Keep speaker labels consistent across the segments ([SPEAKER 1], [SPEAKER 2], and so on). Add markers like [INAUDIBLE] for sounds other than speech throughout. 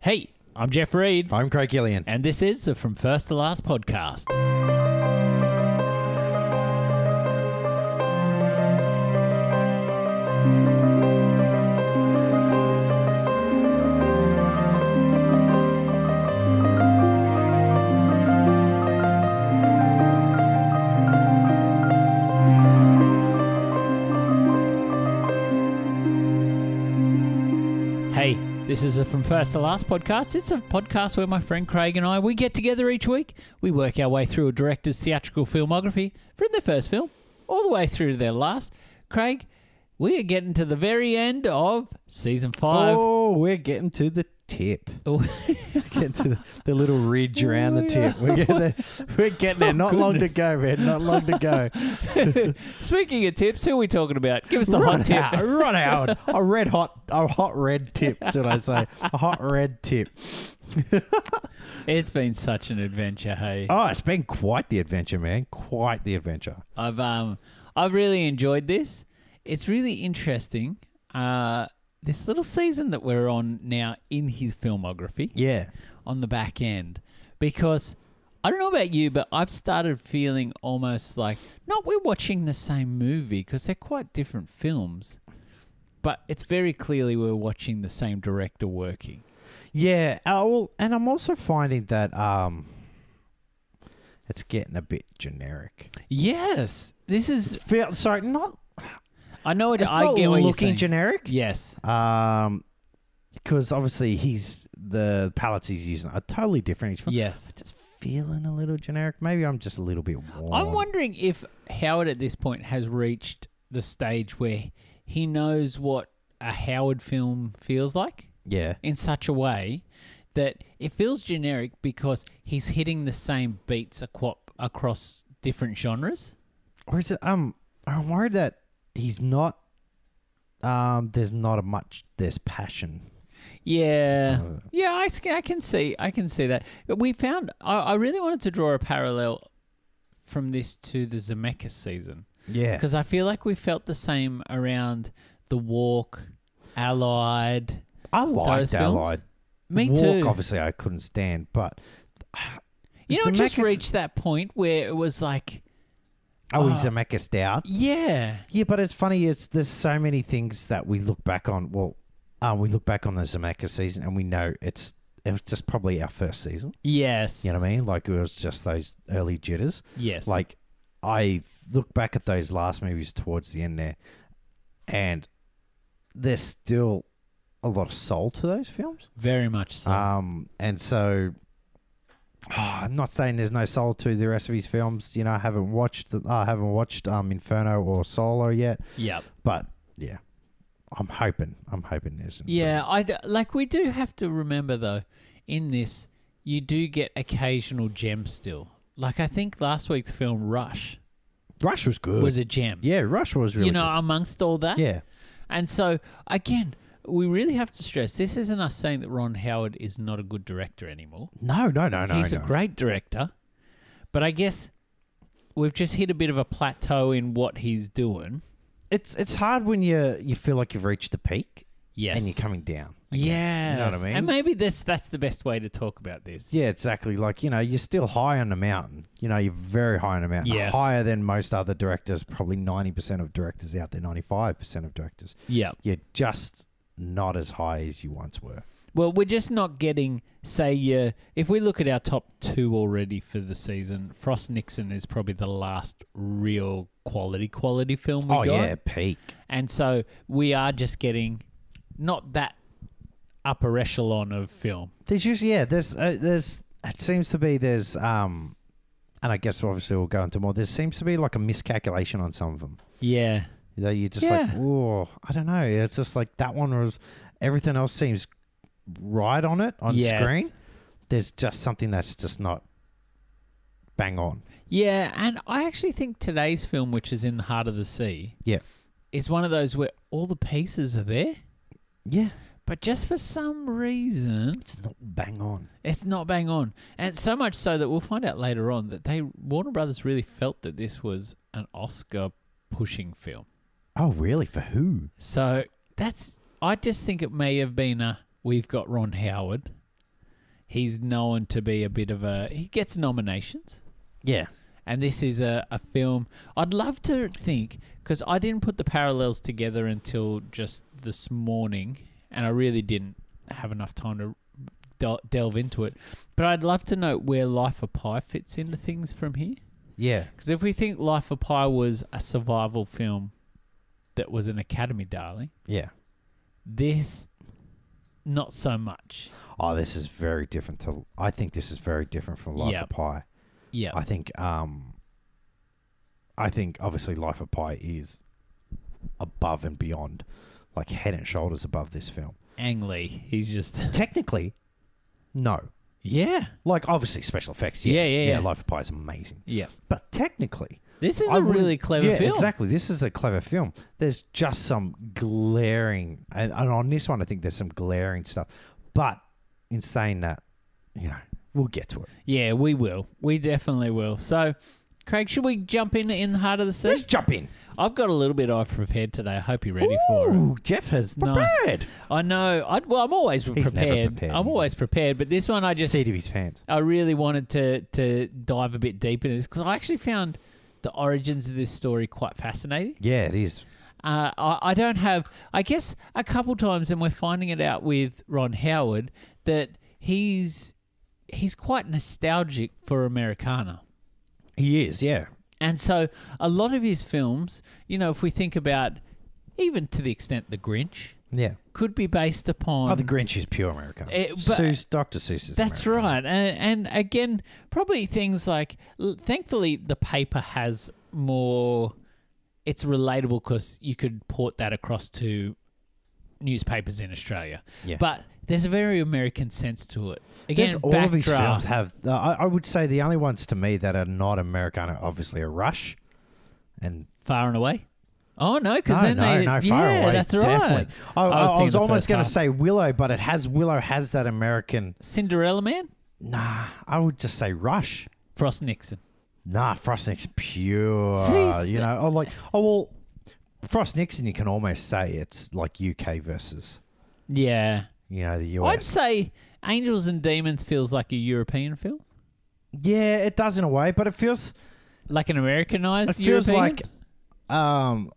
[SPEAKER 1] Hey, I'm Jeff Reed,
[SPEAKER 2] I'm Craig Gillian.
[SPEAKER 1] and this is the From First to Last podcast. Hey, this is a From First to Last podcast. It's a podcast where my friend Craig and I we get together each week. We work our way through a director's theatrical filmography from their first film all the way through to their last. Craig, we are getting to the very end of season five.
[SPEAKER 2] Oh, we're getting to the tip. [LAUGHS] Getting to the, the
[SPEAKER 1] [LAUGHS]
[SPEAKER 2] little ridge around the tip. We're getting there. We're getting there. Not long to
[SPEAKER 1] goodness.
[SPEAKER 2] go, man. Not long to go.
[SPEAKER 1] [LAUGHS] Speaking of tips, who are we talking about? Give us [LAUGHS] the
[SPEAKER 2] Run
[SPEAKER 1] hot tip.
[SPEAKER 2] out. Run out. A red hot, a hot red tip. Did I say a hot red tip?
[SPEAKER 1] It's been such an adventure, hey.
[SPEAKER 2] Oh, it's been quite the adventure, man. Quite the adventure.
[SPEAKER 1] I've um I've really enjoyed this. It's really interesting. Uh this little season that we're on now in his filmography
[SPEAKER 2] Yeah.
[SPEAKER 1] on the back end because I don't know about you, but I've started feeling almost like not we're watching the same movie because they're quite different films, but it's very clearly we're watching the same director working.
[SPEAKER 2] Yeah. Oh, well, and I'm also finding that um, it's getting a bit generic.
[SPEAKER 1] Yes, this is.
[SPEAKER 2] Feel, sorry, not.
[SPEAKER 1] I know it.
[SPEAKER 2] It's
[SPEAKER 1] I
[SPEAKER 2] not
[SPEAKER 1] get what you're
[SPEAKER 2] looking
[SPEAKER 1] saying.
[SPEAKER 2] generic.
[SPEAKER 1] yes,
[SPEAKER 2] Um, because obviously he's the palettes he's using are totally different. Each one.
[SPEAKER 1] yes.
[SPEAKER 2] Just feeling a little generic. Maybe I'm just a little bit warm.
[SPEAKER 1] I'm wondering if Howard at this point has reached the stage where he knows what a Howard film feels like
[SPEAKER 2] Yeah,
[SPEAKER 1] in such a way that it feels generic because he's hitting the same beats aqua- across different genres.
[SPEAKER 2] or is it? Um, I'm worried that he's not. Um, there's not a much. There's passion.
[SPEAKER 1] Yeah.
[SPEAKER 2] So-
[SPEAKER 1] Yeah, I, s- I can see I can see that. But we found I, I really wanted to draw a parallel from this to the Zemeckis season
[SPEAKER 2] Yeah,
[SPEAKER 1] because I feel like we felt the same around The Walk, Allied,
[SPEAKER 2] I liked
[SPEAKER 1] those films?
[SPEAKER 2] Allied.
[SPEAKER 1] Me
[SPEAKER 2] Walk,
[SPEAKER 1] too.
[SPEAKER 2] Obviously, I couldn't stand, but
[SPEAKER 1] You know, it just
[SPEAKER 2] Zemeckis-
[SPEAKER 1] reached that point where it was like,
[SPEAKER 2] oh,
[SPEAKER 1] Ah.
[SPEAKER 2] he's a Zemeckis out.
[SPEAKER 1] yeah,
[SPEAKER 2] Yeah, but it's funny. It's there's so many things that we look back on. Well, um, we look back on the Zemeckis season, and we know it's it was just probably our first season.
[SPEAKER 1] yes,
[SPEAKER 2] You know what I mean? Like it was just those early jitters.
[SPEAKER 1] yes,
[SPEAKER 2] Like I look back at those last movies towards the end there, and there's still a lot of soul to those films.
[SPEAKER 1] very much so.
[SPEAKER 2] Um, and so [SIGHS] ah, I'm not saying there's no soul to the rest of his films. You know, I haven't watched the, I haven't watched um Inferno or Solo yet.
[SPEAKER 1] yep.
[SPEAKER 2] But yeah, I'm hoping. I'm hoping there's. an
[SPEAKER 1] Yeah, I d- like we do have to remember though, in this, you do get occasional gems still. Like I think last week's film Rush
[SPEAKER 2] improvement. Rush was good.
[SPEAKER 1] was a gem.
[SPEAKER 2] yeah, Rush was really.
[SPEAKER 1] you know, amongst all that.
[SPEAKER 2] good. Yeah.
[SPEAKER 1] And so again, we really have to stress this isn't us saying that Ron Howard is not a good director anymore.
[SPEAKER 2] No, no, no, no.
[SPEAKER 1] He's
[SPEAKER 2] no.
[SPEAKER 1] a great director, but I guess we've just hit a bit of a plateau in what he's doing.
[SPEAKER 2] It's it's hard when you you feel like you've reached the peak
[SPEAKER 1] Yes.
[SPEAKER 2] and you're coming down.
[SPEAKER 1] yeah.
[SPEAKER 2] You know what I mean?
[SPEAKER 1] And maybe this that's the best way to talk about this.
[SPEAKER 2] Yeah, exactly. Like you know, you're still high on the mountain. You know, you're very high on the mountain.
[SPEAKER 1] Yes.
[SPEAKER 2] Higher than most other directors. Probably ninety percent of directors out there. Ninety five percent of directors.
[SPEAKER 1] Yeah.
[SPEAKER 2] You're just not as high as you once were.
[SPEAKER 1] Well, we're just not getting say uh, if we look at our top 2 already for the season, Frost Nixon is probably the last real quality quality film we
[SPEAKER 2] oh
[SPEAKER 1] got.
[SPEAKER 2] yeah, peak.
[SPEAKER 1] And so we are just getting not that upper echelon of film.
[SPEAKER 2] There's usually yeah. There's uh, there's it seems to be there's um, and I guess obviously we'll go into more. There seems to be like a miscalculation on some of them.
[SPEAKER 1] Yeah.
[SPEAKER 2] You know, you're just like,
[SPEAKER 1] Yeah.
[SPEAKER 2] oh, I don't know. It's just like that one was everything else seems right on it on
[SPEAKER 1] Yes.
[SPEAKER 2] screen. There's just something that's just not bang on.
[SPEAKER 1] Yeah, and I actually think today's film, which is in the heart of the sea,
[SPEAKER 2] Yeah,
[SPEAKER 1] is one of those where all the pieces are there,
[SPEAKER 2] yeah,
[SPEAKER 1] but just for some reason,
[SPEAKER 2] it's not bang on.
[SPEAKER 1] it's not bang on. And so much so that we'll find out later on that they Warner Brothers really felt that this was an Oscar pushing film.
[SPEAKER 2] Oh, really? For who?
[SPEAKER 1] So that's I just think it may have been a we've got Ron Howard he's known to be a bit of a. He gets nominations,
[SPEAKER 2] Yeah.
[SPEAKER 1] and this is a, a film. I'd love to think because I didn't put the parallels together until just this morning, and I really didn't have enough time to del- delve into it. But I'd love to know where Life of Pi fits into things from here.
[SPEAKER 2] Yeah.
[SPEAKER 1] Because if we think Life of Pi was a survival film that was an Academy darling,
[SPEAKER 2] Yeah.
[SPEAKER 1] this not so much.
[SPEAKER 2] Oh, this is very different to. I think this is very different from Life
[SPEAKER 1] Yeah.
[SPEAKER 2] of Pi.
[SPEAKER 1] Yeah,
[SPEAKER 2] I think. Um. I think obviously Life of Pi is above and beyond, like head and shoulders above this film.
[SPEAKER 1] Ang Lee, he's just [LAUGHS]
[SPEAKER 2] Technically, no.
[SPEAKER 1] yeah,
[SPEAKER 2] Like obviously special effects.
[SPEAKER 1] Yeah,
[SPEAKER 2] Yes.
[SPEAKER 1] yeah, yeah.
[SPEAKER 2] Life of Pi is amazing,
[SPEAKER 1] yeah.
[SPEAKER 2] but technically,
[SPEAKER 1] This is
[SPEAKER 2] I
[SPEAKER 1] a
[SPEAKER 2] wouldn't-
[SPEAKER 1] really clever
[SPEAKER 2] yeah,
[SPEAKER 1] film.
[SPEAKER 2] Exactly. This is a clever film. There's just some glaring, and, and on this one, I think there's some glaring stuff. But in saying that, you know, we'll get to it.
[SPEAKER 1] Yeah, we will. We definitely will. So, Craig, should we jump in in the heart of the
[SPEAKER 2] Let's
[SPEAKER 1] sea?
[SPEAKER 2] jump in.
[SPEAKER 1] I've got a little bit I've prepared today. I hope you're ready for it.
[SPEAKER 2] Ooh, Jeff has
[SPEAKER 1] Nice.
[SPEAKER 2] prepared.
[SPEAKER 1] I know. I, well, I'm always
[SPEAKER 2] never
[SPEAKER 1] prepared.
[SPEAKER 2] prepared.
[SPEAKER 1] I'm always prepared, but this one I just
[SPEAKER 2] Seat of his pants.
[SPEAKER 1] I really wanted to to dive a bit deeper into this because I actually found the origins of this story quite fascinating.
[SPEAKER 2] Yeah, it is.
[SPEAKER 1] Uh, I, I don't have, I guess, a couple times, and we're finding it out with Ron Howard that he's he's quite nostalgic for Americana,
[SPEAKER 2] He is. Yeah.
[SPEAKER 1] and so a lot of his films, you know, if we think about even to the extent The Grinch
[SPEAKER 2] Yeah.
[SPEAKER 1] could be based upon
[SPEAKER 2] oh, the Grinch is pure America.
[SPEAKER 1] It- Eh, but-
[SPEAKER 2] Seuss, Dr. Seuss is
[SPEAKER 1] That's
[SPEAKER 2] American.
[SPEAKER 1] right, and, and again, probably things like. l- Thankfully, the paper has more. It's relatable because you could port that across to newspapers in Australia.
[SPEAKER 2] Yeah.
[SPEAKER 1] But there's a very American sense to it. Again,
[SPEAKER 2] There's all of his
[SPEAKER 1] backdraft.
[SPEAKER 2] films have. Uh, I, I would say the only ones to me that are not American are obviously a Rush, and
[SPEAKER 1] far and away. Oh no, because
[SPEAKER 2] No,
[SPEAKER 1] then
[SPEAKER 2] no,
[SPEAKER 1] they
[SPEAKER 2] no, far
[SPEAKER 1] yeah,
[SPEAKER 2] away.
[SPEAKER 1] that's right.
[SPEAKER 2] Definitely. I, I- I was,
[SPEAKER 1] thinking the
[SPEAKER 2] almost
[SPEAKER 1] first
[SPEAKER 2] going to
[SPEAKER 1] half.
[SPEAKER 2] say Willow, but it has Willow has that American.
[SPEAKER 1] Cinderella Man,
[SPEAKER 2] Nah, I would just say Rush.
[SPEAKER 1] Frost Nixon.
[SPEAKER 2] Nah, Frost Nixon pure.
[SPEAKER 1] Jeez.
[SPEAKER 2] You know, oh like oh well, Frost Nixon. You can almost say it's like UK versus
[SPEAKER 1] Yeah,
[SPEAKER 2] you know the
[SPEAKER 1] I'd
[SPEAKER 2] US.
[SPEAKER 1] say Angels and Demons feels like a European film,
[SPEAKER 2] yeah, it does in a way, but it feels
[SPEAKER 1] like an Americanized.
[SPEAKER 2] it feels
[SPEAKER 1] European?
[SPEAKER 2] like um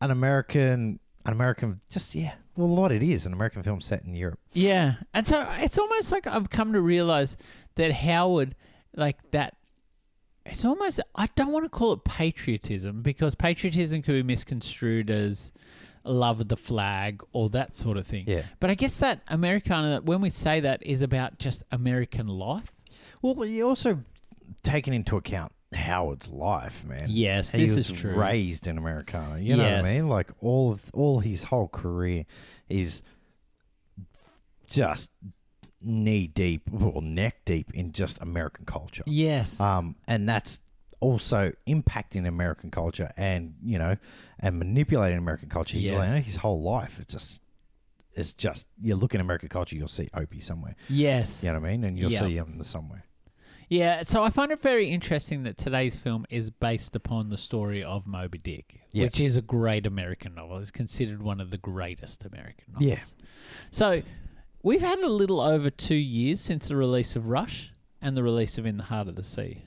[SPEAKER 2] an American an American just yeah. Well, a lot it is an American film set in Europe.
[SPEAKER 1] Yeah. And so it's almost like I've come to realize that Howard, like that, it's almost, I don't want to call it patriotism because patriotism could be misconstrued as love of the flag or that sort of thing.
[SPEAKER 2] Yeah.
[SPEAKER 1] But I guess that Americana, when we say that, is about just American life.
[SPEAKER 2] Well, you also taking into account Howard's life, man.
[SPEAKER 1] Yes,
[SPEAKER 2] He
[SPEAKER 1] this
[SPEAKER 2] was
[SPEAKER 1] is true.
[SPEAKER 2] Raised in Americana, you know
[SPEAKER 1] Yes.
[SPEAKER 2] what I mean? Like all of all his whole career is just knee deep, well, neck deep in just American culture.
[SPEAKER 1] Yes.
[SPEAKER 2] Um, and that's also impacting American culture, and you know, and manipulating American culture. You
[SPEAKER 1] Yes.
[SPEAKER 2] know, his whole life, it's just, it's just you look at American culture, you'll see Opie somewhere.
[SPEAKER 1] yes.
[SPEAKER 2] You know what I mean? And you'll
[SPEAKER 1] Yeah.
[SPEAKER 2] see him somewhere.
[SPEAKER 1] Yeah, so I find it very interesting that today's film is based upon the story of Moby Dick,
[SPEAKER 2] Yeah.
[SPEAKER 1] which is a great American novel. It's considered one of the greatest American novels.
[SPEAKER 2] Yeah.
[SPEAKER 1] So we've had a little over two years since the release of Rush and the release of In the Heart of the Sea.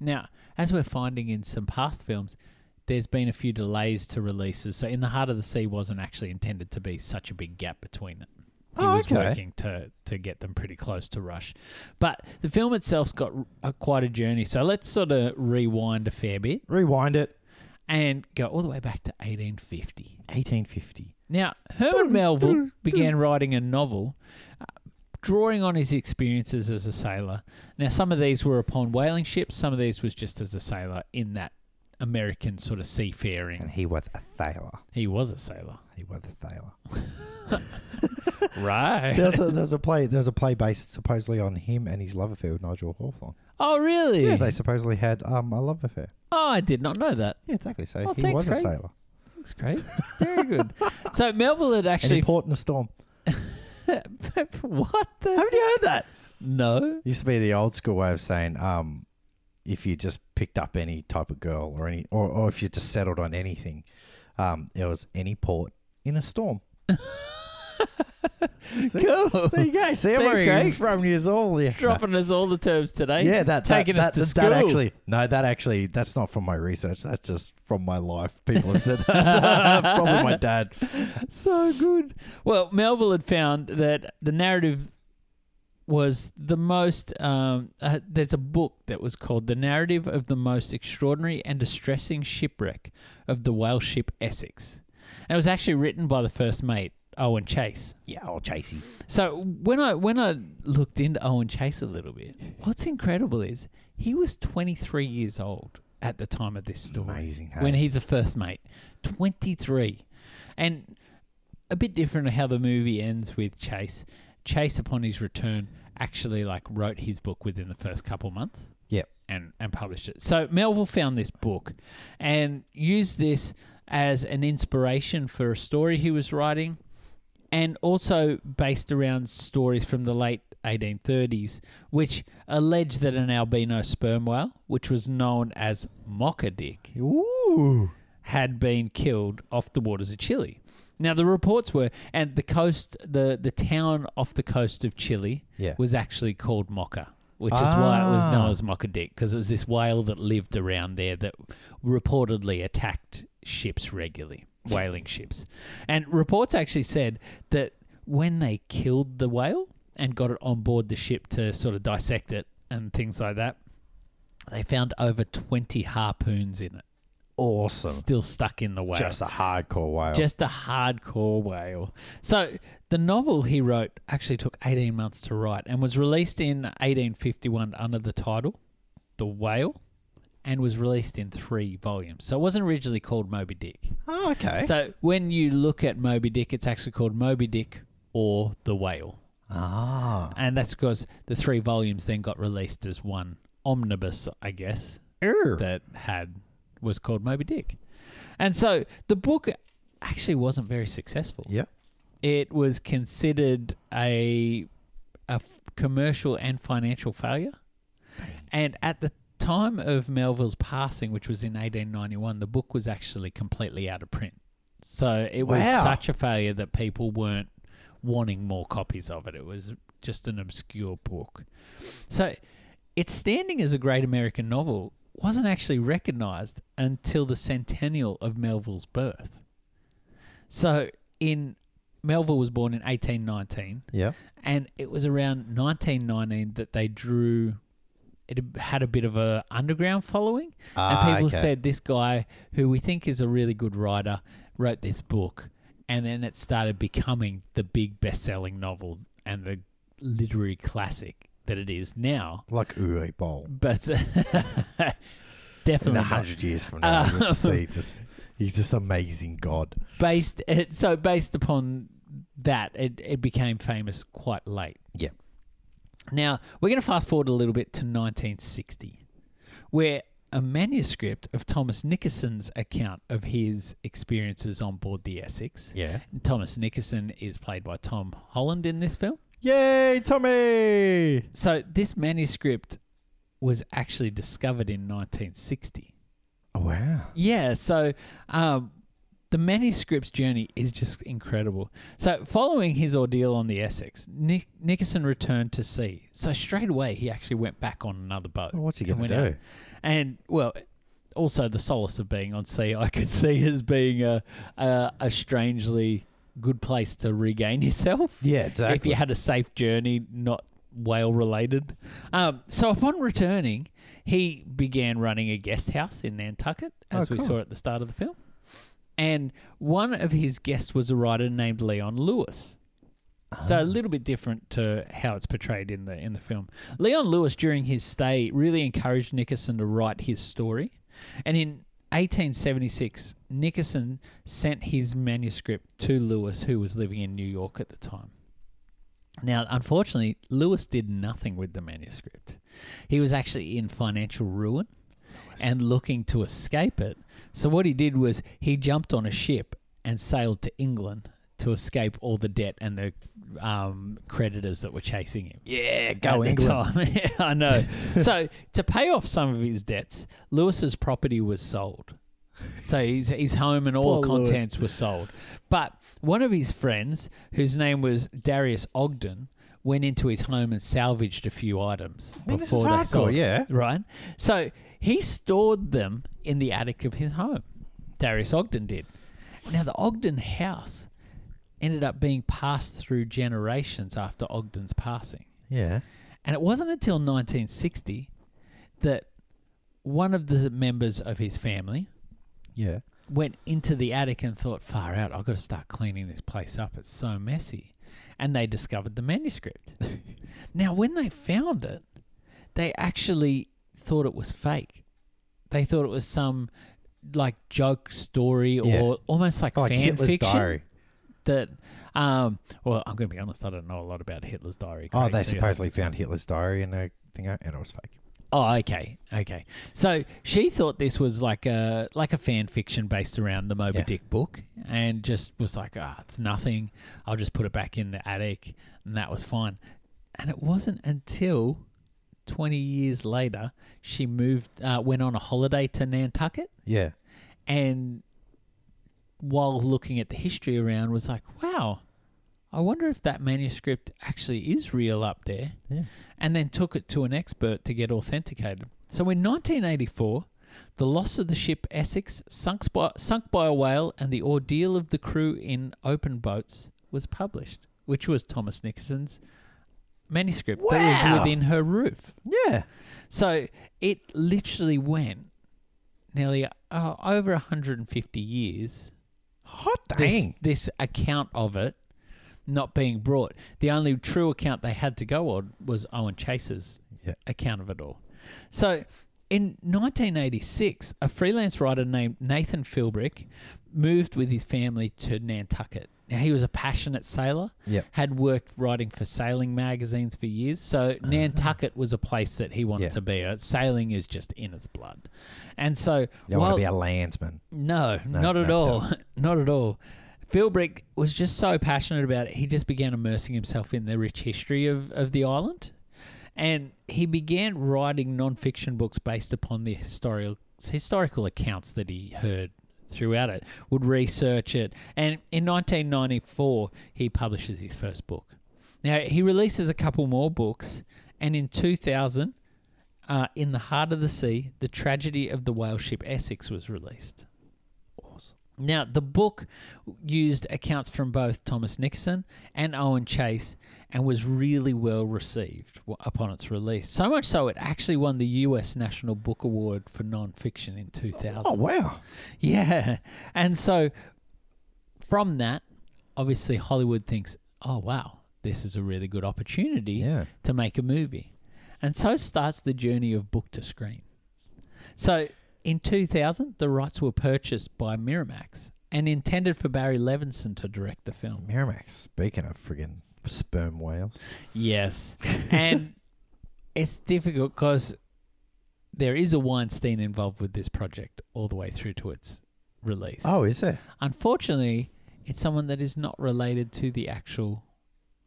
[SPEAKER 1] Now, as we're finding in some past films, there's been a few delays to releases. So In the Heart of the Sea wasn't actually intended to be such a big gap between them. He
[SPEAKER 2] Oh,
[SPEAKER 1] was
[SPEAKER 2] okay.
[SPEAKER 1] working to, to get them pretty close to Rush. But the film itself's got a, quite a journey. So let's sort of rewind a fair bit
[SPEAKER 2] Rewind it.
[SPEAKER 1] and go all the way back to 1850.
[SPEAKER 2] 1850.
[SPEAKER 1] Now, Herman Melville began writing a novel uh, drawing on his experiences as a sailor. Now, some of these were upon whaling ships, some of these was just as a sailor in that American sort of
[SPEAKER 2] And
[SPEAKER 1] seafaring.
[SPEAKER 2] he was a sailor.
[SPEAKER 1] He was a
[SPEAKER 2] [LAUGHS]
[SPEAKER 1] sailor.
[SPEAKER 2] He was a sailor.
[SPEAKER 1] Right.
[SPEAKER 2] There's a there's a play there's a play based supposedly on him and his love affair with Nigel Hawthorne.
[SPEAKER 1] Oh, really?
[SPEAKER 2] Yeah, they supposedly had um a love affair.
[SPEAKER 1] oh, I did not know that.
[SPEAKER 2] Yeah, exactly. So
[SPEAKER 1] Oh,
[SPEAKER 2] he
[SPEAKER 1] thanks,
[SPEAKER 2] was
[SPEAKER 1] Craig.
[SPEAKER 2] a sailor.
[SPEAKER 1] That's great. Very
[SPEAKER 2] [LAUGHS]
[SPEAKER 1] good. so, Melville had
[SPEAKER 2] Actually,
[SPEAKER 1] actually.
[SPEAKER 2] and he fought in a storm.
[SPEAKER 1] [LAUGHS] what the?
[SPEAKER 2] Haven't you heard that? [LAUGHS]
[SPEAKER 1] No.
[SPEAKER 2] Used to be the old school way of saying um if you just picked up any type of girl or any or, or if
[SPEAKER 1] [LAUGHS]
[SPEAKER 2] you just settled on anything, um it was any port in a storm.
[SPEAKER 1] cool.
[SPEAKER 2] There you go. See, I'm
[SPEAKER 1] Thanks,
[SPEAKER 2] already
[SPEAKER 1] Craig.
[SPEAKER 2] from years all. Yeah.
[SPEAKER 1] Dropping us all the terms today.
[SPEAKER 2] Yeah, that
[SPEAKER 1] taking
[SPEAKER 2] that,
[SPEAKER 1] us to
[SPEAKER 2] that,
[SPEAKER 1] school.
[SPEAKER 2] that actually no, that actually that's not from my research. That's just from my life. People have said that. [LAUGHS] Probably my dad.
[SPEAKER 1] so good. Well, Melville had found that the narrative was the most. Um, uh, there's a book that was called "The Narrative of the Most Extraordinary and Distressing Shipwreck of the Whale Ship Essex," and it was actually written by the first mate Owen Chase.
[SPEAKER 2] Yeah, old Chasey.
[SPEAKER 1] So when I when I looked into Owen Chase a little bit, what's incredible is he was 23 years old at the time of this story
[SPEAKER 2] Amazing. Hey?
[SPEAKER 1] when he's a first mate. 23. And a bit different to how the movie ends with Chase. Chase, upon his return, actually like wrote his book within the first couple months.
[SPEAKER 2] Yep.
[SPEAKER 1] And, and published it. So Melville found this book and used this as an inspiration for a story he was writing and also based around stories from the late 1830s, which allege that an albino sperm whale, which was known as mocker dick,
[SPEAKER 2] Ooh.
[SPEAKER 1] had been killed off the waters of Chile. Now the reports were, and the coast, the the town off the coast of Chile,
[SPEAKER 2] Yeah.
[SPEAKER 1] was actually called Mocha, which is why it was
[SPEAKER 2] Ah.
[SPEAKER 1] known as Mocha Dick, because it was this whale that lived around there that reportedly attacked ships regularly, whaling ships. And reports actually said that when they killed the whale and got it on board the ship to sort of dissect it and things like that, they found over twenty harpoons in it
[SPEAKER 2] Awesome.
[SPEAKER 1] still stuck in the whale.
[SPEAKER 2] Just a hardcore whale.
[SPEAKER 1] Just a hardcore whale. So the novel he wrote actually took 18 months to write and was released in 1851 under the title The Whale and was released in three volumes. So it wasn't originally called Moby Dick.
[SPEAKER 2] oh, okay.
[SPEAKER 1] So when you look at Moby Dick, it's actually called Moby Dick or The Whale.
[SPEAKER 2] ah.
[SPEAKER 1] And that's because the three volumes then got released as one omnibus, I guess,
[SPEAKER 2] Ooh.
[SPEAKER 1] that had was called Moby Dick. And so the book actually wasn't very successful.
[SPEAKER 2] Yep.
[SPEAKER 1] It was considered a a f- commercial and financial failure. And at the time of Melville's passing, which was in 1891, the book was actually completely out of print. So it was
[SPEAKER 2] Wow.
[SPEAKER 1] such a failure that people weren't wanting more copies of it. It was just an obscure book. So its standing as a great American novel wasn't actually recognized until the centennial of Melville's birth. So in Melville was born in 1819
[SPEAKER 2] Yep.
[SPEAKER 1] and it was around 1919 that they drew it had a bit of a underground following
[SPEAKER 2] Ah,
[SPEAKER 1] and people
[SPEAKER 2] okay.
[SPEAKER 1] said this guy who we think is a really good writer wrote this book and then it started becoming the big best-selling novel and the literary classic that it is now
[SPEAKER 2] like Uwe Boll.
[SPEAKER 1] but [LAUGHS] definitely
[SPEAKER 2] In a
[SPEAKER 1] not
[SPEAKER 2] hundred years [LAUGHS] from Uh. now, you
[SPEAKER 1] Um,
[SPEAKER 2] get to see just he's just amazing God.
[SPEAKER 1] based it, so based upon that it, it became famous quite late
[SPEAKER 2] Yeah.
[SPEAKER 1] Now, we're going to fast forward a little bit to 1960, where a manuscript of Thomas Nickerson's account of his experiences on board the Essex.
[SPEAKER 2] Yeah.
[SPEAKER 1] Thomas Nickerson is played by Tom Holland in this film.
[SPEAKER 2] Yay, Tommy!
[SPEAKER 1] So, this manuscript was actually discovered in 1960.
[SPEAKER 2] Oh, wow.
[SPEAKER 1] Yeah, so um, the manuscript's journey is just incredible. So, following his ordeal on the Essex, Nick- Nickerson returned to sea. So, straight away, he actually went back on another boat.
[SPEAKER 2] Well, what's he
[SPEAKER 1] and
[SPEAKER 2] gonna
[SPEAKER 1] went
[SPEAKER 2] do?
[SPEAKER 1] out. And, well, also the solace of being on sea, I could see as being a, a, a strangely good place to regain yourself
[SPEAKER 2] Yeah,
[SPEAKER 1] if you had a safe journey, not whale related. Um, so upon returning, he began running a guest house in Nantucket, as
[SPEAKER 2] Oh,
[SPEAKER 1] we
[SPEAKER 2] cool.
[SPEAKER 1] saw at the start of the film. And one of his guests was a writer named Leon Lewis.
[SPEAKER 2] Ah.
[SPEAKER 1] So a little bit different to how it's portrayed in the in the film. Leon Lewis during his stay really encouraged Nickerson to write his story. And in 1876, Nickerson sent his manuscript to Lewis who was living in New York at the time. Now, unfortunately, Lewis did nothing with the manuscript. He was actually in financial ruin and looking to escape it. So, what he did was he jumped on a ship and sailed to England to escape all the debt and the um, creditors that were chasing him.
[SPEAKER 2] yeah,
[SPEAKER 1] at the time. [LAUGHS] Yeah, I know. so, to pay off some of his debts, Lewis's property was sold So his, his home and all
[SPEAKER 2] Poor Lewis.
[SPEAKER 1] contents were sold. But one of his friends, whose name was Darius Ogden, went into his home and salvaged a few items
[SPEAKER 2] Man, this is
[SPEAKER 1] before they
[SPEAKER 2] hardcore,
[SPEAKER 1] sold.
[SPEAKER 2] yeah.
[SPEAKER 1] Right? So he stored them in the attic of his home. Darius Ogden did. Now, the Ogden house ended up being passed through generations after Ogden's passing.
[SPEAKER 2] Yeah.
[SPEAKER 1] And it wasn't until 1960 that one of the members of his family
[SPEAKER 2] Yeah.
[SPEAKER 1] went into the attic and thought, far out, I've got to start cleaning this place up. It's so messy. And they discovered the
[SPEAKER 2] [LAUGHS]
[SPEAKER 1] manuscript. now, when they found it, they actually thought it was fake. They thought it was some like joke story or
[SPEAKER 2] Yeah.
[SPEAKER 1] almost like,
[SPEAKER 2] Oh, like
[SPEAKER 1] fan
[SPEAKER 2] Hitler's
[SPEAKER 1] fiction
[SPEAKER 2] diary.
[SPEAKER 1] that um well I'm going to be honest I don't know a lot about Hitler's diary
[SPEAKER 2] Oh,
[SPEAKER 1] Craig,
[SPEAKER 2] they
[SPEAKER 1] so you'll have
[SPEAKER 2] supposedly found Hitler's diary in a thing, and it was fake.
[SPEAKER 1] Oh, okay, okay. So she thought this was like a like a fan fiction based around the Moby
[SPEAKER 2] Yeah.
[SPEAKER 1] Dick book, and just was like, ah, it's nothing. I'll just put it back in the attic, and that was fine. And it wasn't until twenty years later she moved, uh, went on a holiday to Nantucket,
[SPEAKER 2] Yeah.
[SPEAKER 1] and while looking at the history around, was like, wow, I wonder if that manuscript actually is real up there
[SPEAKER 2] Yeah.
[SPEAKER 1] and then took it to an expert to get authenticated. So in 1984, the loss of the ship Essex, sunk by, sunk by a whale, and the ordeal of the crew in open boats was published, which was Thomas Nixon's manuscript that was
[SPEAKER 2] Wow.
[SPEAKER 1] within her roof.
[SPEAKER 2] Yeah.
[SPEAKER 1] So it literally went nearly uh, over 150 years
[SPEAKER 2] Hot
[SPEAKER 1] this,
[SPEAKER 2] dang.
[SPEAKER 1] this account of it not being brought. The only true account they had to go on was Owen Chase's
[SPEAKER 2] Yeah.
[SPEAKER 1] account of it all. So in 1986, a freelance writer named Nathan Philbrick moved with his family to Nantucket. Now, he was a passionate sailor,
[SPEAKER 2] Yep.
[SPEAKER 1] had worked writing for sailing magazines for years. So, Nantucket was a place that he wanted
[SPEAKER 2] Uh-huh. Yeah.
[SPEAKER 1] to be. Uh, Sailing is just in his blood. And so,
[SPEAKER 2] You don't
[SPEAKER 1] while-
[SPEAKER 2] want to be a landsman.
[SPEAKER 1] no, not at
[SPEAKER 2] no,
[SPEAKER 1] all. [LAUGHS] not at all. Philbrick was just so passionate about it, he just began immersing himself in the rich history of, of the island. And he began writing nonfiction books based upon the historical historical accounts that he heard throughout it, would research it. And in 1994, he publishes his first book. Now, he releases a couple more books. And in 2000, uh, In the Heart of the Sea, The Tragedy of the Whale Ship Essex was released. Now, the book used accounts from both Thomas Nixon and Owen Chase and was really well received w- upon its release. So much so, it actually won the US National Book Award for Nonfiction in 2000.
[SPEAKER 2] Oh, wow.
[SPEAKER 1] Yeah. [LAUGHS] And so from that, obviously, Hollywood thinks, oh, wow, this is a really good opportunity
[SPEAKER 2] Yeah.
[SPEAKER 1] to make a movie. And so starts the journey of book to screen. So in 2000, the rights were purchased by Miramax and intended for Barry Levinson to direct the film.
[SPEAKER 2] Miramax, speaking of friggin' sperm whales.
[SPEAKER 1] Yes. [LAUGHS] and it's difficult because there is a Weinstein involved with this project all the way through to its release.
[SPEAKER 2] Oh, is there?
[SPEAKER 1] Unfortunately, it's someone that is not related to the actual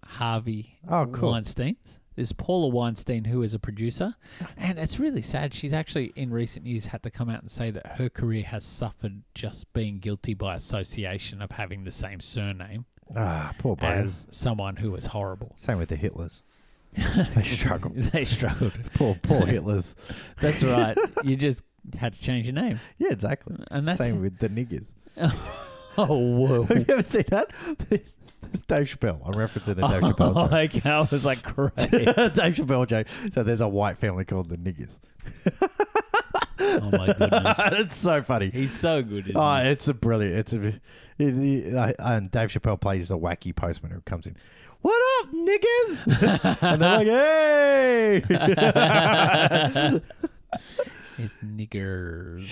[SPEAKER 1] Harvey
[SPEAKER 2] Oh, cool.
[SPEAKER 1] Weinsteins. There's Paula Weinstein, who is a producer, and it's really sad. She's actually, in recent years, had to come out and say that her career has suffered just being guilty by association of having the same surname
[SPEAKER 2] Ah, poor boys.
[SPEAKER 1] as someone who was horrible.
[SPEAKER 2] Same with
[SPEAKER 1] [LAUGHS]
[SPEAKER 2] the Hitlers. they struggle.
[SPEAKER 1] they struggled.
[SPEAKER 2] Poor,
[SPEAKER 1] [LAUGHS]
[SPEAKER 2] poor Hitlers.
[SPEAKER 1] That's right. you just had to change your name,
[SPEAKER 2] Yeah, exactly.
[SPEAKER 1] and that's
[SPEAKER 2] Same with the niggers.
[SPEAKER 1] [LAUGHS] oh
[SPEAKER 2] [LAUGHS]
[SPEAKER 1] whoa.
[SPEAKER 2] Have you ever seen that? It's Dave Chappelle. I'm referencing a Dave Chappelle
[SPEAKER 1] Oh,
[SPEAKER 2] joke.
[SPEAKER 1] okay, I was [LAUGHS] like,
[SPEAKER 2] [LAUGHS]
[SPEAKER 1] great.
[SPEAKER 2] Dave Chappelle joke. So there's a white family called
[SPEAKER 1] [LAUGHS]
[SPEAKER 2] the niggers.
[SPEAKER 1] oh my
[SPEAKER 2] [LAUGHS]
[SPEAKER 1] goodness.
[SPEAKER 2] it's so funny.
[SPEAKER 1] He's so good, isn't
[SPEAKER 2] Oh,
[SPEAKER 1] he?
[SPEAKER 2] it's a brilliant. It's a, it, it- I- and Dave Chappelle plays the wacky postman who comes in. What up, niggas? [LAUGHS] and they're like,
[SPEAKER 1] [LAUGHS]
[SPEAKER 2] hey. [LAUGHS]
[SPEAKER 1] It's niggers.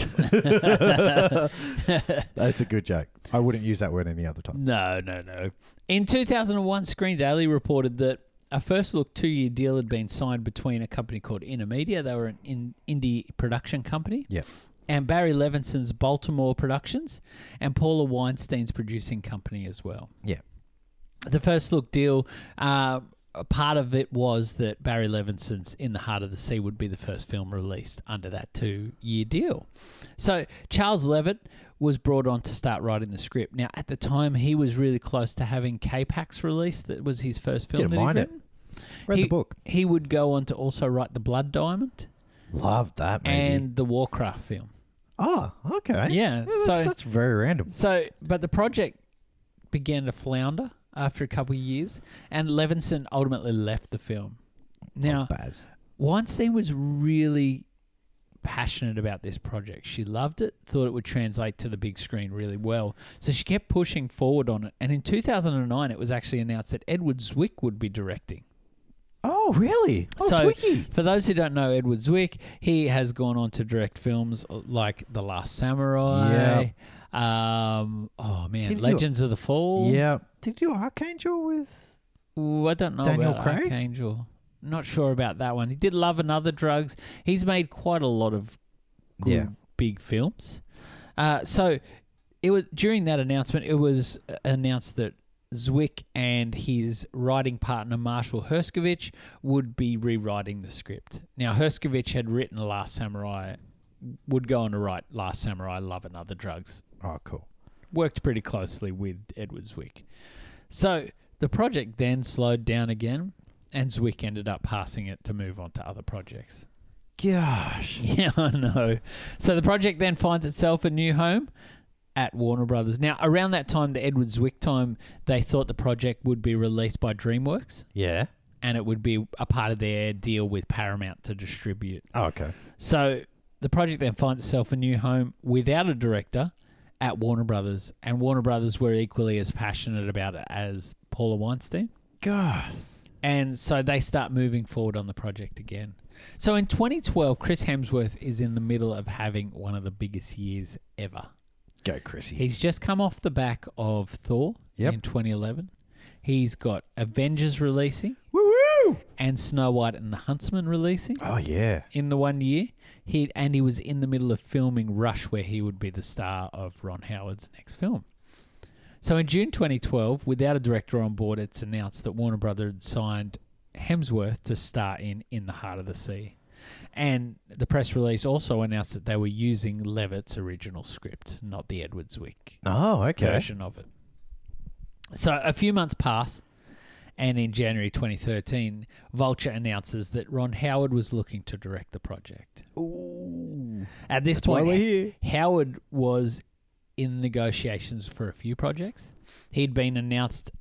[SPEAKER 1] [LAUGHS]
[SPEAKER 2] That's a good joke. I wouldn't use that word any other time.
[SPEAKER 1] no, no, no. In 2001, Screen Daily reported that a first look two year deal had been signed between a company called Intermedia. They were an in- indie production company.
[SPEAKER 2] Yeah.
[SPEAKER 1] And Barry Levinson's Baltimore Productions and Paula Weinstein's producing company as well.
[SPEAKER 2] Yeah.
[SPEAKER 1] The first look deal uh, a part of it was that Barry Levinson's In the Heart of the Sea would be the first film released under that two year deal. So Charles Levitt was brought on to start writing the script. Now, at the time, he was really close to having K Pax released. That was his first film.
[SPEAKER 2] Didn't
[SPEAKER 1] that he'd
[SPEAKER 2] mind it.
[SPEAKER 1] written.
[SPEAKER 2] Read
[SPEAKER 1] he,
[SPEAKER 2] the book.
[SPEAKER 1] He would go on to also write The Blood Diamond
[SPEAKER 2] Love that movie.
[SPEAKER 1] and the Warcraft film.
[SPEAKER 2] oh, okay.
[SPEAKER 1] Yeah,
[SPEAKER 2] that's,
[SPEAKER 1] so-
[SPEAKER 2] that's very random.
[SPEAKER 1] So, but the project began to flounder after a couple of years, and Levinson ultimately left the film. Now,
[SPEAKER 2] Baz.
[SPEAKER 1] Weinstein was really passionate about this project. She loved it, thought it would translate to the big screen really well. So she kept pushing forward on it. And in 2009, it was actually announced that Edward Zwick would be directing.
[SPEAKER 2] Oh, really? Oh,
[SPEAKER 1] So-
[SPEAKER 2] Swicky.
[SPEAKER 1] For those who don't know Edward Zwick, he has gone on to direct films like The Last Samurai. Um, oh man,
[SPEAKER 2] Didn't he-
[SPEAKER 1] Legends of the Fall.
[SPEAKER 2] Yeah. Did you Archangel with?
[SPEAKER 1] Ooh, I don't know
[SPEAKER 2] Daniel
[SPEAKER 1] about
[SPEAKER 2] Craig?
[SPEAKER 1] Archangel. Not sure about that one. He did Love and Other Drugs. He's made quite a lot of good
[SPEAKER 2] Yeah.
[SPEAKER 1] big films. Uh, so it was during that announcement. It was uh, announced that Zwick and his writing partner Marshall Herskovich would be rewriting the script. Now Herskovich had written Last Samurai, would go on to write Last Samurai, Love and Other Drugs,
[SPEAKER 2] Oh, cool.
[SPEAKER 1] worked pretty closely with Edward Zwick. So the project then slowed down again, and Zwick ended up passing it to move on to other projects. [LAUGHS]
[SPEAKER 2] Gosh.
[SPEAKER 1] Yeah, I know. So the project then finds itself a new home at Warner Brothers. Now, around that time, the Edward Zwick time, they thought the project would be released by DreamWorks
[SPEAKER 2] Yeah.
[SPEAKER 1] and it would be a part of their deal with Paramount to distribute.
[SPEAKER 2] Oh, okay.
[SPEAKER 1] So the project then finds itself a new home without a director at Warner Brothers, and Warner Brothers were equally as passionate about it as Paula Weinstein.
[SPEAKER 2] God.
[SPEAKER 1] And so they start moving forward on the project again. So in 2012, Chris Hemsworth is in the middle of having one of the biggest years ever.
[SPEAKER 2] Go, Chrissy.
[SPEAKER 1] He's just come off the back of Thor
[SPEAKER 2] Yep.
[SPEAKER 1] in 2011. He's got Avengers releasing
[SPEAKER 2] woo woo.
[SPEAKER 1] and Snow White and the Huntsman releasing
[SPEAKER 2] Oh yeah.
[SPEAKER 1] in the one year. He and he was in the middle of filming Rush, where he would be the star of Ron Howard's next film. So in June 2012, without a director on board, it's announced that Warner Brothers had signed Hemsworth to star in In the Heart of the Sea. And the press release also announced that they were using Levitt's original script, not the Edward Zwick
[SPEAKER 2] Oh, okay.
[SPEAKER 1] version of it. So a few months pass, and in January 2013, Vulture announces that Ron Howard was looking to direct the project.
[SPEAKER 2] Ooh.
[SPEAKER 1] At this
[SPEAKER 2] why
[SPEAKER 1] point,
[SPEAKER 2] we're here.
[SPEAKER 1] Howard was in negotiations for a few projects. He'd been announced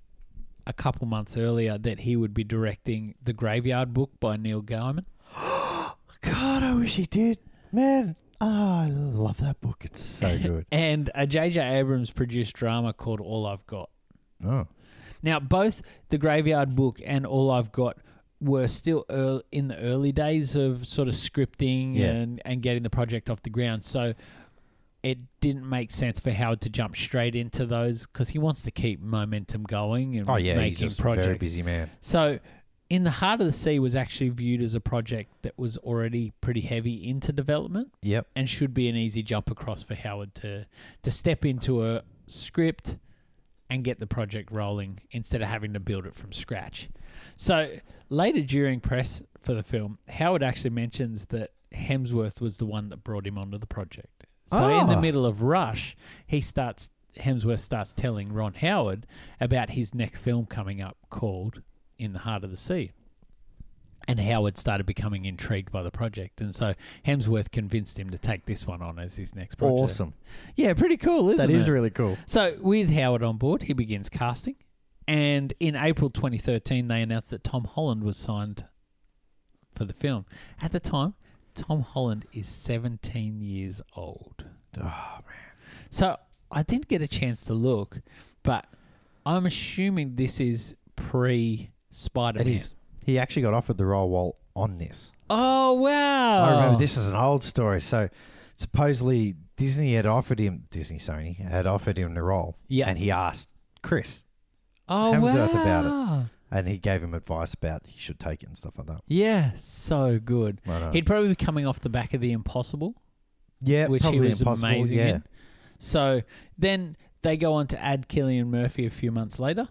[SPEAKER 1] a couple months earlier that he would be directing The Graveyard Book by Neil Gaiman.
[SPEAKER 2] God, I wish he did. Man, oh, I love that book. It's so good.
[SPEAKER 1] And a J.J. Abrams produced drama called All I've Got.
[SPEAKER 2] oh.
[SPEAKER 1] Now, both the Graveyard Book and All I've Got were still earl in the early days of sort of scripting
[SPEAKER 2] Yeah.
[SPEAKER 1] and, and getting the project off the ground. So it didn't make sense for Howard to jump straight into those because he wants to keep momentum going and
[SPEAKER 2] Oh yeah, he's
[SPEAKER 1] making
[SPEAKER 2] just a very
[SPEAKER 1] projects.
[SPEAKER 2] busy man.
[SPEAKER 1] So, In the Heart of the Sea was actually viewed as a project that was already pretty heavy into development
[SPEAKER 2] Yep.
[SPEAKER 1] and should be an easy jump across for Howard to to step into a script and get the project rolling instead of having to build it from scratch. So later during press for the film, Howard actually mentions that Hemsworth was the one that brought him onto the project. So in the
[SPEAKER 2] Ah.
[SPEAKER 1] middle of Rush, he starts Hemsworth starts telling Ron Howard about his next film coming up called In the Heart of the Sea. And Howard started becoming intrigued by the project. And so Hemsworth convinced him to take this one on as his next project.
[SPEAKER 2] Awesome.
[SPEAKER 1] Yeah, pretty cool, isn't
[SPEAKER 2] That
[SPEAKER 1] it?
[SPEAKER 2] is really cool.
[SPEAKER 1] So, with Howard on board, he begins casting. And in April 2013, they announced that Tom Holland was signed for the film. At the time, Tom Holland is 17 years old.
[SPEAKER 2] Oh man.
[SPEAKER 1] So, I didn't get a chance to look, but I'm assuming this is pre Spider
[SPEAKER 2] It
[SPEAKER 1] Man.
[SPEAKER 2] is. He actually got offered the role while on this.
[SPEAKER 1] Oh, wow.
[SPEAKER 2] I remember this is an old story. So supposedly Disney had offered him Disney Sony had offered him the role.
[SPEAKER 1] Yeah.
[SPEAKER 2] And he asked Chris.
[SPEAKER 1] Oh,
[SPEAKER 2] Hemsworth
[SPEAKER 1] wow.
[SPEAKER 2] about it. And he gave him advice about he should take it and stuff like that.
[SPEAKER 1] Yeah, so good.
[SPEAKER 2] I know.
[SPEAKER 1] He'd probably be coming off the back of The Impossible.
[SPEAKER 2] yeah,
[SPEAKER 1] which he
[SPEAKER 2] probably
[SPEAKER 1] was
[SPEAKER 2] impossible.
[SPEAKER 1] amazing
[SPEAKER 2] yeah.
[SPEAKER 1] in. So then they go on to add Killian Murphy a few months later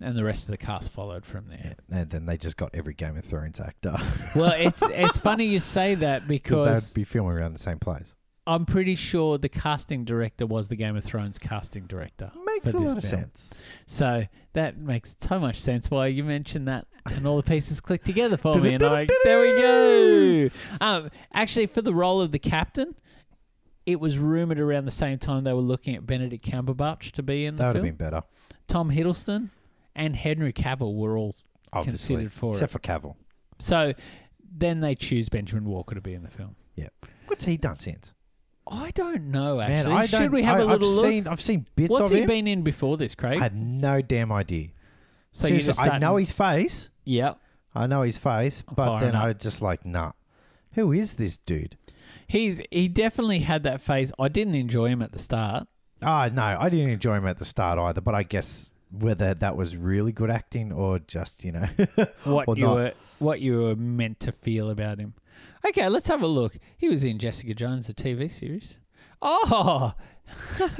[SPEAKER 1] and the rest of the cast followed from there.
[SPEAKER 2] And then they just got every Game of Thrones actor [LAUGHS]
[SPEAKER 1] Well, it's it's funny you say that
[SPEAKER 2] because
[SPEAKER 1] because
[SPEAKER 2] they'd be filming around the same place.
[SPEAKER 1] I'm pretty sure the casting director was the Game of Thrones casting director.
[SPEAKER 2] Makes
[SPEAKER 1] for
[SPEAKER 2] a
[SPEAKER 1] this
[SPEAKER 2] lot of
[SPEAKER 1] film.
[SPEAKER 2] sense.
[SPEAKER 1] So that makes so much sense why you mentioned that, and all the pieces click together for me. And I'm like, there
[SPEAKER 2] [LAUGHS]
[SPEAKER 1] we go. Um, actually, for the role of the captain, it was rumored around the same time they were looking at Benedict Cumberbatch to be in
[SPEAKER 2] That
[SPEAKER 1] the
[SPEAKER 2] would
[SPEAKER 1] film.
[SPEAKER 2] have been better,
[SPEAKER 1] Tom Hiddleston and Henry Cavill were all
[SPEAKER 2] obviously,
[SPEAKER 1] considered for
[SPEAKER 2] except for Cavill.
[SPEAKER 1] it. So then they choose Benjamin Walker to be in the film.
[SPEAKER 2] What's he done since?
[SPEAKER 1] I don't know.
[SPEAKER 2] Man,
[SPEAKER 1] Actually,
[SPEAKER 2] I
[SPEAKER 1] should
[SPEAKER 2] don't-
[SPEAKER 1] we have
[SPEAKER 2] I,
[SPEAKER 1] a little
[SPEAKER 2] I've
[SPEAKER 1] look?
[SPEAKER 2] Seen, I've seen bits
[SPEAKER 1] What's
[SPEAKER 2] of
[SPEAKER 1] he
[SPEAKER 2] him.
[SPEAKER 1] been in before this, Craig?
[SPEAKER 2] I have no damn idea.
[SPEAKER 1] so you
[SPEAKER 2] Seriously,
[SPEAKER 1] just
[SPEAKER 2] I know
[SPEAKER 1] starting- Oh,
[SPEAKER 2] his face.
[SPEAKER 1] Yep.
[SPEAKER 2] I know his face,
[SPEAKER 1] I'm
[SPEAKER 2] but
[SPEAKER 1] firing
[SPEAKER 2] then
[SPEAKER 1] up.
[SPEAKER 2] I was just like, nah. Who is this dude?
[SPEAKER 1] He's he definitely had that phase. I didn't enjoy him at the start.
[SPEAKER 2] Ah, no, I didn't enjoy him at the start either. But I guess whether that was really good acting or just you know, [LAUGHS]
[SPEAKER 1] What
[SPEAKER 2] Well,
[SPEAKER 1] you
[SPEAKER 2] not-
[SPEAKER 1] were what you were meant to feel about him. Okay, let's have a look. He was in Jessica Jones, the TV series. Oh,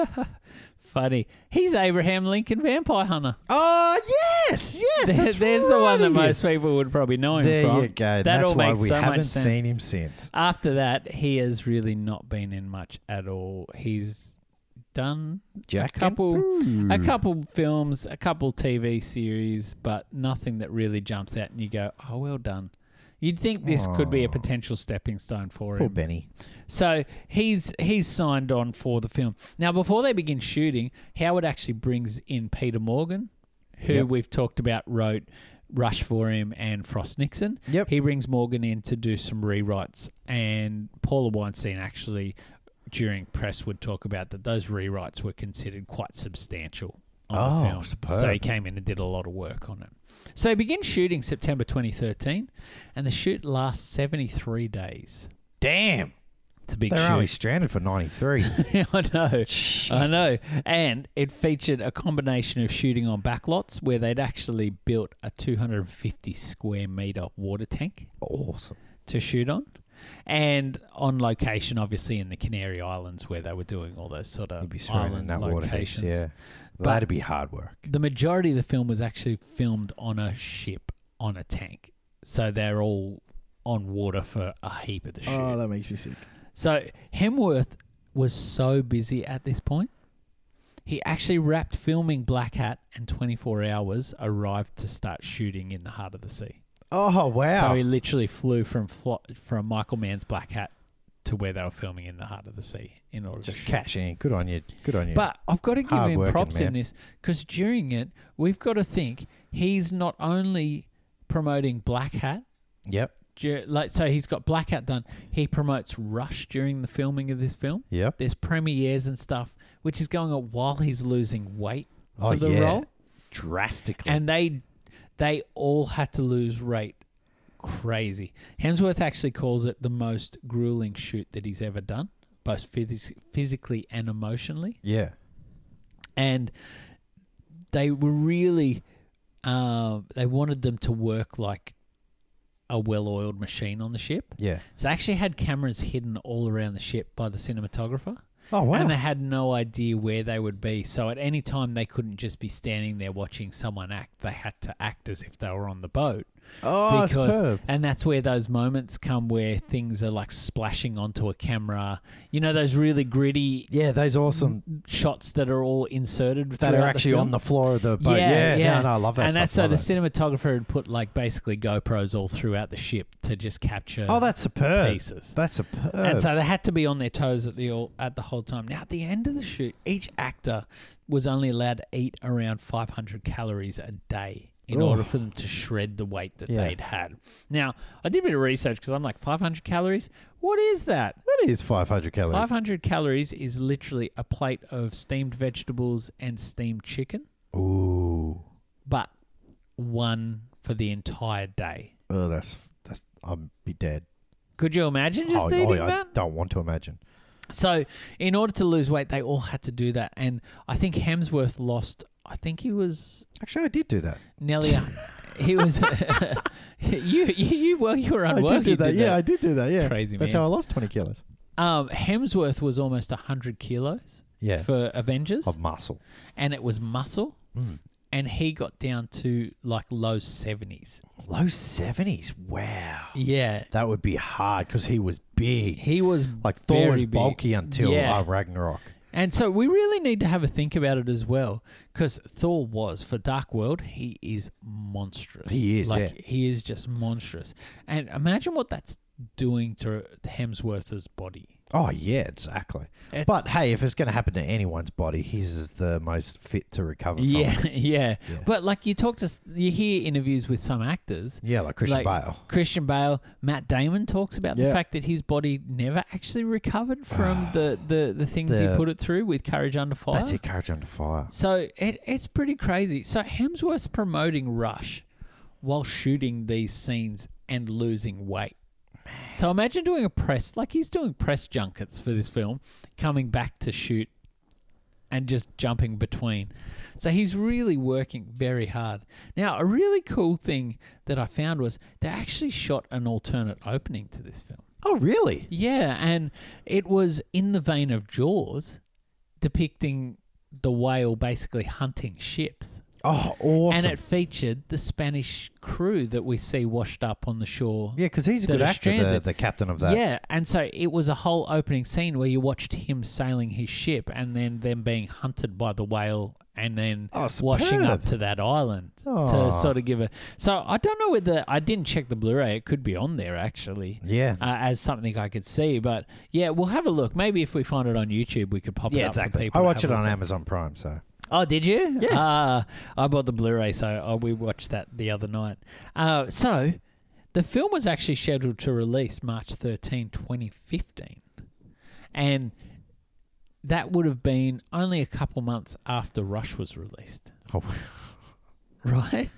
[SPEAKER 1] [LAUGHS] funny. He's Abraham Lincoln, Vampire Hunter.
[SPEAKER 2] oh yes, yes,
[SPEAKER 1] There-
[SPEAKER 2] that's
[SPEAKER 1] There's the one
[SPEAKER 2] right,
[SPEAKER 1] that
[SPEAKER 2] he
[SPEAKER 1] most
[SPEAKER 2] is.
[SPEAKER 1] people would probably know him
[SPEAKER 2] There
[SPEAKER 1] from.
[SPEAKER 2] you go.
[SPEAKER 1] That
[SPEAKER 2] that's
[SPEAKER 1] all
[SPEAKER 2] why
[SPEAKER 1] makes
[SPEAKER 2] we
[SPEAKER 1] so much
[SPEAKER 2] haven't
[SPEAKER 1] sense.
[SPEAKER 2] seen him since.
[SPEAKER 1] After that, he has really not been in much at all. He's done
[SPEAKER 2] Jack and
[SPEAKER 1] couple-
[SPEAKER 2] Boo.
[SPEAKER 1] a couple films, a couple TV series, but nothing that really jumps out and you go, "Oh, well done." You'd think this could be a
[SPEAKER 2] Aw.
[SPEAKER 1] potential stepping stone for
[SPEAKER 2] Poor
[SPEAKER 1] him.
[SPEAKER 2] Benny.
[SPEAKER 1] So he's he's signed on for the film. Now, before they begin shooting, Howard actually brings in Peter Morgan, who
[SPEAKER 2] Yep.
[SPEAKER 1] we've talked about wrote Rush for him and Frost Nixon.
[SPEAKER 2] Yep.
[SPEAKER 1] He brings Morgan in to do some rewrites, and Paula Weinstein actually, during press, would talk about that those rewrites were considered quite substantial on the
[SPEAKER 2] Oh,
[SPEAKER 1] film.
[SPEAKER 2] superb.
[SPEAKER 1] So he came in and did a lot of work on it. So he begins shooting September 2013, and the shoot lasts 73 days.
[SPEAKER 2] Damn,
[SPEAKER 1] It's a big
[SPEAKER 2] they're
[SPEAKER 1] shoot.
[SPEAKER 2] only stranded for
[SPEAKER 1] [LAUGHS]
[SPEAKER 2] '93.
[SPEAKER 1] I know. I know. And it featured a combination of shooting on backlots where they'd actually built a 250 square meter water tank
[SPEAKER 2] awesome.
[SPEAKER 1] to shoot on. And on location, obviously, in the Canary Islands where they were doing all those sort of
[SPEAKER 2] You'd be swimming
[SPEAKER 1] island
[SPEAKER 2] in that water. heaps,
[SPEAKER 1] locations.
[SPEAKER 2] Yeah,
[SPEAKER 1] But-
[SPEAKER 2] that'd be hard work.
[SPEAKER 1] The majority of the film was actually filmed on a ship on a tank. So they're all on water for a heap of the shoot.
[SPEAKER 3] Oh, that makes me sick.
[SPEAKER 1] So Hemworth was so busy at this point. He actually wrapped filming Black Hat and 24 hours arrived to start shooting in the heart of the sea.
[SPEAKER 2] Oh wow.
[SPEAKER 1] So he literally flew from flo- from Michael Mann's Black Hat to where they were filming in the heart of the sea in order to
[SPEAKER 2] just
[SPEAKER 1] shoot.
[SPEAKER 2] cashing in. Good on you. Good on you.
[SPEAKER 1] But I've got to give
[SPEAKER 2] Hard
[SPEAKER 1] him
[SPEAKER 2] working
[SPEAKER 1] props in
[SPEAKER 2] man.
[SPEAKER 1] this because during it, we've got to think he's not only promoting Black Hat
[SPEAKER 2] yep,
[SPEAKER 1] dur- like so he's got Black Hat done. He promotes Rush during the filming of this film.
[SPEAKER 2] yep.
[SPEAKER 1] There's premieres and stuff, which is going on while he's losing weight for
[SPEAKER 2] Oh,
[SPEAKER 1] the
[SPEAKER 2] yeah.
[SPEAKER 1] role.
[SPEAKER 2] Drastically.
[SPEAKER 1] And they they all had to lose weight crazy. Hemsworth actually calls it the most grueling shoot that he's ever done, both phys- physically and emotionally.
[SPEAKER 2] yeah.
[SPEAKER 1] And they were really um, they wanted them to work like a well-oiled machine on the ship.
[SPEAKER 2] Yeah.
[SPEAKER 1] So they actually had cameras hidden all around the ship by the cinematographer.
[SPEAKER 2] Oh wow.
[SPEAKER 1] And they had no idea where they would be. So at any time, they couldn't just be standing there watching someone act. They had to act as if they were on the boat.
[SPEAKER 2] oh,
[SPEAKER 1] because-
[SPEAKER 2] superb.
[SPEAKER 1] And that's where those moments come where things are like splashing onto a camera. You know, those really gritty
[SPEAKER 2] Yeah, those awesome
[SPEAKER 1] shots that are all inserted
[SPEAKER 2] that are
[SPEAKER 1] throughout
[SPEAKER 2] actually
[SPEAKER 1] the film.
[SPEAKER 2] on the floor of the boat.
[SPEAKER 1] Yeah,
[SPEAKER 2] Yeah,
[SPEAKER 1] yeah.
[SPEAKER 2] No, no, I love that.
[SPEAKER 1] and that's so
[SPEAKER 2] stuff.
[SPEAKER 1] the
[SPEAKER 2] Love it.
[SPEAKER 1] cinematographer had put like basically GoPros all throughout the ship to just capture
[SPEAKER 2] Oh, that's superb.
[SPEAKER 1] pieces.
[SPEAKER 2] That's superb.
[SPEAKER 1] And so they had to be on their toes at the all, at the whole time. Now at the end of the shoot, each actor was only allowed to eat around 500 calories a day in
[SPEAKER 2] Ugh.
[SPEAKER 1] order for them to shred the weight that
[SPEAKER 2] Yeah.
[SPEAKER 1] they'd had. Now I did a bit of research because I'm like 500 calories. What is that?
[SPEAKER 2] that is 500 calories.
[SPEAKER 1] 500 calories is literally a plate of steamed vegetables and steamed chicken,
[SPEAKER 2] Ooh.
[SPEAKER 1] but one for the entire day.
[SPEAKER 2] Oh, that's that's. I'd be dead.
[SPEAKER 1] Could you imagine just
[SPEAKER 2] oh,
[SPEAKER 1] eating
[SPEAKER 2] oh, I
[SPEAKER 1] that?
[SPEAKER 2] don't want to imagine.
[SPEAKER 1] So, in order to lose weight, they all had to do that. And I think Hemsworth lost. I think he was
[SPEAKER 2] Actually, I did do that.
[SPEAKER 1] nearly. a- he was. [LAUGHS] you, you, you, well, you were unwell.
[SPEAKER 2] I did do
[SPEAKER 1] you
[SPEAKER 2] that. yeah, I did do that. Yeah,
[SPEAKER 1] Crazy
[SPEAKER 2] That's
[SPEAKER 1] man.
[SPEAKER 2] how I lost 20 kilos.
[SPEAKER 1] um, Hemsworth was almost hundred kilos
[SPEAKER 2] Yeah,
[SPEAKER 1] for Avengers,
[SPEAKER 2] of muscle.
[SPEAKER 1] and it was muscle.
[SPEAKER 2] Mm.
[SPEAKER 1] and he got down to like low 70s.
[SPEAKER 2] Low seventies. Wow.
[SPEAKER 1] Yeah.
[SPEAKER 2] That would be hard because he was big.
[SPEAKER 1] He was
[SPEAKER 2] Like Thor
[SPEAKER 1] very
[SPEAKER 2] was
[SPEAKER 1] big.
[SPEAKER 2] bulky until
[SPEAKER 1] Yeah.
[SPEAKER 2] uh, Ragnarok.
[SPEAKER 1] And so we really need to have a think about it as well, because Thor was for Dark World. He is monstrous.
[SPEAKER 2] He is,
[SPEAKER 1] like
[SPEAKER 2] yeah.
[SPEAKER 1] he is just monstrous. And imagine what that's doing to Hemsworth's body.
[SPEAKER 2] Oh yeah, exactly.
[SPEAKER 1] It's-
[SPEAKER 2] but hey, if it's going to happen to anyone's body, his is the most fit to recover from.
[SPEAKER 1] [LAUGHS] yeah, yeah,
[SPEAKER 2] Yeah.
[SPEAKER 1] But like you talk to, s- you hear interviews with some actors.
[SPEAKER 2] Yeah, like Christian
[SPEAKER 1] Like,
[SPEAKER 2] Bale.
[SPEAKER 1] Christian Bale, Matt Damon talks about the
[SPEAKER 2] Yeah.
[SPEAKER 1] fact that his body never actually recovered
[SPEAKER 2] [SIGHS]
[SPEAKER 1] from the, the, the things he
[SPEAKER 2] The-
[SPEAKER 1] put it through with Courage Under Fire.
[SPEAKER 2] That's your courage under fire.
[SPEAKER 1] So it, it's pretty crazy. So Hemsworth's promoting Rush while shooting these scenes and losing weight. So imagine doing a press, like he's doing press junkets for this film, coming back to shoot and just jumping between. So he's really working very hard. Now, a really cool thing that I found was they actually shot an alternate opening to this film.
[SPEAKER 2] Oh really?
[SPEAKER 1] Yeah, and it was in the vein of Jaws, depicting the whale basically hunting ships.
[SPEAKER 2] Oh awesome.
[SPEAKER 1] And it featured the Spanish crew that we see washed up on the shore.
[SPEAKER 2] yeah, because he's a
[SPEAKER 1] that
[SPEAKER 2] good
[SPEAKER 1] are
[SPEAKER 2] actor, the,
[SPEAKER 1] stranded.
[SPEAKER 2] the captain of that.
[SPEAKER 1] Yeah, and so it was a whole opening scene where you watched him sailing his ship and then them being hunted by the whale and then
[SPEAKER 2] Oh,
[SPEAKER 1] washing
[SPEAKER 2] superb.
[SPEAKER 1] up to that island
[SPEAKER 2] Oh.
[SPEAKER 1] to sort of give a. So I don't know whether I didn't check the Blu-ray. It could be on there actually
[SPEAKER 2] Yeah.
[SPEAKER 1] uh, as something I could see. But yeah, we'll have a look. Maybe if we find it on YouTube, we could pop it
[SPEAKER 2] yeah,
[SPEAKER 1] up for
[SPEAKER 2] exactly.
[SPEAKER 1] people.
[SPEAKER 2] I
[SPEAKER 1] to
[SPEAKER 2] watch
[SPEAKER 1] have
[SPEAKER 2] it
[SPEAKER 1] a
[SPEAKER 2] on
[SPEAKER 1] look at.
[SPEAKER 2] Amazon Prime, so
[SPEAKER 1] Oh, did you?
[SPEAKER 2] Yeah.
[SPEAKER 1] Uh, I bought the Blu-ray, so uh, we watched that the other night. Uh, so the film was actually scheduled to release March 13, 2015. And that would have been only a couple months after Rush was released
[SPEAKER 2] oh,
[SPEAKER 1] [LAUGHS] right?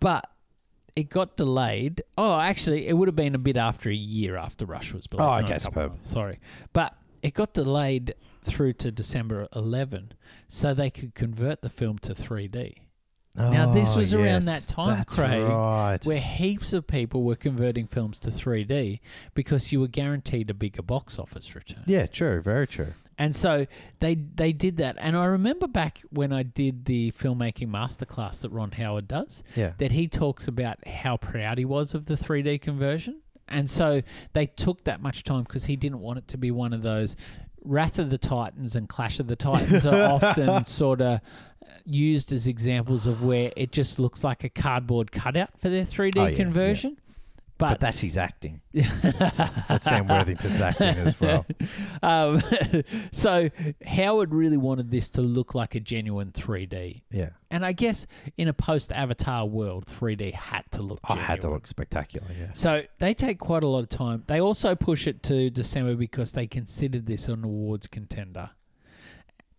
[SPEAKER 1] But it got delayed. Oh, actually, it would have been a bit after a year after Rush was delayed.
[SPEAKER 2] Oh,
[SPEAKER 1] not
[SPEAKER 2] okay,
[SPEAKER 1] a couple
[SPEAKER 2] superb.
[SPEAKER 1] months, sorry, but it got delayed through to December 11, so they could convert the film to 3D. Now, this was around
[SPEAKER 2] Oh, yes,
[SPEAKER 1] that time,
[SPEAKER 2] that's
[SPEAKER 1] Craig,
[SPEAKER 2] Right.
[SPEAKER 1] Where heaps of people were converting films to 3D because you were guaranteed a bigger box office return.
[SPEAKER 2] Yeah, true, very true.
[SPEAKER 1] And so they they did that. And I remember back when I did the filmmaking masterclass that Ron Howard does,
[SPEAKER 2] Yeah.
[SPEAKER 1] that he talks about how proud he was of the 3D conversion. And so they took that much time because he didn't want it to be one of those Wrath of the Titans and Clash of the Titans are
[SPEAKER 2] [LAUGHS]
[SPEAKER 1] often sort of used as examples of where it just looks like a cardboard cutout for their 3D
[SPEAKER 2] Oh, yeah, yeah.
[SPEAKER 1] conversion.
[SPEAKER 2] But,
[SPEAKER 1] But,
[SPEAKER 2] that's his acting. [LAUGHS] that's Sam Worthington's acting as well.
[SPEAKER 1] um, [LAUGHS] so Howard really wanted this to look like a genuine 3D.
[SPEAKER 2] Yeah.
[SPEAKER 1] And I guess in a post Avatar world, 3D had to look
[SPEAKER 2] I
[SPEAKER 1] genuine.
[SPEAKER 2] Oh, had to look spectacular, yeah.
[SPEAKER 1] So they take quite a lot of time. They also push it to December because they considered this an awards contender.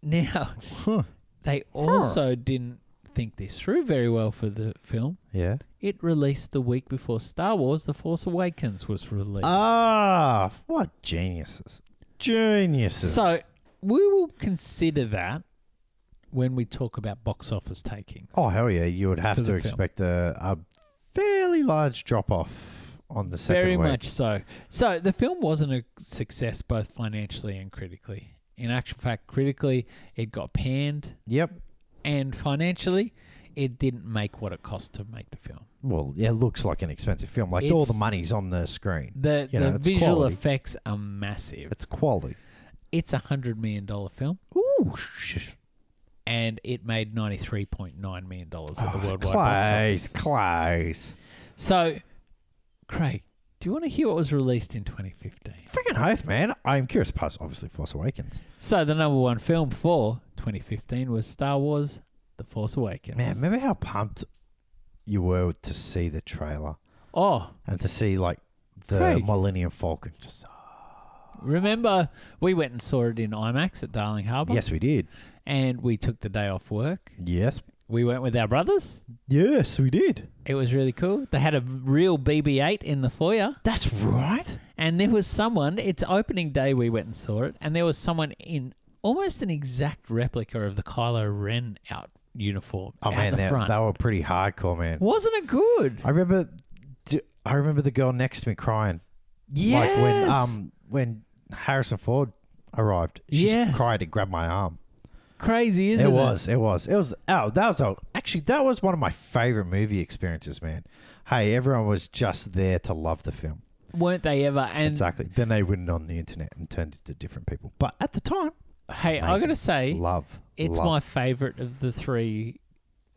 [SPEAKER 1] Now, they also didn't think this through very well for the film.
[SPEAKER 2] Yeah.
[SPEAKER 1] It released the week before Star Wars The Force Awakens was released.
[SPEAKER 2] Ah, what geniuses. Geniuses.
[SPEAKER 1] so we will consider that when we talk about box office takings.
[SPEAKER 2] Oh, hell yeah. You would
[SPEAKER 1] For
[SPEAKER 2] have
[SPEAKER 1] the
[SPEAKER 2] to
[SPEAKER 1] film.
[SPEAKER 2] expect a, a fairly large drop off on the second
[SPEAKER 1] Very
[SPEAKER 2] week.
[SPEAKER 1] much so. So the film wasn't a success both financially and critically. In actual fact, critically, it got panned,
[SPEAKER 2] Yep.
[SPEAKER 1] and financially, it didn't make what it cost to make the film.
[SPEAKER 2] Well, yeah, it looks like an expensive film. Like all the
[SPEAKER 1] It's-
[SPEAKER 2] money's on the screen.
[SPEAKER 1] The
[SPEAKER 2] You
[SPEAKER 1] the
[SPEAKER 2] know, it's
[SPEAKER 1] visual
[SPEAKER 2] quality.
[SPEAKER 1] effects are massive.
[SPEAKER 2] It's quality.
[SPEAKER 1] It's a hundred million dollar film,
[SPEAKER 2] Ooh, shit.
[SPEAKER 1] and it made ninety three point nine million dollars at the
[SPEAKER 2] Oh,
[SPEAKER 1] worldwide box
[SPEAKER 2] close,
[SPEAKER 1] office.
[SPEAKER 2] close.
[SPEAKER 1] So, Craig, do you want to hear what was released in twenty fifteen?
[SPEAKER 2] Freaking oath, man. I'm curious. Plus, obviously, Force Awakens.
[SPEAKER 1] So the number one film for 2015 was Star Wars: The Force Awakens.
[SPEAKER 2] Man, remember how pumped you were to see the trailer
[SPEAKER 1] Oh,
[SPEAKER 2] and to see like the
[SPEAKER 1] Craig.
[SPEAKER 2] Millennium Falcon? Just
[SPEAKER 1] remember we went and saw it in IMAX at Darling Harbour.
[SPEAKER 2] yes, we did.
[SPEAKER 1] And we took the day off work.
[SPEAKER 2] Yes,
[SPEAKER 1] We went with our brothers.
[SPEAKER 2] yes, we did.
[SPEAKER 1] It was really cool. They had a real BB-8 in the foyer,
[SPEAKER 2] That's right.
[SPEAKER 1] and there was someone. It's opening day. We went and saw it, and there was someone in almost an exact replica of the Kylo Ren out uniform
[SPEAKER 2] Oh
[SPEAKER 1] out
[SPEAKER 2] man,
[SPEAKER 1] the
[SPEAKER 2] they,
[SPEAKER 1] front.
[SPEAKER 2] they were pretty hardcore, man.
[SPEAKER 1] Wasn't it good?
[SPEAKER 2] I remember, d- I remember the girl next to me crying.
[SPEAKER 1] Yes.
[SPEAKER 2] Like when um when Harrison Ford arrived, she s-
[SPEAKER 1] Yes.
[SPEAKER 2] cried and grabbed my arm.
[SPEAKER 1] crazy, isn't
[SPEAKER 2] it
[SPEAKER 1] it?
[SPEAKER 2] was, it was, it was. Oh, that was an actually, that was one of my favorite movie experiences, man. Hey, everyone was just there to love the film.
[SPEAKER 1] Weren't they ever? And
[SPEAKER 2] exactly. Then they went on the internet and turned it to different people. But at the time,
[SPEAKER 1] hey, I
[SPEAKER 2] Amazing.
[SPEAKER 1] gotta say,
[SPEAKER 2] love.
[SPEAKER 1] it's
[SPEAKER 2] love.
[SPEAKER 1] my favorite of the three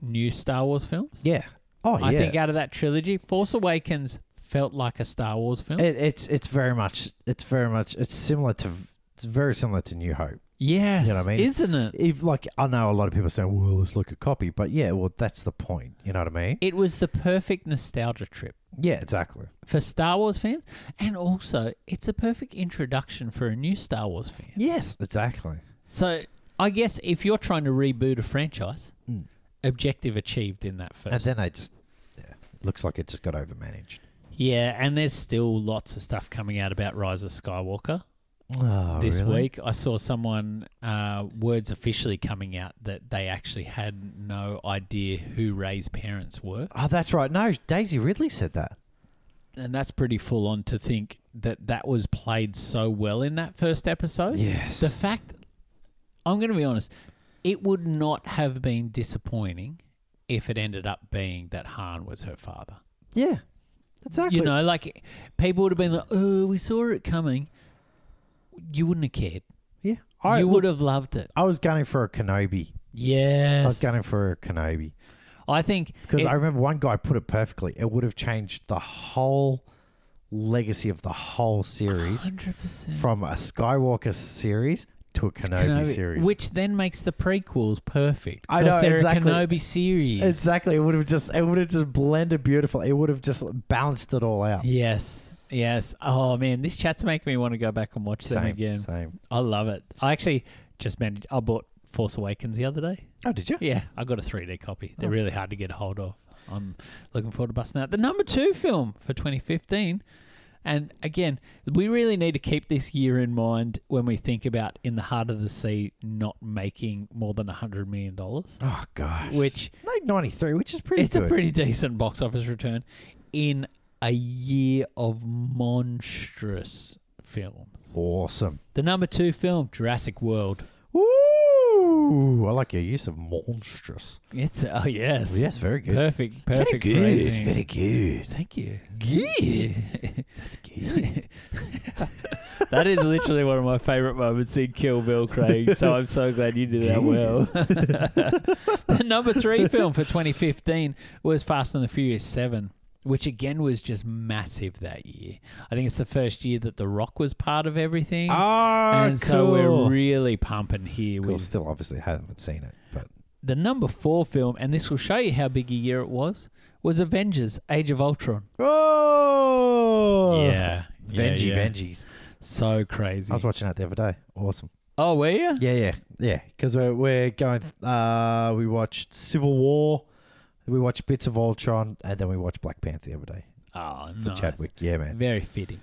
[SPEAKER 1] new Star Wars films.
[SPEAKER 2] Yeah. Oh, yeah.
[SPEAKER 1] I think out of that trilogy, Force Awakens felt like a Star Wars film.
[SPEAKER 2] It, it's it's very much it's very much it's similar to it's very similar to New Hope.
[SPEAKER 1] yes,
[SPEAKER 2] you know what I mean?
[SPEAKER 1] isn't it?
[SPEAKER 2] If like I know a lot of people say, "Well, it's like a copy," but yeah, well, that's the point. You know what I mean?
[SPEAKER 1] It was the perfect nostalgia trip
[SPEAKER 2] Yeah, exactly.
[SPEAKER 1] for Star Wars fans, and also it's a perfect introduction for a new Star Wars fan.
[SPEAKER 2] Yes, exactly.
[SPEAKER 1] So I guess if you're trying to reboot a franchise,
[SPEAKER 2] Mm.
[SPEAKER 1] objective achieved in that first.
[SPEAKER 2] And then they just yeah, looks like it just got overmanaged.
[SPEAKER 1] yeah, and there's still lots of stuff coming out about Rise of Skywalker.
[SPEAKER 2] Oh,
[SPEAKER 1] this
[SPEAKER 2] really?
[SPEAKER 1] week. I saw someone uh, words officially coming out that they actually had no idea who Ray's parents were,
[SPEAKER 2] Oh, that's right. No, Daisy Ridley said that.
[SPEAKER 1] and that's pretty full on to think that that was played so well in that first episode.
[SPEAKER 2] Yes.
[SPEAKER 1] Oh, The fact, I'm going to be honest, it would not have been disappointing if it ended up being that Han was her father.
[SPEAKER 2] yeah. Exactly.
[SPEAKER 1] You know, like people would have been like, "Oh, we saw it coming." You wouldn't have cared.
[SPEAKER 2] yeah. I,
[SPEAKER 1] you
[SPEAKER 2] look,
[SPEAKER 1] would have loved it.
[SPEAKER 2] I was going for a Kenobi. I was
[SPEAKER 1] Yes.
[SPEAKER 2] going for a Kenobi.
[SPEAKER 1] I think
[SPEAKER 2] Because
[SPEAKER 1] it-
[SPEAKER 2] I remember one guy put it perfectly. It would have changed the whole legacy of the whole series
[SPEAKER 1] Hundred percent.
[SPEAKER 2] from a Skywalker series to a Kenobi, series.
[SPEAKER 1] which then makes the prequels perfect.
[SPEAKER 2] I
[SPEAKER 1] 'cause
[SPEAKER 2] know,
[SPEAKER 1] they're
[SPEAKER 2] exactly.
[SPEAKER 1] a Kenobi series.
[SPEAKER 2] exactly, it would have just it would have just blended beautiful. It would have just balanced it all out.
[SPEAKER 1] Yes, yes. Oh man, this chat's making me want to go back and watch them
[SPEAKER 2] same,
[SPEAKER 1] again.
[SPEAKER 2] same.
[SPEAKER 1] I love it. I actually just managed. I bought Force Awakens the other day.
[SPEAKER 2] Oh, did you?
[SPEAKER 1] Yeah, I got a 3D copy.
[SPEAKER 2] Oh.
[SPEAKER 1] They're really hard to get a hold of. I'm looking forward to busting out the number two film for 2015. And again, we really need to keep this year in mind when we think about In the Heart of the Sea not making more than $100 million,
[SPEAKER 2] Oh gosh.
[SPEAKER 1] which
[SPEAKER 2] Made ninety three, which is pretty
[SPEAKER 1] it's
[SPEAKER 2] good.
[SPEAKER 1] a pretty decent box office return in a year of monstrous films.
[SPEAKER 2] awesome.
[SPEAKER 1] The number two film, Jurassic World.
[SPEAKER 2] Ooh, I like your use of monstrous.
[SPEAKER 1] It's, oh, yes.
[SPEAKER 2] Yes, very good.
[SPEAKER 1] Perfect, perfect
[SPEAKER 2] very good.
[SPEAKER 1] phrasing.
[SPEAKER 2] Very good.
[SPEAKER 1] Thank you.
[SPEAKER 2] Good.
[SPEAKER 1] [LAUGHS] that is literally one of my favorite moments in Kill Bill, Craig. So I'm so glad you did that well. [LAUGHS] the number three film for 2015 was Fast and the Furious 7, which again was just massive that year. I think it's the first year that The Rock was part of everything.
[SPEAKER 2] Oh,
[SPEAKER 1] and
[SPEAKER 2] cool.
[SPEAKER 1] so we're really pumping here
[SPEAKER 2] Cool,
[SPEAKER 1] with
[SPEAKER 2] still obviously haven't seen it, but
[SPEAKER 1] the number four film, and this will show you how big a year it was, was Avengers Age of Ultron.
[SPEAKER 2] oh,
[SPEAKER 1] yeah.
[SPEAKER 2] Vengie,
[SPEAKER 1] yeah, yeah.
[SPEAKER 2] Vengies.
[SPEAKER 1] So crazy.
[SPEAKER 2] I was watching that the other day. Awesome.
[SPEAKER 1] oh, were you?
[SPEAKER 2] Yeah, yeah, yeah. Because we're we're going. Uh, we watched Civil War. We watched bits of Ultron, and then we watched Black Panther the other day
[SPEAKER 1] Oh,
[SPEAKER 2] for
[SPEAKER 1] nice.
[SPEAKER 2] Chadwick. Yeah, man.
[SPEAKER 1] Very fitting.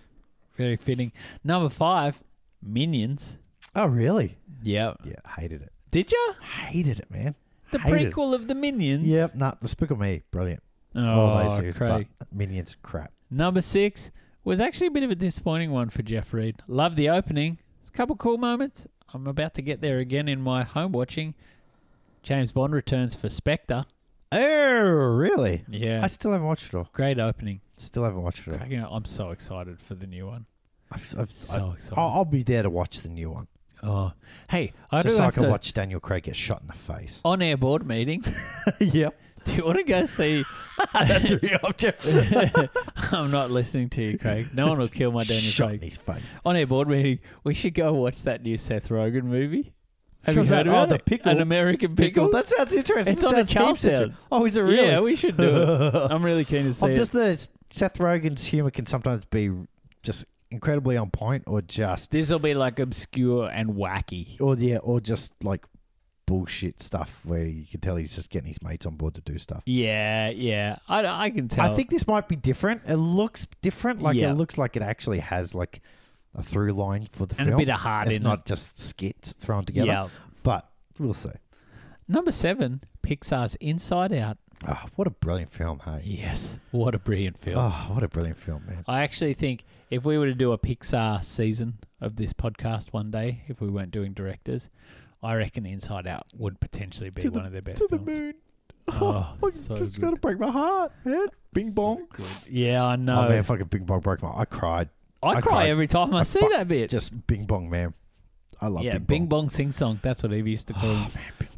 [SPEAKER 1] Very fitting. Number five, Minions.
[SPEAKER 2] Oh, really?
[SPEAKER 1] Yeah.
[SPEAKER 2] Yeah, hated it.
[SPEAKER 1] Did you?
[SPEAKER 2] Hated it, man.
[SPEAKER 1] The
[SPEAKER 2] Hated it.
[SPEAKER 1] prequel of the Minions.
[SPEAKER 2] Yep, nah, Despicable Me, brilliant.
[SPEAKER 1] Oh,
[SPEAKER 2] All those series,
[SPEAKER 1] Craig.
[SPEAKER 2] but Minions, crap.
[SPEAKER 1] Number six was actually a bit of a disappointing one for Jeff Reed. Love the opening. It's a couple cool moments. I'm about to get there again in my home watching. James Bond returns for Spectre.
[SPEAKER 2] Oh, really?
[SPEAKER 1] Yeah.
[SPEAKER 2] I still haven't watched it all.
[SPEAKER 1] Great opening.
[SPEAKER 2] Still haven't watched it all.
[SPEAKER 1] Craig, you know, I'm so excited for the new one.
[SPEAKER 2] I've, I've,
[SPEAKER 1] So
[SPEAKER 2] I- Oh.
[SPEAKER 1] excited.
[SPEAKER 2] I'll, I'll be there to watch the new one,
[SPEAKER 1] Oh, hey, I
[SPEAKER 2] just
[SPEAKER 1] do
[SPEAKER 2] so I
[SPEAKER 1] have
[SPEAKER 2] can
[SPEAKER 1] to
[SPEAKER 2] watch Daniel Craig get shot in the
[SPEAKER 1] [LAUGHS]
[SPEAKER 2] face.
[SPEAKER 1] on air board meeting. [LAUGHS]
[SPEAKER 2] yep, [LAUGHS]
[SPEAKER 1] do you want to go see? [LAUGHS]
[SPEAKER 2] that's the object.
[SPEAKER 1] I'm not listening to you, Craig. No one will kill my Daniel
[SPEAKER 2] shot in
[SPEAKER 1] Craig.
[SPEAKER 2] his face.
[SPEAKER 1] On air board meeting, we should go watch that new Seth Rogen movie. Have you
[SPEAKER 2] Sure,
[SPEAKER 1] heard
[SPEAKER 2] that- oh,
[SPEAKER 1] about
[SPEAKER 2] the
[SPEAKER 1] it?
[SPEAKER 2] pickle-
[SPEAKER 1] An American pickle.
[SPEAKER 2] That sounds interesting.
[SPEAKER 1] It's
[SPEAKER 2] That
[SPEAKER 1] on the
[SPEAKER 2] sounds heaps
[SPEAKER 1] Charlestown.
[SPEAKER 2] interesting. Oh, is it really?
[SPEAKER 1] Yeah, we should
[SPEAKER 2] [LAUGHS]
[SPEAKER 1] do it. I'm really keen to see
[SPEAKER 2] I'm
[SPEAKER 1] it.
[SPEAKER 2] just the Seth Rogen's humor can sometimes be just incredibly on point, or just
[SPEAKER 1] This will be like obscure and wacky.
[SPEAKER 2] or yeah, or just like bullshit stuff where you can tell he's just getting his mates on board to do stuff.
[SPEAKER 1] Yeah, yeah. I, I can tell.
[SPEAKER 2] I think this might be different. It looks different. Like
[SPEAKER 1] Yeah.
[SPEAKER 2] it looks like it actually has like a through line for the
[SPEAKER 1] And a
[SPEAKER 2] film.
[SPEAKER 1] bit of heart
[SPEAKER 2] It's
[SPEAKER 1] in
[SPEAKER 2] not just skits thrown together.
[SPEAKER 1] Yeah.
[SPEAKER 2] But we'll see.
[SPEAKER 1] Number seven, Pixar's Inside Out.
[SPEAKER 2] Oh, what a brilliant film, hey.
[SPEAKER 1] Yes. What a brilliant film.
[SPEAKER 2] Oh, what a brilliant film, man.
[SPEAKER 1] I actually think if we were to do a Pixar season of this podcast one day, if we weren't doing directors, I reckon Inside Out would potentially be
[SPEAKER 2] To the-
[SPEAKER 1] one of their best
[SPEAKER 2] to the
[SPEAKER 1] films.
[SPEAKER 2] moon. [LAUGHS]
[SPEAKER 1] Oh,
[SPEAKER 2] I
[SPEAKER 1] so
[SPEAKER 2] just
[SPEAKER 1] good.
[SPEAKER 2] gotta break my heart, man. Bing
[SPEAKER 1] So
[SPEAKER 2] bong.
[SPEAKER 1] good. Yeah, I know.
[SPEAKER 2] Oh man, fucking bing bong broke my. I cried.
[SPEAKER 1] I,
[SPEAKER 2] I
[SPEAKER 1] cry
[SPEAKER 2] cried.
[SPEAKER 1] every time I,
[SPEAKER 2] I
[SPEAKER 1] see
[SPEAKER 2] fu-
[SPEAKER 1] that bit.
[SPEAKER 2] Just bing bong, man. I love
[SPEAKER 1] yeah,
[SPEAKER 2] bing, Ah,
[SPEAKER 1] Bing Bong Sing Song. That's what he used to
[SPEAKER 2] [SIGHS]
[SPEAKER 1] call him.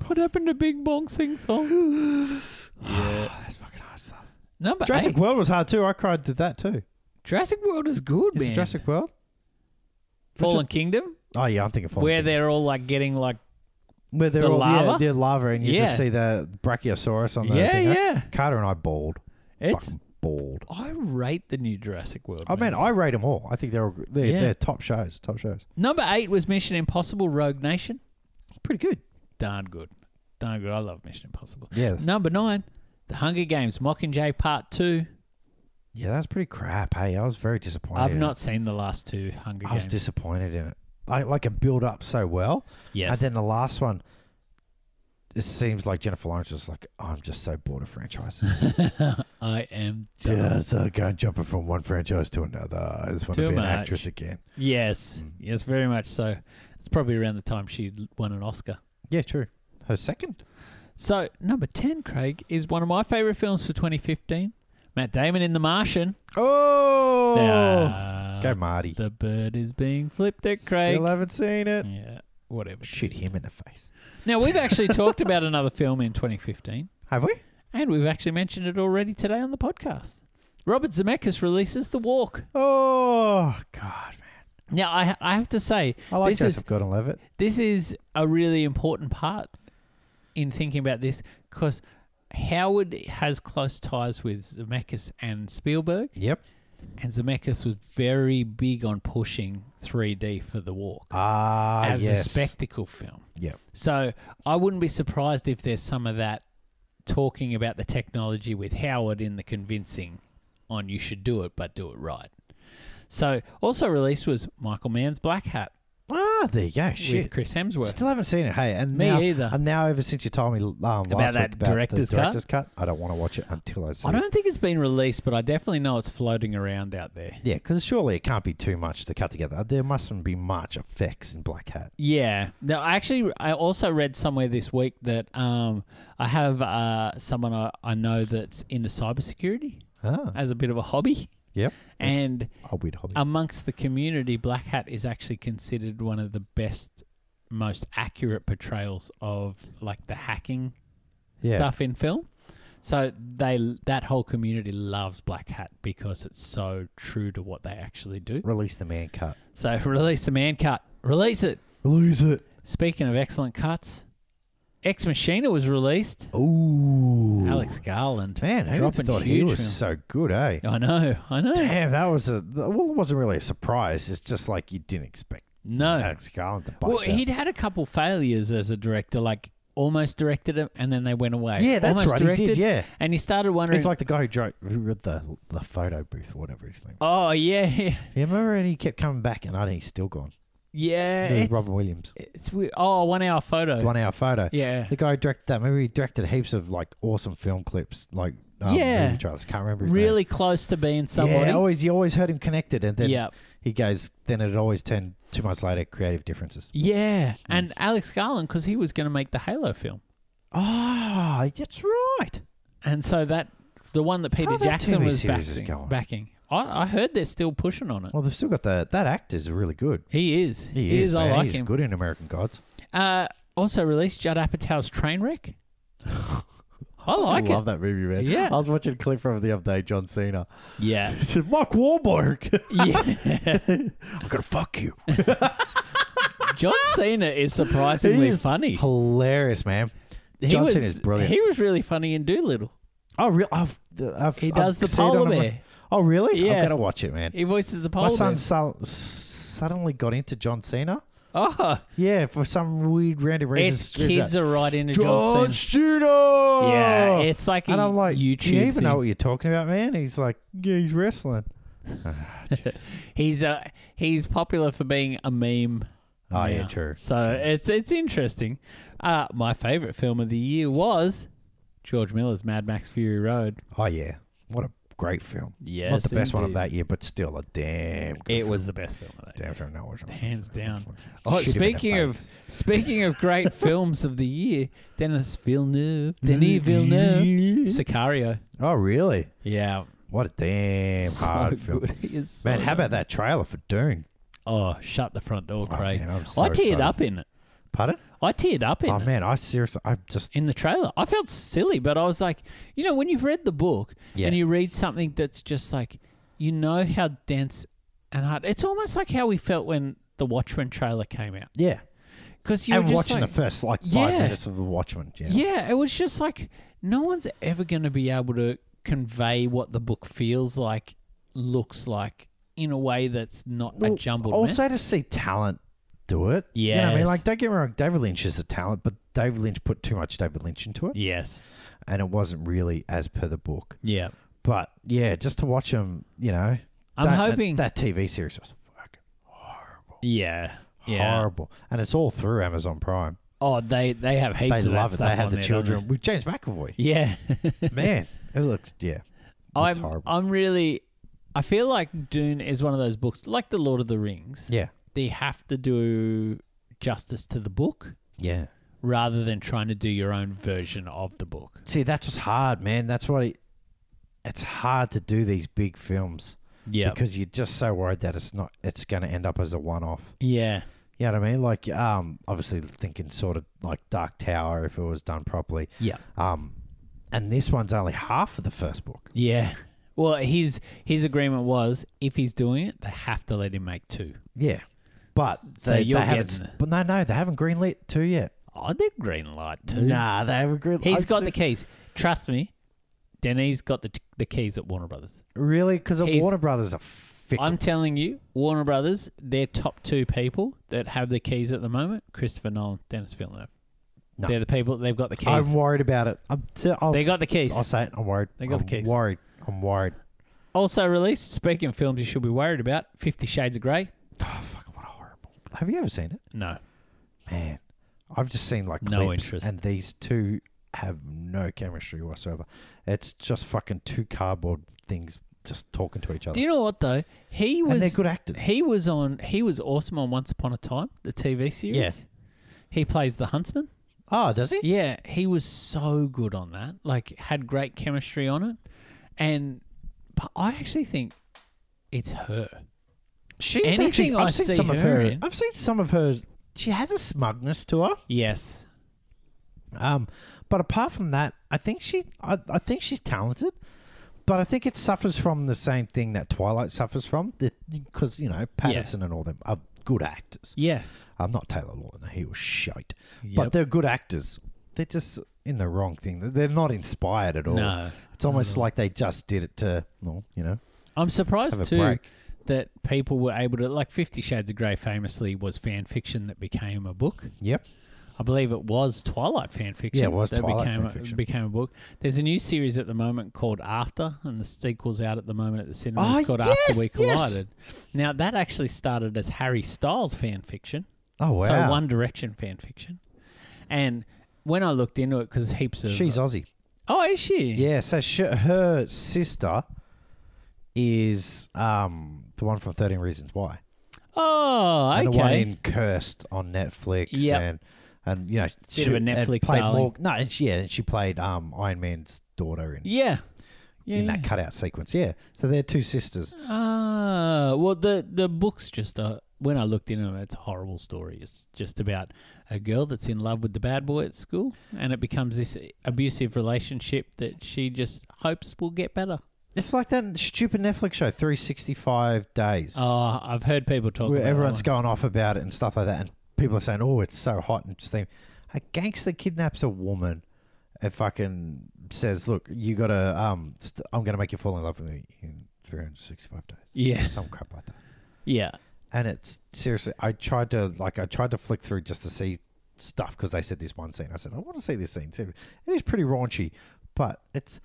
[SPEAKER 1] What happened to Bing Bong Sing Song? yeah.
[SPEAKER 2] Ah, That's fucking hard stuff.
[SPEAKER 1] Number
[SPEAKER 2] Jurassic
[SPEAKER 1] eight.
[SPEAKER 2] World was hard too. I cried to that too.
[SPEAKER 1] Jurassic World is good,
[SPEAKER 2] Is it
[SPEAKER 1] man.
[SPEAKER 2] Jurassic World?
[SPEAKER 1] Fallen Kingdom,
[SPEAKER 2] Oh yeah, I'm thinking Fallen.
[SPEAKER 1] where
[SPEAKER 2] Kingdom.
[SPEAKER 1] they're all like getting like
[SPEAKER 2] where they're
[SPEAKER 1] the
[SPEAKER 2] all,
[SPEAKER 1] lava?
[SPEAKER 2] Yeah, they're lava, and you
[SPEAKER 1] Yeah.
[SPEAKER 2] just see the Brachiosaurus on the
[SPEAKER 1] yeah,
[SPEAKER 2] thing.
[SPEAKER 1] yeah.
[SPEAKER 2] Carter and I bawled.
[SPEAKER 1] It's
[SPEAKER 2] Fucking bawled.
[SPEAKER 1] I rate the new Jurassic World.
[SPEAKER 2] Oh man,
[SPEAKER 1] movies.
[SPEAKER 2] I rate them all. I think they're all, good. they're,
[SPEAKER 1] Yeah.
[SPEAKER 2] they're top shows. Top shows.
[SPEAKER 1] number eight was Mission Impossible: Rogue Nation.
[SPEAKER 2] Pretty good.
[SPEAKER 1] Darn good, darn good. I love Mission Impossible.
[SPEAKER 2] Yeah,
[SPEAKER 1] Number nine, The Hunger Games: Mockingjay Part Two.
[SPEAKER 2] yeah, that's pretty crap. Hey, I was very disappointed.
[SPEAKER 1] I've
[SPEAKER 2] in
[SPEAKER 1] not seen the last two Hunger
[SPEAKER 2] It. I was
[SPEAKER 1] Games.
[SPEAKER 2] disappointed in it. I like it build up so well,
[SPEAKER 1] yes,
[SPEAKER 2] and then the last one. It seems like Jennifer Lawrence was like, oh, I'm just so bored
[SPEAKER 1] [LAUGHS]
[SPEAKER 2] of franchises.
[SPEAKER 1] I am. done.
[SPEAKER 2] just uh, going jumping from one franchise to another. I just want
[SPEAKER 1] Too
[SPEAKER 2] to be
[SPEAKER 1] much.
[SPEAKER 2] an actress again. Hmm.
[SPEAKER 1] Yes, yes, very much so. It's probably around the time she l- won an Oscar.
[SPEAKER 2] Yeah, true. Her second.
[SPEAKER 1] So number ten, Craig, is one of my favorite films for 2015. Matt Damon in The Martian.
[SPEAKER 2] Oh,
[SPEAKER 1] Ah,
[SPEAKER 2] go Marty.
[SPEAKER 1] The bird is being flipped at Craig.
[SPEAKER 2] Still haven't seen it.
[SPEAKER 1] yeah, whatever.
[SPEAKER 2] Shoot him in the face.
[SPEAKER 1] Now we've actually talked about another film in 2015,
[SPEAKER 2] Have we?
[SPEAKER 1] and we've actually mentioned it already today on the podcast. Robert Zemeckis releases The Walk.
[SPEAKER 2] Oh God, man!
[SPEAKER 1] Now I, I have to say
[SPEAKER 2] I like
[SPEAKER 1] This is-
[SPEAKER 2] Joseph Gordon-Levitt.
[SPEAKER 1] this is a really important part in thinking about this because Howard has close ties with Zemeckis and Spielberg,
[SPEAKER 2] Yep.
[SPEAKER 1] and Zemeckis was very big on pushing 3D for The Walk
[SPEAKER 2] Ah,
[SPEAKER 1] as
[SPEAKER 2] yes.
[SPEAKER 1] a spectacle film.
[SPEAKER 2] Yep.
[SPEAKER 1] So I wouldn't be surprised if there's some of that talking about the technology with Howard in the convincing on you should do it, but do it right. So also released was Michael Mann's Black Hat
[SPEAKER 2] Ah, there you go.
[SPEAKER 1] with
[SPEAKER 2] Shit.
[SPEAKER 1] Chris Hemsworth.
[SPEAKER 2] Still haven't seen it. Hey, and
[SPEAKER 1] Me
[SPEAKER 2] now,
[SPEAKER 1] either.
[SPEAKER 2] And now, ever since you told me um, last week
[SPEAKER 1] that
[SPEAKER 2] about
[SPEAKER 1] director's
[SPEAKER 2] the
[SPEAKER 1] cut?
[SPEAKER 2] director's cut, I don't want to watch it until I see
[SPEAKER 1] I
[SPEAKER 2] it.
[SPEAKER 1] don't think it's been released, but I definitely know it's floating around out there.
[SPEAKER 2] Yeah, because surely it can't be too much to cut together. There mustn't be much effects in Black Hat.
[SPEAKER 1] Yeah. No, I actually I also read somewhere this week that um I have uh someone I, I know that's into cybersecurity
[SPEAKER 2] Ah,
[SPEAKER 1] as a bit of a hobby.
[SPEAKER 2] yep. That's
[SPEAKER 1] And
[SPEAKER 2] a weird hobby.
[SPEAKER 1] amongst the community, Black Hat is actually considered one of the best, most accurate portrayals of like the hacking
[SPEAKER 2] Yeah.
[SPEAKER 1] stuff in film. So they that whole community loves Black Hat because it's so true to what they actually do.
[SPEAKER 2] Release the man cut.
[SPEAKER 1] So [LAUGHS] release the man cut. Release it.
[SPEAKER 2] Release it.
[SPEAKER 1] Speaking of excellent cuts, Ex Machina was released.
[SPEAKER 2] Ooh,
[SPEAKER 1] Alex Garland.
[SPEAKER 2] Man, who
[SPEAKER 1] dropping
[SPEAKER 2] thought he
[SPEAKER 1] huge
[SPEAKER 2] was
[SPEAKER 1] film.
[SPEAKER 2] so good, eh?
[SPEAKER 1] I know, I know.
[SPEAKER 2] Damn, that was a well. It wasn't really a surprise. It's just like you didn't expect
[SPEAKER 1] No.
[SPEAKER 2] Alex Garland to bust
[SPEAKER 1] Well,
[SPEAKER 2] out.
[SPEAKER 1] he'd had a couple failures as a director, like almost directed it and then they went away.
[SPEAKER 2] Yeah, that's
[SPEAKER 1] almost
[SPEAKER 2] right, he did, yeah.
[SPEAKER 1] and he started wondering.
[SPEAKER 2] He's like the guy who drew, who read the the photo booth, whatever his name.
[SPEAKER 1] oh yeah, yeah, [LAUGHS]
[SPEAKER 2] Yeah, remember? And he kept coming back, and I think he's still gone.
[SPEAKER 1] yeah.
[SPEAKER 2] It was
[SPEAKER 1] it's,
[SPEAKER 2] Robin Williams.
[SPEAKER 1] it's weird. Oh, one hour photo.
[SPEAKER 2] One hour photo.
[SPEAKER 1] yeah,
[SPEAKER 2] The guy who directed that. Maybe he directed heaps of like awesome film clips, like um,
[SPEAKER 1] Yeah.
[SPEAKER 2] movie trailers. Can't remember his
[SPEAKER 1] really close to being
[SPEAKER 2] name.
[SPEAKER 1] somebody.
[SPEAKER 2] Yeah, oh, always you always heard him connected, and then
[SPEAKER 1] Yep.
[SPEAKER 2] he goes. Then it always turned two months later. Creative differences. Mm.
[SPEAKER 1] Yeah, and Alex Garland because he was going to make the Halo film,
[SPEAKER 2] Ah, that's right.
[SPEAKER 1] and so that the one that Peter
[SPEAKER 2] How that
[SPEAKER 1] Jackson
[SPEAKER 2] TV
[SPEAKER 1] was
[SPEAKER 2] series is
[SPEAKER 1] backing.
[SPEAKER 2] going?
[SPEAKER 1] backing. I, I heard they're still pushing on it.
[SPEAKER 2] Well, they've still got the that actor's really good.
[SPEAKER 1] he is.
[SPEAKER 2] He, is.
[SPEAKER 1] I
[SPEAKER 2] man.
[SPEAKER 1] like
[SPEAKER 2] He's
[SPEAKER 1] him.
[SPEAKER 2] good in American Gods.
[SPEAKER 1] Uh, also released Judd Apatow's Trainwreck. I like
[SPEAKER 2] [LAUGHS] I love
[SPEAKER 1] it.
[SPEAKER 2] that movie, man.
[SPEAKER 1] Yeah.
[SPEAKER 2] I was watching a clip from it the other day, John Cena.
[SPEAKER 1] Yeah.
[SPEAKER 2] He said, Mark Wahlberg. [LAUGHS]
[SPEAKER 1] yeah.
[SPEAKER 2] I'm gonna fuck you.
[SPEAKER 1] John Cena is surprisingly
[SPEAKER 2] He is
[SPEAKER 1] funny.
[SPEAKER 2] Hilarious, man.
[SPEAKER 1] He
[SPEAKER 2] John
[SPEAKER 1] was,
[SPEAKER 2] Cena is brilliant.
[SPEAKER 1] He was really funny in Doolittle.
[SPEAKER 2] oh really I've, I've
[SPEAKER 1] He
[SPEAKER 2] I've
[SPEAKER 1] does the
[SPEAKER 2] seen it on
[SPEAKER 1] polar
[SPEAKER 2] my-
[SPEAKER 1] bear.
[SPEAKER 2] Oh really?
[SPEAKER 1] Yeah.
[SPEAKER 2] I'm gonna watch it, man.
[SPEAKER 1] He voices the polar
[SPEAKER 2] my
[SPEAKER 1] bear.
[SPEAKER 2] son su- suddenly got into John Cena.
[SPEAKER 1] Oh,
[SPEAKER 2] Yeah, for some weird random reason.
[SPEAKER 1] it's
[SPEAKER 2] screams
[SPEAKER 1] kids
[SPEAKER 2] out,
[SPEAKER 1] are right into John
[SPEAKER 2] John
[SPEAKER 1] Cena.
[SPEAKER 2] Cena.
[SPEAKER 1] Yeah, it's like a
[SPEAKER 2] and I'm like,
[SPEAKER 1] YouTube
[SPEAKER 2] do you even
[SPEAKER 1] thing.
[SPEAKER 2] know what you're talking about, man? He's like, yeah, he's wrestling.
[SPEAKER 1] He's uh, he's popular for being a meme.
[SPEAKER 2] Oh, yeah,
[SPEAKER 1] now.
[SPEAKER 2] true.
[SPEAKER 1] So it's it's interesting. Uh, my favorite film of the year was George Miller's Mad Max Fury Road.
[SPEAKER 2] Oh yeah, what a great film.
[SPEAKER 1] Yes,
[SPEAKER 2] Not the best one of
[SPEAKER 1] indeed.
[SPEAKER 2] that year, but still a damn good
[SPEAKER 1] It
[SPEAKER 2] film.
[SPEAKER 1] was the best film of that. year.
[SPEAKER 2] Damn film. No, it was-
[SPEAKER 1] Hands down.
[SPEAKER 2] Shoot
[SPEAKER 1] Oh,
[SPEAKER 2] him in the
[SPEAKER 1] speaking of
[SPEAKER 2] face. [LAUGHS]
[SPEAKER 1] speaking of great films of the year, Dennis Villeneuve,
[SPEAKER 2] Mm-hmm.
[SPEAKER 1] Denis Villeneuve, Sicario.
[SPEAKER 2] [LAUGHS] Oh, really?
[SPEAKER 1] Yeah,
[SPEAKER 2] What a damn
[SPEAKER 1] so
[SPEAKER 2] hard film.
[SPEAKER 1] good. [LAUGHS] He is so
[SPEAKER 2] Man, how
[SPEAKER 1] good.
[SPEAKER 2] about that trailer for Dune?
[SPEAKER 1] Oh, shut the front door,
[SPEAKER 2] Oh,
[SPEAKER 1] Craig.
[SPEAKER 2] man, I'm so
[SPEAKER 1] I teared
[SPEAKER 2] excited.
[SPEAKER 1] up in it.
[SPEAKER 2] Pardon?
[SPEAKER 1] I teared up in
[SPEAKER 2] Oh
[SPEAKER 1] it.
[SPEAKER 2] man, I seriously, I just
[SPEAKER 1] in the trailer. I felt silly, but I was like, you know, when you've read the book
[SPEAKER 2] Yeah.
[SPEAKER 1] and you read something that's just like, you know, how dense and hard. It's almost like how we felt when the Watchmen trailer came out
[SPEAKER 2] yeah.
[SPEAKER 1] because you
[SPEAKER 2] and
[SPEAKER 1] were just
[SPEAKER 2] watching
[SPEAKER 1] like,
[SPEAKER 2] the first like five
[SPEAKER 1] Yeah.
[SPEAKER 2] minutes of the Watchmen. Yeah.
[SPEAKER 1] yeah, it was just like no one's ever going to be able to convey what the book feels like, looks like in a way that's not a
[SPEAKER 2] Well,
[SPEAKER 1] jumbled
[SPEAKER 2] Also
[SPEAKER 1] mess.
[SPEAKER 2] to see talent do it. You know what I mean?
[SPEAKER 1] Yes.
[SPEAKER 2] Like, don't get me wrong, David Lynch is a talent, but David Lynch put too much David Lynch into it.
[SPEAKER 1] Yes.
[SPEAKER 2] And it wasn't really as per the book.
[SPEAKER 1] Yeah.
[SPEAKER 2] But yeah, just to watch him, you know.
[SPEAKER 1] I'm
[SPEAKER 2] that, that-
[SPEAKER 1] hoping.
[SPEAKER 2] that, TV series was fucking
[SPEAKER 1] yeah. Yeah.
[SPEAKER 2] horrible. And it's all through Amazon Prime.
[SPEAKER 1] Oh, they they have heaps
[SPEAKER 2] They
[SPEAKER 1] of that
[SPEAKER 2] love it.
[SPEAKER 1] stuff
[SPEAKER 2] They have
[SPEAKER 1] on
[SPEAKER 2] the
[SPEAKER 1] there, don't
[SPEAKER 2] children with James
[SPEAKER 1] [LAUGHS]
[SPEAKER 2] McAvoy.
[SPEAKER 1] they?
[SPEAKER 2] [LAUGHS]
[SPEAKER 1] Yeah.
[SPEAKER 2] Man, it looks yeah.
[SPEAKER 1] I'm
[SPEAKER 2] It's horrible.
[SPEAKER 1] I'm really I feel like Dune is one of those books like The Lord of the Rings.
[SPEAKER 2] yeah.
[SPEAKER 1] They have to do justice to the book
[SPEAKER 2] Yeah.
[SPEAKER 1] rather than trying to do your own version of the book.
[SPEAKER 2] See, that's what's hard, man. That's why it's hard to do these big films
[SPEAKER 1] Yeah.
[SPEAKER 2] because you're just so worried that it's not it's going to end up as a one-off.
[SPEAKER 1] Yeah.
[SPEAKER 2] You know what I mean? Like, um, obviously thinking sort of like Dark Tower if it was done properly.
[SPEAKER 1] Yeah.
[SPEAKER 2] Um, and this one's only half of the first book.
[SPEAKER 1] Yeah. Well, his his agreement was if he's doing it, they have to let him make two.
[SPEAKER 2] Yeah, but
[SPEAKER 1] So
[SPEAKER 2] they,
[SPEAKER 1] you're
[SPEAKER 2] they haven't.
[SPEAKER 1] getting-
[SPEAKER 2] s- But no, no, they haven't greenlit two yet.
[SPEAKER 1] Oh, they're green light two.
[SPEAKER 2] Nah, they haven't greenlit.
[SPEAKER 1] He's
[SPEAKER 2] He's
[SPEAKER 1] got the keys. Trust me. Denny's got the, the keys at Warner Brothers.
[SPEAKER 2] really because the
[SPEAKER 1] He's-
[SPEAKER 2] Warner Brothers are fickle.
[SPEAKER 1] I'm telling you, Warner Brothers, their top two people that have the keys at the moment, Christopher Nolan, Dennis Villeneuve.
[SPEAKER 2] No.
[SPEAKER 1] They're the people they've got the keys.
[SPEAKER 2] I'm worried about it. I'm t- I'll
[SPEAKER 1] they
[SPEAKER 2] s-
[SPEAKER 1] got the keys.
[SPEAKER 2] I'll say it. I'm worried.
[SPEAKER 1] They got the
[SPEAKER 2] I'm
[SPEAKER 1] keys.
[SPEAKER 2] Worried. I'm worried.
[SPEAKER 1] Also released, speaking of films you should be worried about, Fifty Shades of Grey.
[SPEAKER 2] Oh, fucking what a horrible. Have you ever seen it?
[SPEAKER 1] No.
[SPEAKER 2] Man, I've just seen like
[SPEAKER 1] No
[SPEAKER 2] clips,
[SPEAKER 1] interest.
[SPEAKER 2] And these two have no chemistry whatsoever. It's just fucking two cardboard things just talking to each other.
[SPEAKER 1] Do you know what though? He
[SPEAKER 2] and they're
[SPEAKER 1] was
[SPEAKER 2] good actors.
[SPEAKER 1] he was on he was awesome on Once Upon a Time, the TV series.
[SPEAKER 2] Yeah.
[SPEAKER 1] He plays the huntsman.
[SPEAKER 2] oh, does he?
[SPEAKER 1] Yeah, he was so good on that. Like, had great chemistry on it, and but I actually think it's her.
[SPEAKER 2] She's
[SPEAKER 1] Anything
[SPEAKER 2] actually.
[SPEAKER 1] I
[SPEAKER 2] I've seen
[SPEAKER 1] see
[SPEAKER 2] some of
[SPEAKER 1] her
[SPEAKER 2] her.
[SPEAKER 1] in-
[SPEAKER 2] I've seen some of her. She has a smugness to her.
[SPEAKER 1] Yes.
[SPEAKER 2] Um, but apart from that, I think she, I, I think she's talented, but I think it suffers from the same thing that Twilight suffers from, because you know Patterson and all them are good actors.
[SPEAKER 1] Yeah.
[SPEAKER 2] I'm not Taylor Lautner; he was shite,
[SPEAKER 1] Yep.
[SPEAKER 2] but they're good actors. They're just in the wrong thing. They're- They're not inspired at all.
[SPEAKER 1] No.
[SPEAKER 2] It's almost like they just did it to, well, you know,
[SPEAKER 1] I'm
[SPEAKER 2] have
[SPEAKER 1] surprised
[SPEAKER 2] a
[SPEAKER 1] too
[SPEAKER 2] break.
[SPEAKER 1] that people were able to like Fifty Shades of Grey. Famously, was fan fiction that became a book.
[SPEAKER 2] Yep.
[SPEAKER 1] I believe it was Twilight fan fiction.
[SPEAKER 2] Yeah, it was
[SPEAKER 1] that
[SPEAKER 2] Twilight
[SPEAKER 1] became
[SPEAKER 2] fan
[SPEAKER 1] a,
[SPEAKER 2] fiction.
[SPEAKER 1] became a book. There's a new series at the moment called After, and the sequel's out at the moment at the cinema.
[SPEAKER 2] Ah,
[SPEAKER 1] it's called
[SPEAKER 2] yes,
[SPEAKER 1] After We
[SPEAKER 2] yes.
[SPEAKER 1] Collided. Now that actually started as Harry Styles fan fiction.
[SPEAKER 2] Oh wow.
[SPEAKER 1] So One Direction fan fiction. And when I looked into it, because heaps of
[SPEAKER 2] she's Aussie.
[SPEAKER 1] oh is she
[SPEAKER 2] Yeah, so sh her sister is um, the one from Thirteen Reasons Why,
[SPEAKER 1] oh
[SPEAKER 2] and the one
[SPEAKER 1] okay
[SPEAKER 2] in Cursed on Netflix,
[SPEAKER 1] Yep.
[SPEAKER 2] and and you know she
[SPEAKER 1] of a
[SPEAKER 2] and
[SPEAKER 1] Netflix
[SPEAKER 2] played
[SPEAKER 1] darling.
[SPEAKER 2] Morg- no, and she, yeah, and she played um, Iron Man's daughter in
[SPEAKER 1] yeah yeah,
[SPEAKER 2] in
[SPEAKER 1] yeah.
[SPEAKER 2] that cutout sequence. Yeah, so they're two sisters.
[SPEAKER 1] Ah, well, the the book's just a. When I looked into it, it's a horrible story. It's just about a girl that's in love with the bad boy at school, and it becomes this abusive relationship that she just hopes will get better.
[SPEAKER 2] It's like that stupid Netflix show, Three Sixty Five Days,
[SPEAKER 1] Oh, I've heard people talk.
[SPEAKER 2] where
[SPEAKER 1] about
[SPEAKER 2] everyone's
[SPEAKER 1] that
[SPEAKER 2] going off about it and stuff like that, and people are saying, "Oh, it's so hot," and just think, a gangster kidnaps a woman. and fucking says, "Look, you gotta. Um, st- I'm gonna make you fall in love with me in 365
[SPEAKER 1] one.
[SPEAKER 2] days."
[SPEAKER 1] Yeah,
[SPEAKER 2] Some crap like that.
[SPEAKER 1] yeah,
[SPEAKER 2] And it's seriously, I tried to like, I tried to flick through just to see stuff because they said this one scene. I said, "I want to see this scene too." It is pretty raunchy, but it's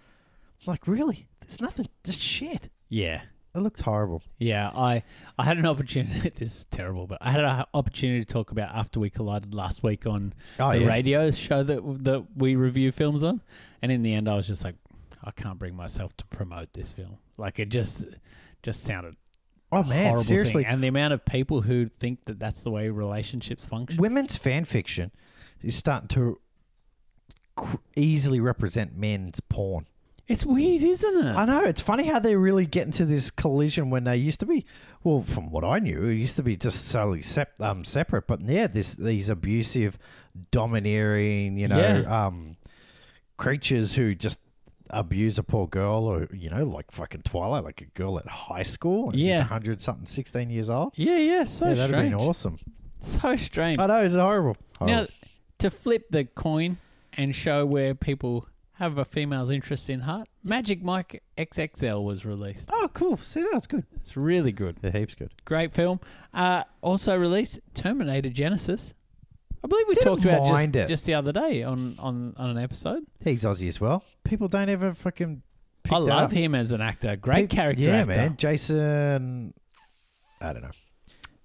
[SPEAKER 2] like really, there's nothing. Just shit.
[SPEAKER 1] yeah,
[SPEAKER 2] It looked horrible.
[SPEAKER 1] yeah. I I had an opportunity. [LAUGHS] This is terrible, but I had an opportunity to talk about after we collided last week on
[SPEAKER 2] Oh
[SPEAKER 1] the
[SPEAKER 2] yeah.
[SPEAKER 1] radio show that that we review films on, and in the end, I was just like, I can't bring myself to promote this film. Like it just just sounded
[SPEAKER 2] Oh
[SPEAKER 1] a
[SPEAKER 2] man,
[SPEAKER 1] horrible
[SPEAKER 2] seriously,
[SPEAKER 1] thing. And the amount of people who think that that's the way relationships function.
[SPEAKER 2] women's fan fiction is starting to qu- easily represent men's porn.
[SPEAKER 1] It's weird, isn't it?
[SPEAKER 2] I know it's funny how they really get into this collision when they used to be. Well, from what I knew, it used to be just solely sep- um, separate. But yeah, this these abusive, domineering, you know,
[SPEAKER 1] Yeah.
[SPEAKER 2] um, creatures who just abuse a poor girl, or you know, like fucking Twilight, like a girl at high school, and
[SPEAKER 1] Yeah.
[SPEAKER 2] he's hundred something, sixteen years old.
[SPEAKER 1] yeah, yeah, so
[SPEAKER 2] yeah, that'd have
[SPEAKER 1] strange.
[SPEAKER 2] been awesome.
[SPEAKER 1] So strange.
[SPEAKER 2] [LAUGHS] I know it's horrible.
[SPEAKER 1] Now,
[SPEAKER 2] Horrible.
[SPEAKER 1] to flip the coin and show where people have a female's interest in heart, Magic Mike XXL was released.
[SPEAKER 2] oh, cool. See, that was good.
[SPEAKER 1] It's really good.
[SPEAKER 2] Yeah, heaps good.
[SPEAKER 1] Great film. Uh, also released Terminator Genesis. I believe we
[SPEAKER 2] Didn't
[SPEAKER 1] talked about just,
[SPEAKER 2] mind it.
[SPEAKER 1] just the other day on, on, on an episode.
[SPEAKER 2] He's Aussie as well. People don't ever fucking. Pick
[SPEAKER 1] I
[SPEAKER 2] that
[SPEAKER 1] love
[SPEAKER 2] up.
[SPEAKER 1] him as an actor. Great
[SPEAKER 2] Pe-
[SPEAKER 1] character
[SPEAKER 2] Yeah,
[SPEAKER 1] actor.
[SPEAKER 2] man. Jason. I don't know,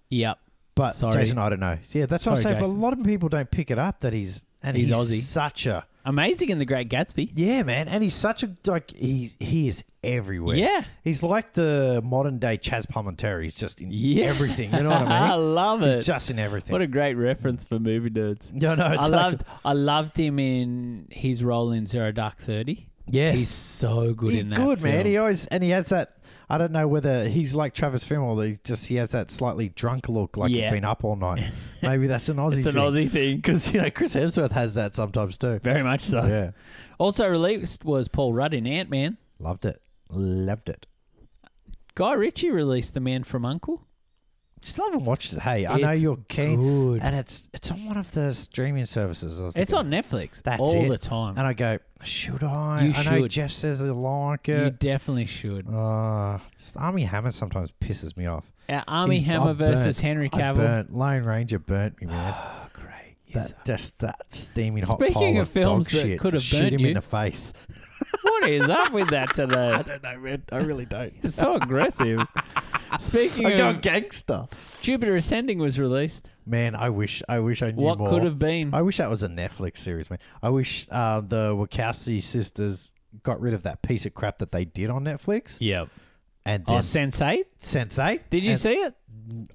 [SPEAKER 1] Yep.
[SPEAKER 2] but
[SPEAKER 1] Sorry.
[SPEAKER 2] Jason, I don't know. Yeah, that's what I'm
[SPEAKER 1] Sorry,
[SPEAKER 2] saying. But
[SPEAKER 1] Jason.
[SPEAKER 2] a lot of people don't pick it up that he's and
[SPEAKER 1] He's
[SPEAKER 2] he's,
[SPEAKER 1] Aussie.
[SPEAKER 2] Such a
[SPEAKER 1] Amazing in The Great
[SPEAKER 2] [LAUGHS]
[SPEAKER 1] Gatsby.
[SPEAKER 2] yeah, man. And he's such a like he's he is everywhere.
[SPEAKER 1] Yeah.
[SPEAKER 2] he's like the modern day Chaz Palminteri. He's just in
[SPEAKER 1] Yeah.
[SPEAKER 2] everything. You know what
[SPEAKER 1] [LAUGHS] I
[SPEAKER 2] I mean?
[SPEAKER 1] love
[SPEAKER 2] He's
[SPEAKER 1] it.
[SPEAKER 2] just in everything.
[SPEAKER 1] What a great reference for movie nerds.
[SPEAKER 2] no, no,
[SPEAKER 1] I
[SPEAKER 2] [LAUGHS] it's
[SPEAKER 1] loved I loved him in his role in Zero Dark Thirty.
[SPEAKER 2] Yes,
[SPEAKER 1] He's so good
[SPEAKER 2] He
[SPEAKER 1] in that.
[SPEAKER 2] good man.
[SPEAKER 1] film.
[SPEAKER 2] He always and he has that. I don't know whether he's like Travis Fimmel. He just he has that slightly drunk look, like
[SPEAKER 1] Yeah.
[SPEAKER 2] he's been up
[SPEAKER 1] [LAUGHS]
[SPEAKER 2] all night. Maybe that's an Aussie.
[SPEAKER 1] it's an
[SPEAKER 2] thing.
[SPEAKER 1] Aussie thing. [LAUGHS]
[SPEAKER 2] because you know Chris Hemsworth has that sometimes too.
[SPEAKER 1] Very much so.
[SPEAKER 2] Yeah,
[SPEAKER 1] Also released was Paul Rudd in Ant Man.
[SPEAKER 2] loved it, loved it.
[SPEAKER 1] Guy Ritchie released The Man from Uncle.
[SPEAKER 2] Still haven't watched it. Hey, I know
[SPEAKER 1] It's
[SPEAKER 2] you're keen,
[SPEAKER 1] good.
[SPEAKER 2] and it's it's on one of the streaming services. I was
[SPEAKER 1] It's on
[SPEAKER 2] looking
[SPEAKER 1] Netflix
[SPEAKER 2] That's
[SPEAKER 1] all
[SPEAKER 2] it.
[SPEAKER 1] the
[SPEAKER 2] at.
[SPEAKER 1] time.
[SPEAKER 2] and I go, should I?
[SPEAKER 1] You
[SPEAKER 2] I know
[SPEAKER 1] should.
[SPEAKER 2] Jeff says they like
[SPEAKER 1] You
[SPEAKER 2] it.
[SPEAKER 1] definitely should.
[SPEAKER 2] Uh, just Army Hammer sometimes pisses me off.
[SPEAKER 1] Uh, Army
[SPEAKER 2] He's-
[SPEAKER 1] Hammer
[SPEAKER 2] I
[SPEAKER 1] versus
[SPEAKER 2] burnt-
[SPEAKER 1] Henry
[SPEAKER 2] I
[SPEAKER 1] Cavill.
[SPEAKER 2] burnt Lone Ranger burnt me, man.
[SPEAKER 1] Oh, great. He's
[SPEAKER 2] That, just that steaming hot
[SPEAKER 1] Speaking
[SPEAKER 2] pile
[SPEAKER 1] of
[SPEAKER 2] of,
[SPEAKER 1] films that
[SPEAKER 2] dog shit.
[SPEAKER 1] could have
[SPEAKER 2] Just
[SPEAKER 1] burnt
[SPEAKER 2] shoot him
[SPEAKER 1] you.
[SPEAKER 2] in the face.
[SPEAKER 1] [LAUGHS]
[SPEAKER 2] [LAUGHS]
[SPEAKER 1] What is up with that today?
[SPEAKER 2] don't know, man. [LAUGHS] I really don't.
[SPEAKER 1] It's so
[SPEAKER 2] [LAUGHS]
[SPEAKER 1] aggressive. Speaking
[SPEAKER 2] I go
[SPEAKER 1] of
[SPEAKER 2] gangster.
[SPEAKER 1] Jupiter Ascending was released.
[SPEAKER 2] Man, I wish, I wish I knew
[SPEAKER 1] What
[SPEAKER 2] more.
[SPEAKER 1] could have been?
[SPEAKER 2] I wish that was a Netflix series, man. I wish uh, the Wachowski sisters got rid of that piece of crap that they did on Netflix
[SPEAKER 1] Yeah.
[SPEAKER 2] and then
[SPEAKER 1] Oh, Sense8?
[SPEAKER 2] Sense8.
[SPEAKER 1] Did you
[SPEAKER 2] and
[SPEAKER 1] see it?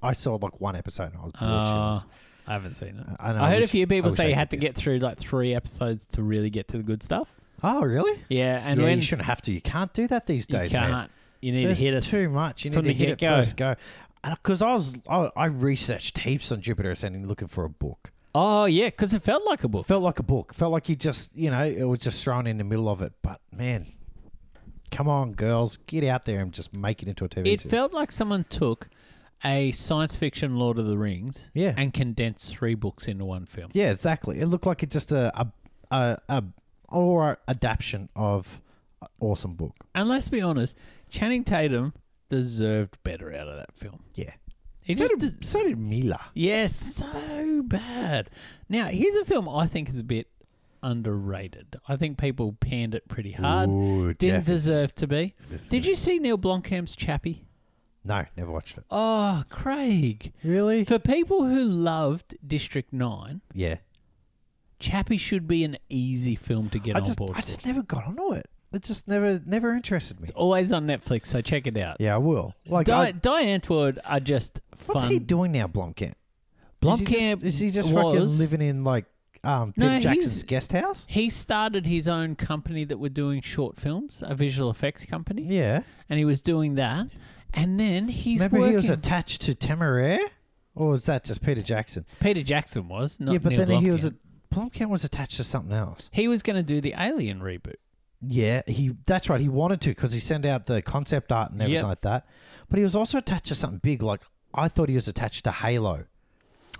[SPEAKER 2] I saw like one episode and I was bored.
[SPEAKER 1] Uh,
[SPEAKER 2] shitless.
[SPEAKER 1] I haven't seen it.
[SPEAKER 2] I, know,
[SPEAKER 1] I heard a
[SPEAKER 2] wish-
[SPEAKER 1] few people
[SPEAKER 2] I wish
[SPEAKER 1] say
[SPEAKER 2] I
[SPEAKER 1] you
[SPEAKER 2] could
[SPEAKER 1] had to
[SPEAKER 2] do
[SPEAKER 1] get through like three episodes to really get to the good stuff.
[SPEAKER 2] this. Oh, really?
[SPEAKER 1] Yeah, and
[SPEAKER 2] yeah,
[SPEAKER 1] when
[SPEAKER 2] you shouldn't have to. You can't do that these
[SPEAKER 1] you
[SPEAKER 2] days,
[SPEAKER 1] can't,
[SPEAKER 2] man.
[SPEAKER 1] you need
[SPEAKER 2] There's
[SPEAKER 1] to hit us.
[SPEAKER 2] too much. You need
[SPEAKER 1] from
[SPEAKER 2] to
[SPEAKER 1] the
[SPEAKER 2] hit it
[SPEAKER 1] get-go.
[SPEAKER 2] first go. Because I was, I, I researched heaps on Jupiter Ascending looking for a book.
[SPEAKER 1] Oh yeah, because it felt like a book.
[SPEAKER 2] Felt like a book. Felt like you just, you know, it was just thrown in the middle of it. But man, come on, girls, get out there and just make it into a TV
[SPEAKER 1] It
[SPEAKER 2] series.
[SPEAKER 1] felt like someone took a science fiction Lord of the Rings
[SPEAKER 2] Yeah.
[SPEAKER 1] and condensed three books into one film.
[SPEAKER 2] yeah, exactly. It looked like it just a a a, a or adaptation of an awesome book.
[SPEAKER 1] And let's be honest, Channing Tatum deserved better out of that film.
[SPEAKER 2] Yeah.
[SPEAKER 1] He
[SPEAKER 2] So
[SPEAKER 1] just
[SPEAKER 2] did,
[SPEAKER 1] des-
[SPEAKER 2] so did Mila.
[SPEAKER 1] Yes, so bad. Now, here's a film I think is a bit underrated. I think people panned it pretty hard.
[SPEAKER 2] Ooh,
[SPEAKER 1] Didn't
[SPEAKER 2] Jeff is-
[SPEAKER 1] deserve to be.
[SPEAKER 2] this is-
[SPEAKER 1] Did you see Neil Blomkamp's Chappie?
[SPEAKER 2] No, never watched it.
[SPEAKER 1] Oh, Craig.
[SPEAKER 2] Really?
[SPEAKER 1] For people who loved District 9,
[SPEAKER 2] Yeah.
[SPEAKER 1] Chappie should be an easy film to get
[SPEAKER 2] I
[SPEAKER 1] on
[SPEAKER 2] just,
[SPEAKER 1] board
[SPEAKER 2] I
[SPEAKER 1] for.
[SPEAKER 2] just never got onto it. It just never never interested me.
[SPEAKER 1] It's always on Netflix, so check it out.
[SPEAKER 2] Yeah, I will. Like,
[SPEAKER 1] Di-
[SPEAKER 2] I,
[SPEAKER 1] Di Antwoord are just fun.
[SPEAKER 2] what's he doing now, Blomkamp? Is he just-
[SPEAKER 1] Blomkamp
[SPEAKER 2] is he just
[SPEAKER 1] was-
[SPEAKER 2] fucking living in like um, Peter
[SPEAKER 1] No, he's-
[SPEAKER 2] Jackson's guest house?
[SPEAKER 1] He started his own company that were doing short films, a visual effects company,
[SPEAKER 2] Yeah,
[SPEAKER 1] and he was doing that. And then he's
[SPEAKER 2] remember
[SPEAKER 1] working.
[SPEAKER 2] he was attached to Temeraire, or was that just Peter Jackson?
[SPEAKER 1] Peter Jackson was not.
[SPEAKER 2] yeah, but
[SPEAKER 1] Neil
[SPEAKER 2] then he was
[SPEAKER 1] Blomkamp.
[SPEAKER 2] a, Blomkamp was attached to something else.
[SPEAKER 1] He was going to do the Alien reboot.
[SPEAKER 2] Yeah, he that's right. He wanted to because he sent out the concept art and everything
[SPEAKER 1] Yep.
[SPEAKER 2] like that. But he was also attached to something big. Like I thought he was attached to Halo.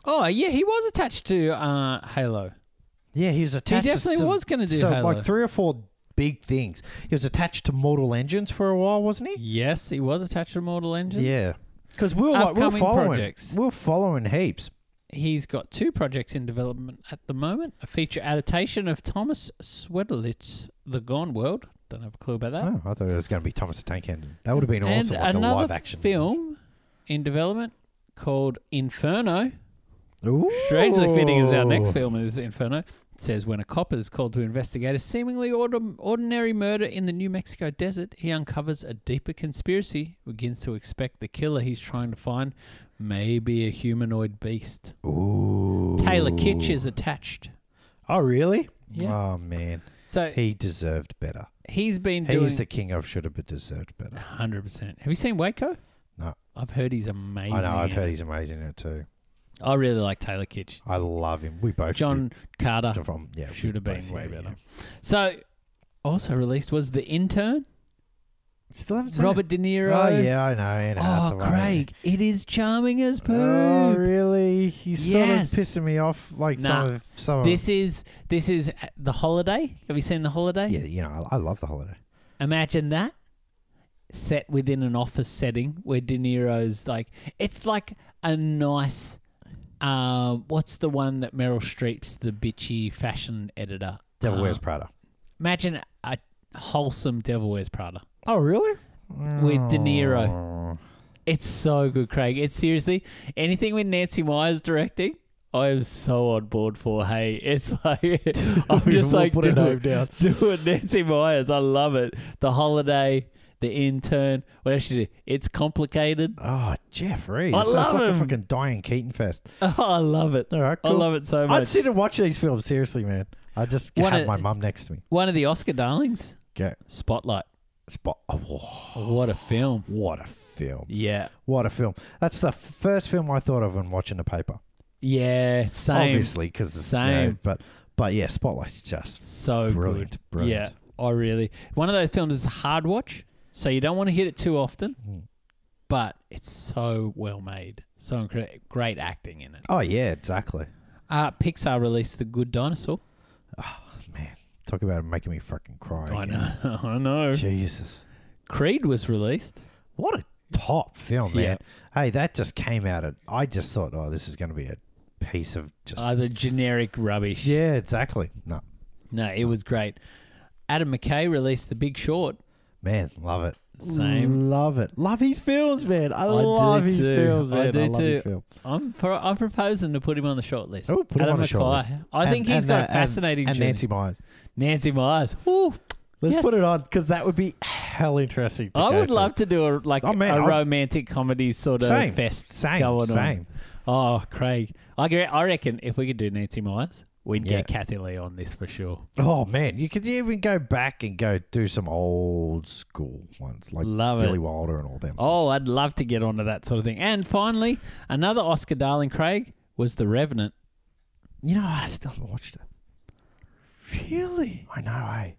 [SPEAKER 1] Oh yeah, he was attached to uh, Halo.
[SPEAKER 2] Yeah, he was attached.
[SPEAKER 1] definitely
[SPEAKER 2] to some-
[SPEAKER 1] was gonna do
[SPEAKER 2] so
[SPEAKER 1] Halo.
[SPEAKER 2] like three or four big things. He was attached to Mortal Engines for a while, wasn't he?
[SPEAKER 1] Yes, he was attached to Mortal Engines.
[SPEAKER 2] Yeah, because we were like we were
[SPEAKER 1] Upcoming
[SPEAKER 2] following,
[SPEAKER 1] projects.
[SPEAKER 2] we were following heaps.
[SPEAKER 1] He's got two projects in development at the moment: a feature adaptation of Thomas Swedelitz's *The Gone World*. Don't have a clue about that.
[SPEAKER 2] Oh, I thought it was going to be Thomas the Tank Engine. That would have been awesome, like a
[SPEAKER 1] another
[SPEAKER 2] live action
[SPEAKER 1] film in development called Inferno.
[SPEAKER 2] Ooh.
[SPEAKER 1] Strangely fitting as our next film is Inferno. says when a cop is called to investigate a seemingly ordi- ordinary murder in the New Mexico desert, he uncovers a deeper conspiracy, begins to expect the killer he's trying to find may be a humanoid beast.
[SPEAKER 2] Ooh.
[SPEAKER 1] Taylor Kitsch is attached.
[SPEAKER 2] Oh, really?
[SPEAKER 1] Yeah.
[SPEAKER 2] Oh, man.
[SPEAKER 1] So
[SPEAKER 2] He deserved better.
[SPEAKER 1] he's been
[SPEAKER 2] He
[SPEAKER 1] doing
[SPEAKER 2] is the king of should have but deserved better.
[SPEAKER 1] 100%. Have you seen Waco?
[SPEAKER 2] No.
[SPEAKER 1] I've heard he's amazing.
[SPEAKER 2] I know. I've
[SPEAKER 1] in
[SPEAKER 2] heard
[SPEAKER 1] it.
[SPEAKER 2] he's amazing in it too.
[SPEAKER 1] I really like Taylor Kitsch.
[SPEAKER 2] I love him. We both
[SPEAKER 1] John Carter
[SPEAKER 2] did from yeah we
[SPEAKER 1] should have been
[SPEAKER 2] both-
[SPEAKER 1] way
[SPEAKER 2] yeah,
[SPEAKER 1] better.
[SPEAKER 2] yeah.
[SPEAKER 1] So also released was The Intern,
[SPEAKER 2] Still haven't seen it.
[SPEAKER 1] Robert De Niro.
[SPEAKER 2] Oh yeah, I know. Anne
[SPEAKER 1] Oh,
[SPEAKER 2] Hathaway.
[SPEAKER 1] Craig, it is charming as poo.
[SPEAKER 2] Oh really? He's
[SPEAKER 1] Yes.
[SPEAKER 2] sort of pissing me off. Like
[SPEAKER 1] Nah.
[SPEAKER 2] some of some
[SPEAKER 1] This is this is uh, the holiday. Have you seen the holiday?
[SPEAKER 2] of. Yeah, you know, I, I love the holiday.
[SPEAKER 1] Imagine that set within an office setting where De Niro's like it's like a nice. Um, what's the one that Meryl Streep's the bitchy fashion editor?
[SPEAKER 2] Devil
[SPEAKER 1] um,
[SPEAKER 2] Wears Prada.
[SPEAKER 1] Imagine a wholesome Devil Wears Prada.
[SPEAKER 2] Oh really? Oh,
[SPEAKER 1] with De Niro. It's so good, Craig. It's seriously anything with Nancy Myers directing. I am so on board for. Hey, it's [LAUGHS] like
[SPEAKER 2] [LAUGHS]
[SPEAKER 1] I'm just
[SPEAKER 2] We'll
[SPEAKER 1] like
[SPEAKER 2] put
[SPEAKER 1] do
[SPEAKER 2] a name
[SPEAKER 1] it,
[SPEAKER 2] down.
[SPEAKER 1] [LAUGHS] do it, Nancy Myers. I love it. The holiday, the intern. What else you do? It's
[SPEAKER 2] [LAUGHS]
[SPEAKER 1] complicated. [LAUGHS]
[SPEAKER 2] Oh, Jeff Reeves.
[SPEAKER 1] I
[SPEAKER 2] That's
[SPEAKER 1] love
[SPEAKER 2] like
[SPEAKER 1] him.
[SPEAKER 2] a fucking Diane Keaton fest.
[SPEAKER 1] I love it.
[SPEAKER 2] All right,
[SPEAKER 1] I
[SPEAKER 2] cool.
[SPEAKER 1] love it so
[SPEAKER 2] I'd
[SPEAKER 1] much.
[SPEAKER 2] sit and watch these films seriously, man. I just
[SPEAKER 1] What
[SPEAKER 2] had
[SPEAKER 1] a-
[SPEAKER 2] my mum next to me.
[SPEAKER 1] One of the Oscar darlings,
[SPEAKER 2] Go
[SPEAKER 1] Spotlight.
[SPEAKER 2] spot. Oh, whoa.
[SPEAKER 1] What a
[SPEAKER 2] [SIGHS]
[SPEAKER 1] film!
[SPEAKER 2] what a film!
[SPEAKER 1] Yeah,
[SPEAKER 2] What a film! That's the first film I thought of when watching the paper.
[SPEAKER 1] yeah, same.
[SPEAKER 2] Obviously, because
[SPEAKER 1] Same.
[SPEAKER 2] but but yeah, Spotlight's just
[SPEAKER 1] So
[SPEAKER 2] Brilliant,
[SPEAKER 1] good.
[SPEAKER 2] brilliant.
[SPEAKER 1] Yeah, I really. One of those films is a hard watch, so you don't want to hit it too often,
[SPEAKER 2] Hmm.
[SPEAKER 1] but it's so well made. So incre- great acting in it.
[SPEAKER 2] Oh yeah, exactly.
[SPEAKER 1] Uh, Pixar released The Good Dinosaur.
[SPEAKER 2] Man, talk about making me fucking cry.
[SPEAKER 1] I
[SPEAKER 2] again.
[SPEAKER 1] know. [LAUGHS] I know.
[SPEAKER 2] Jesus,
[SPEAKER 1] Creed was released.
[SPEAKER 2] what a top film,
[SPEAKER 1] Yeah.
[SPEAKER 2] man. Hey, that just came out. At, I just thought, oh, this is going to be a piece of just.
[SPEAKER 1] Either Uh, generic rubbish.
[SPEAKER 2] yeah, exactly. No,
[SPEAKER 1] No, it was great. Adam McKay released The Big Short.
[SPEAKER 2] man, love it.
[SPEAKER 1] Same.
[SPEAKER 2] Love it. Love his films, man. I,
[SPEAKER 1] do
[SPEAKER 2] love his
[SPEAKER 1] too.
[SPEAKER 2] films,
[SPEAKER 1] I
[SPEAKER 2] man. I,
[SPEAKER 1] do
[SPEAKER 2] love his
[SPEAKER 1] too.
[SPEAKER 2] film.
[SPEAKER 1] I'm pro- I'm proposing to put him on the short list.
[SPEAKER 2] Oh, put him
[SPEAKER 1] Adam
[SPEAKER 2] on the short
[SPEAKER 1] McKay.
[SPEAKER 2] list.
[SPEAKER 1] I think
[SPEAKER 2] And-
[SPEAKER 1] he's
[SPEAKER 2] and,
[SPEAKER 1] got
[SPEAKER 2] uh,
[SPEAKER 1] a fascinating
[SPEAKER 2] and, and
[SPEAKER 1] journey.
[SPEAKER 2] Nancy Myers.
[SPEAKER 1] Nancy Myers. Ooh,
[SPEAKER 2] Let's
[SPEAKER 1] Yes.
[SPEAKER 2] put it on because that would be hell interesting. To
[SPEAKER 1] I
[SPEAKER 2] go
[SPEAKER 1] would
[SPEAKER 2] through.
[SPEAKER 1] love to do a like
[SPEAKER 2] Oh, man,
[SPEAKER 1] a
[SPEAKER 2] I'll-
[SPEAKER 1] romantic comedy sort of
[SPEAKER 2] same
[SPEAKER 1] fest
[SPEAKER 2] same
[SPEAKER 1] going
[SPEAKER 2] same.
[SPEAKER 1] on. Oh, Craig, I gre- I reckon if we could do Nancy Myers, we'd
[SPEAKER 2] Yeah.
[SPEAKER 1] get Kathy Lee on this for sure.
[SPEAKER 2] Oh man, you could even go back and go do some old school ones like
[SPEAKER 1] Love
[SPEAKER 2] Billy
[SPEAKER 1] it.
[SPEAKER 2] Wilder and all them.
[SPEAKER 1] Oh, I'd love to get onto that sort of thing. And finally, another Oscar darling, Craig was The Revenant.
[SPEAKER 2] You know, I still haven't watched it.
[SPEAKER 1] Really?
[SPEAKER 2] I know, eh?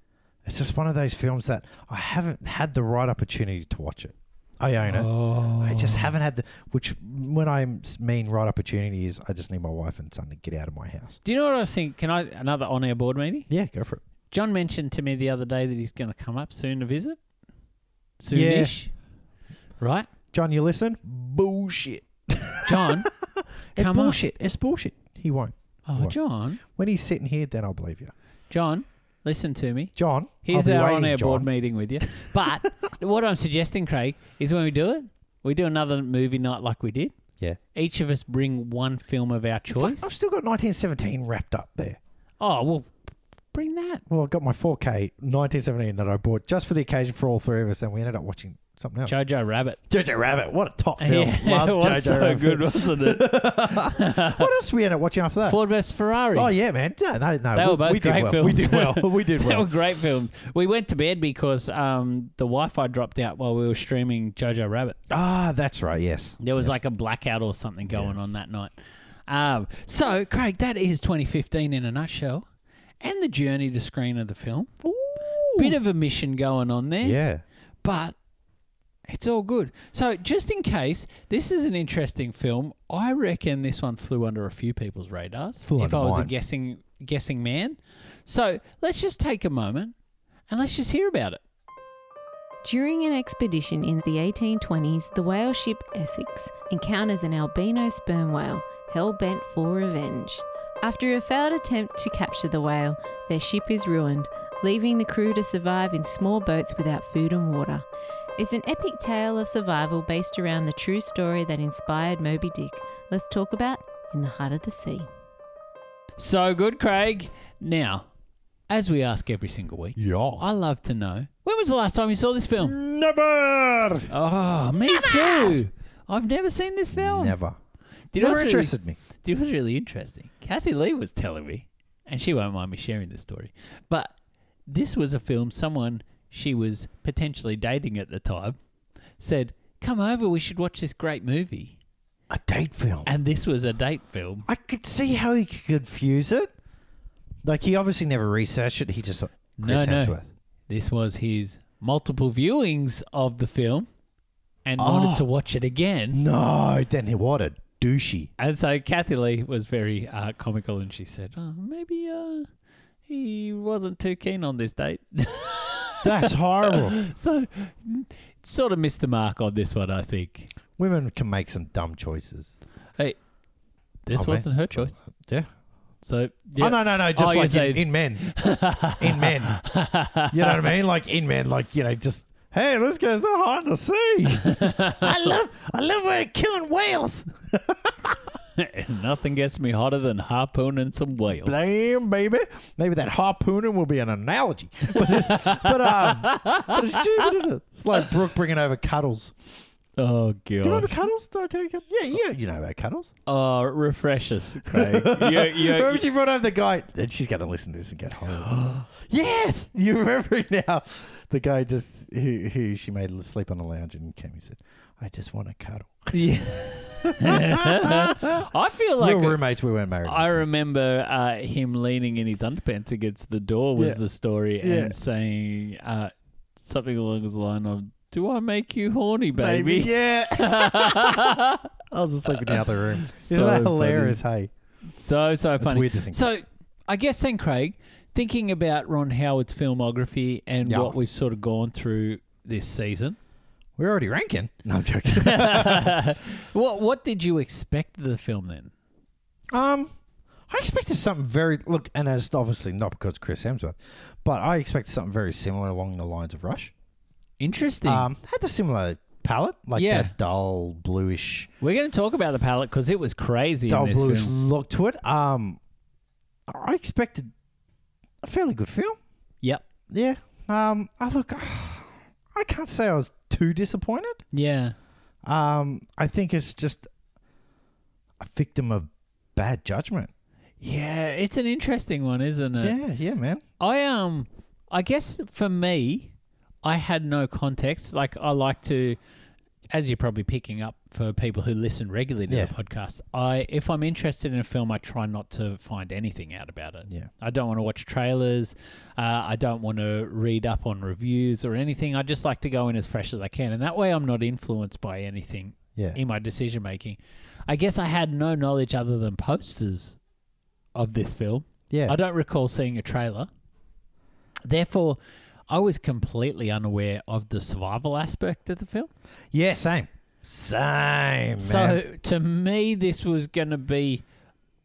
[SPEAKER 2] It's just one of those films that I haven't had the right opportunity to watch it. I own it.
[SPEAKER 1] Oh,
[SPEAKER 2] I just haven't had the. Which, when I mean right opportunity, is I just need my wife and son to get out of my house.
[SPEAKER 1] do you know what I was thinking? Can I another on air board meeting?
[SPEAKER 2] Yeah, go for it.
[SPEAKER 1] John mentioned to me the other day that he's going to come up soon to visit.
[SPEAKER 2] Yeah.
[SPEAKER 1] Soonish, right?
[SPEAKER 2] John, you listen? Bullshit. [LAUGHS]
[SPEAKER 1] John,
[SPEAKER 2] It's
[SPEAKER 1] come on.
[SPEAKER 2] bullshit. It's bullshit. He won't.
[SPEAKER 1] Oh,
[SPEAKER 2] What?
[SPEAKER 1] John.
[SPEAKER 2] When he's sitting here, then I'll believe you.
[SPEAKER 1] John, listen to me.
[SPEAKER 2] John, I'll
[SPEAKER 1] Here's
[SPEAKER 2] be
[SPEAKER 1] our
[SPEAKER 2] waiting,
[SPEAKER 1] on air board
[SPEAKER 2] John.
[SPEAKER 1] meeting with
[SPEAKER 2] [LAUGHS]
[SPEAKER 1] you. But what I'm suggesting, Craig, is when we do it, we do another movie night like we did.
[SPEAKER 2] Yeah.
[SPEAKER 1] Each of us bring one film of our
[SPEAKER 2] I've
[SPEAKER 1] choice.
[SPEAKER 2] still got 1917 wrapped up there.
[SPEAKER 1] Oh, well, bring that.
[SPEAKER 2] Well, I got my 4K 1917 that I bought just for the occasion for all three of us, and we ended up watching something else.
[SPEAKER 1] Jojo Rabbit.
[SPEAKER 2] Jojo Rabbit, what a top film!
[SPEAKER 1] [LAUGHS] Yeah,
[SPEAKER 2] Love
[SPEAKER 1] it was
[SPEAKER 2] Jojo
[SPEAKER 1] so
[SPEAKER 2] Rabbit.
[SPEAKER 1] good, wasn't
[SPEAKER 2] [LAUGHS]
[SPEAKER 1] it?
[SPEAKER 2] What else we end up watching after that?
[SPEAKER 1] Ford vs Ferrari. [LAUGHS]
[SPEAKER 2] Oh yeah, man. No, no, no.
[SPEAKER 1] They
[SPEAKER 2] we,
[SPEAKER 1] were both
[SPEAKER 2] we
[SPEAKER 1] great
[SPEAKER 2] did well.
[SPEAKER 1] films.
[SPEAKER 2] We did
[SPEAKER 1] [LAUGHS]
[SPEAKER 2] well. We did
[SPEAKER 1] They were
[SPEAKER 2] well.
[SPEAKER 1] great films. We went to bed because um, the Wi-Fi dropped out while we were streaming Jojo Rabbit.
[SPEAKER 2] ah, that's right. Yes.
[SPEAKER 1] There was like a blackout or something going on that night. Um, so, Craig, that is 2015 in a nutshell, and the journey to screen of the film. Bit of a mission going on there,
[SPEAKER 2] Yeah.
[SPEAKER 1] but it's all good. So, just in case this is an interesting film, I reckon this one flew under a few people's radars.
[SPEAKER 2] Flew
[SPEAKER 1] if
[SPEAKER 2] under
[SPEAKER 1] I was a
[SPEAKER 2] mine.
[SPEAKER 1] guessing guessing man, so let's just take a moment and let's just hear about it.
[SPEAKER 3] During an expedition in the 1820s, the whale ship Essex encounters an albino sperm whale hell bent for revenge. After a failed attempt to capture the whale, their ship is ruined, leaving the crew to survive in small boats without food and water. It's an epic tale of survival based around the true story that inspired Moby Dick. Let's talk about In the Heart of the Sea.
[SPEAKER 1] So good, Craig. Now, as we ask every single week,
[SPEAKER 2] Yeah.
[SPEAKER 1] I love to know when was the last time you saw this film?
[SPEAKER 2] Never.
[SPEAKER 1] Oh, me too. I've never seen this film.
[SPEAKER 2] Never.
[SPEAKER 1] Did
[SPEAKER 2] Never interested me.
[SPEAKER 1] Really, it was really interesting. Kathy Lee was telling me, and she won't mind me sharing this story, but this was a film someone she was potentially dating at the time said, "Come over, we should watch this great movie."
[SPEAKER 2] A date film.
[SPEAKER 1] And this was a date film.
[SPEAKER 2] I could see how he could confuse it. Like he obviously never researched it. He just thought Chris
[SPEAKER 1] no, no.
[SPEAKER 2] Hemsworth.
[SPEAKER 1] This was his multiple viewings of the film and wanted
[SPEAKER 2] Oh.
[SPEAKER 1] to watch it again.
[SPEAKER 2] No, then he what a douchey.
[SPEAKER 1] And so Kathy Lee was very uh, comical and she said, oh, maybe uh, he wasn't too keen on this date. [LAUGHS]
[SPEAKER 2] That's horrible.
[SPEAKER 1] so sort of missed the mark on this one, I think.
[SPEAKER 2] [LAUGHS] Women can make some dumb choices.
[SPEAKER 1] Hey, this
[SPEAKER 2] Oh, man.
[SPEAKER 1] wasn't her choice.
[SPEAKER 2] Yeah.
[SPEAKER 1] So, yeah.
[SPEAKER 2] Oh no no no! Just
[SPEAKER 1] Oh, you
[SPEAKER 2] like
[SPEAKER 1] say-
[SPEAKER 2] in, in men, in men. You know what I mean? Like in men, like you know, just hey, let's go to the hard to sea. I love I love where they're killing whales.
[SPEAKER 1] [LAUGHS] Nothing gets me hotter than harpooning some whales.
[SPEAKER 2] Damn, baby. Maybe that harpooning will be an analogy, [LAUGHS] but but, um, but it's stupid. Isn't it? It's like Brooke bringing over cuddles.
[SPEAKER 1] Oh, God.
[SPEAKER 2] Do you remember cuddles? Did I tell you? Cuddles? Yeah, yeah, you know about cuddles.
[SPEAKER 1] Oh, refresh us, Craig. you, [LAUGHS] you,
[SPEAKER 2] [LAUGHS] remember she brought over the guy, and she's going to listen to this and go,
[SPEAKER 1] [GASPS]
[SPEAKER 2] "Oh, yes, you remember it now." The guy just who who she made sleep on the lounge and came and said, "I just want to cuddle."
[SPEAKER 1] Yeah. [LAUGHS] I feel
[SPEAKER 2] we
[SPEAKER 1] like
[SPEAKER 2] were roommates. We weren't married.
[SPEAKER 1] I remember uh, him leaning in his underpants against the door was
[SPEAKER 2] Yeah.
[SPEAKER 1] the story
[SPEAKER 2] Yeah.
[SPEAKER 1] and saying uh, something along the line of "Do I make you horny, baby?"
[SPEAKER 2] yeah. I was asleep in the
[SPEAKER 1] [LAUGHS]
[SPEAKER 2] other room. Isn't
[SPEAKER 1] So
[SPEAKER 2] that hilarious? Hey,
[SPEAKER 1] [LAUGHS] so so
[SPEAKER 2] it's
[SPEAKER 1] funny.
[SPEAKER 2] weird to think.
[SPEAKER 1] So I guess then, Craig, thinking about Ron Howard's filmography and
[SPEAKER 2] Yeah.
[SPEAKER 1] what we've sort of gone through this
[SPEAKER 2] [LAUGHS]
[SPEAKER 1] season, [LAUGHS]
[SPEAKER 2] we're already ranking. No, I'm joking.
[SPEAKER 1] what what did you expect of the film then?
[SPEAKER 2] [LAUGHS] Um, I expected something very look, and it's obviously not because Chris Hemsworth, but I expected something very similar along the lines of Rush.
[SPEAKER 1] Interesting.
[SPEAKER 2] Um, had the similar palette, like
[SPEAKER 1] Yeah.
[SPEAKER 2] that dull bluish,
[SPEAKER 1] We're going to talk about the palette because it was crazy
[SPEAKER 2] dull
[SPEAKER 1] in this
[SPEAKER 2] bluish
[SPEAKER 1] film.
[SPEAKER 2] look to it. Um, I expected a fairly good film.
[SPEAKER 1] Yep.
[SPEAKER 2] Yeah. Um, I look, [SIGHS] I can't say I was too disappointed.
[SPEAKER 1] Yeah.
[SPEAKER 2] Um, I think it's just a victim of bad judgment.
[SPEAKER 1] Yeah, it's an interesting one, isn't it?
[SPEAKER 2] yeah, yeah, man.
[SPEAKER 1] I um I guess for me, I had no context. Like I like to as you're probably picking up for people who listen regularly to
[SPEAKER 2] Yeah.
[SPEAKER 1] the podcast, I if I'm interested in a film, I try not to find anything out about it.
[SPEAKER 2] Yeah.
[SPEAKER 1] I don't want to watch trailers. Uh, I don't want to read up on reviews or anything. I just like to go in as fresh as I can, and that way I'm not influenced by anything
[SPEAKER 2] Yeah.
[SPEAKER 1] in my decision making. I guess I had no knowledge other than posters of this film.
[SPEAKER 2] Yeah.
[SPEAKER 1] I don't recall seeing a trailer. Therefore, I was completely unaware of the survival aspect of the film.
[SPEAKER 2] Yeah, same. Same. Man.
[SPEAKER 1] So to me, this was going to be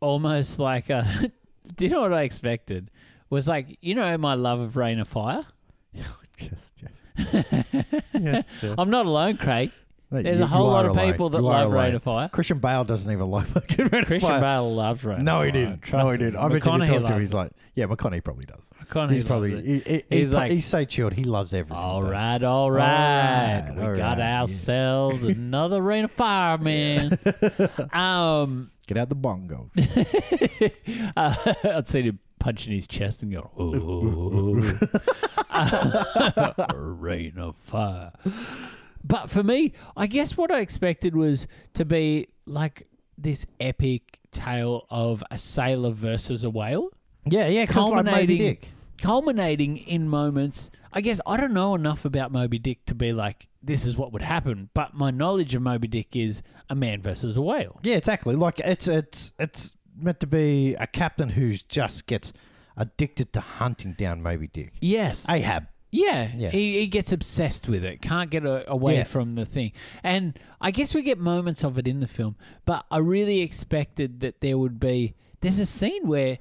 [SPEAKER 1] almost like a. [LAUGHS] do you know what I expected? Was like you know my love of Rain of Fire.
[SPEAKER 2] [LAUGHS] yes,
[SPEAKER 1] [LAUGHS]
[SPEAKER 2] Jeff. yes, Jeff.
[SPEAKER 1] I'm not alone,
[SPEAKER 2] [LAUGHS]
[SPEAKER 1] Craig.
[SPEAKER 2] Mate,
[SPEAKER 1] There's
[SPEAKER 2] you-
[SPEAKER 1] a whole
[SPEAKER 2] you
[SPEAKER 1] lot
[SPEAKER 2] are
[SPEAKER 1] of
[SPEAKER 2] alone.
[SPEAKER 1] people that
[SPEAKER 2] You are
[SPEAKER 1] love Rain
[SPEAKER 2] alone.
[SPEAKER 1] of Fire.
[SPEAKER 2] Christian Bale doesn't even like fucking Rain of
[SPEAKER 1] Christian
[SPEAKER 2] Fire.
[SPEAKER 1] Bale loved Rain. of
[SPEAKER 2] No, he
[SPEAKER 1] Fire,
[SPEAKER 2] didn't.
[SPEAKER 1] Trust
[SPEAKER 2] no, he
[SPEAKER 1] me.
[SPEAKER 2] didn't. I bet if you
[SPEAKER 1] McConaughey
[SPEAKER 2] talk to him,
[SPEAKER 1] loves
[SPEAKER 2] he's like, yeah, McConaughey probably does.
[SPEAKER 1] it. McConaughey
[SPEAKER 2] He's
[SPEAKER 1] loves
[SPEAKER 2] probably,
[SPEAKER 1] it.
[SPEAKER 2] he, he,
[SPEAKER 1] He's
[SPEAKER 2] he's,
[SPEAKER 1] like-
[SPEAKER 2] like, he's so chilled. He loves everything.
[SPEAKER 1] All
[SPEAKER 2] though.
[SPEAKER 1] right, all right.
[SPEAKER 2] right,
[SPEAKER 1] We
[SPEAKER 2] all
[SPEAKER 1] got
[SPEAKER 2] right, yeah.
[SPEAKER 1] ourselves another rain of
[SPEAKER 2] [LAUGHS]
[SPEAKER 1] fire, man. um,
[SPEAKER 2] Get out
[SPEAKER 1] [LAUGHS]
[SPEAKER 2] the bongo.
[SPEAKER 1] uh, [LAUGHS] I'd see him punching his chest and go,
[SPEAKER 2] [LAUGHS]
[SPEAKER 1] "Ooh, [LAUGHS] rain of fire." But for me, I guess what I expected was to be like this epic tale of a sailor versus a whale.
[SPEAKER 2] yeah, yeah. 'cause like Moby
[SPEAKER 1] Culminating-
[SPEAKER 2] Dick.
[SPEAKER 1] culminating in moments. I guess I don't know enough about Moby Dick to be like, this is what would happen. But my knowledge of Moby Dick is a man versus a whale.
[SPEAKER 2] Yeah, exactly. Like it's it's it's meant to be a captain who just gets addicted to hunting down Moby Dick.
[SPEAKER 1] Yes.
[SPEAKER 2] Ahab.
[SPEAKER 1] yeah.
[SPEAKER 2] Yeah.
[SPEAKER 1] He, he gets obsessed with it, can't get a, away
[SPEAKER 2] Yeah.
[SPEAKER 1] from the thing. And I guess we get moments of it in the film, but I really expected that there would be. There's a scene where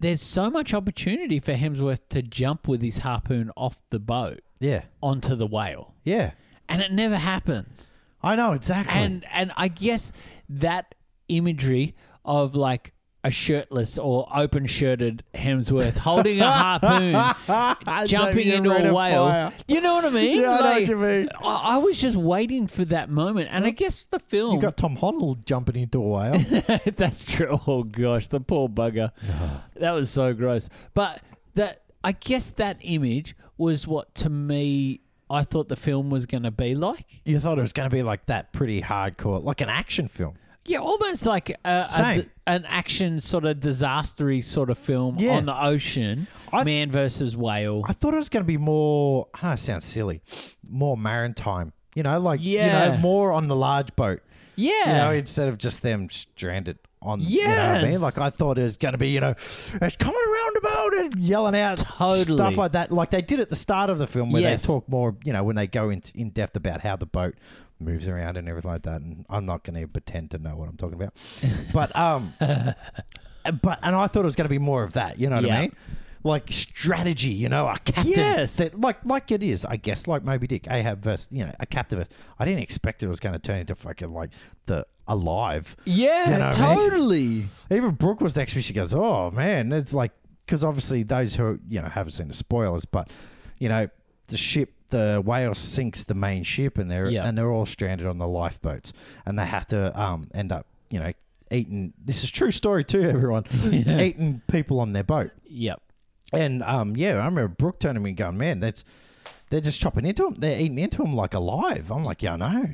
[SPEAKER 1] there's so much opportunity for Hemsworth to jump with his harpoon off the boat
[SPEAKER 2] Yeah,
[SPEAKER 1] onto the whale,
[SPEAKER 2] yeah.
[SPEAKER 1] and it never happens.
[SPEAKER 2] I know exactly.
[SPEAKER 1] and and I guess that imagery of like a shirtless or open shirted
[SPEAKER 2] [LAUGHS]
[SPEAKER 1] Hemsworth holding a harpoon jumping
[SPEAKER 2] Don't
[SPEAKER 1] into
[SPEAKER 2] get rid
[SPEAKER 1] a
[SPEAKER 2] of
[SPEAKER 1] whale.
[SPEAKER 2] fire.
[SPEAKER 1] You know what I mean?
[SPEAKER 2] [LAUGHS] Yeah, I know what
[SPEAKER 1] Like,
[SPEAKER 2] you mean.
[SPEAKER 1] I, I was just waiting for that moment, and I guess the film.
[SPEAKER 2] You got Tom Hoddle jumping into a whale.
[SPEAKER 1] [LAUGHS] that's true. Oh gosh, the poor
[SPEAKER 2] [SIGHS]
[SPEAKER 1] bugger. that was so gross. But that I guess that image was what to me I thought the film was going to be like.
[SPEAKER 2] you thought it was going to be like that pretty hardcore, like an action film.
[SPEAKER 1] Yeah, almost like a, a
[SPEAKER 2] Same.
[SPEAKER 1] d- an action sort of disastery sort of film
[SPEAKER 2] Yeah.
[SPEAKER 1] on the ocean,
[SPEAKER 2] I-
[SPEAKER 1] man versus whale.
[SPEAKER 2] I thought it was going to be more. I know it sounds silly, more maritime. You know, like you
[SPEAKER 1] Yeah.
[SPEAKER 2] know, more on the large boat.
[SPEAKER 1] yeah.
[SPEAKER 2] You know, instead of just them stranded on. You know what I
[SPEAKER 1] Yes.
[SPEAKER 2] mean? Like I thought it was going to be, you know, it's coming around about and yelling out
[SPEAKER 1] Totally.
[SPEAKER 2] stuff like that, like they did at the start of the film, where
[SPEAKER 1] Yes.
[SPEAKER 2] they talk more. You know, when they go in in depth about how the boat moves around and everything like that. And I'm not going to pretend to know what I'm talking about, but
[SPEAKER 1] [LAUGHS]
[SPEAKER 2] um, but and I thought it was going to be more of that. You know what
[SPEAKER 1] Yeah.
[SPEAKER 2] I mean? Like strategy, you know, a captain.
[SPEAKER 1] Yes.
[SPEAKER 2] that- like like it is, I guess, like Moby Dick, Ahab versus you know, a captive. I didn't expect it was going to turn into fucking like the alive.
[SPEAKER 1] Yeah,
[SPEAKER 2] You know what I mean?
[SPEAKER 1] totally.
[SPEAKER 2] Even Brooke was next to me. She goes, "Oh man, it's like because obviously those who you know haven't seen the spoilers, but you know the ship, the whale sinks the main ship, and they're
[SPEAKER 1] Yeah.
[SPEAKER 2] and they're all stranded on the lifeboats, and they have to um end up you know eating. This is true story
[SPEAKER 1] [LAUGHS]
[SPEAKER 2] too, everyone. Eating people on their boat,
[SPEAKER 1] Yep.
[SPEAKER 2] and um yeah, I remember Brooke turning to me and going, "Man, that's." They're just chopping into them. They're eating into them like alive. I'm like, yeah, I know,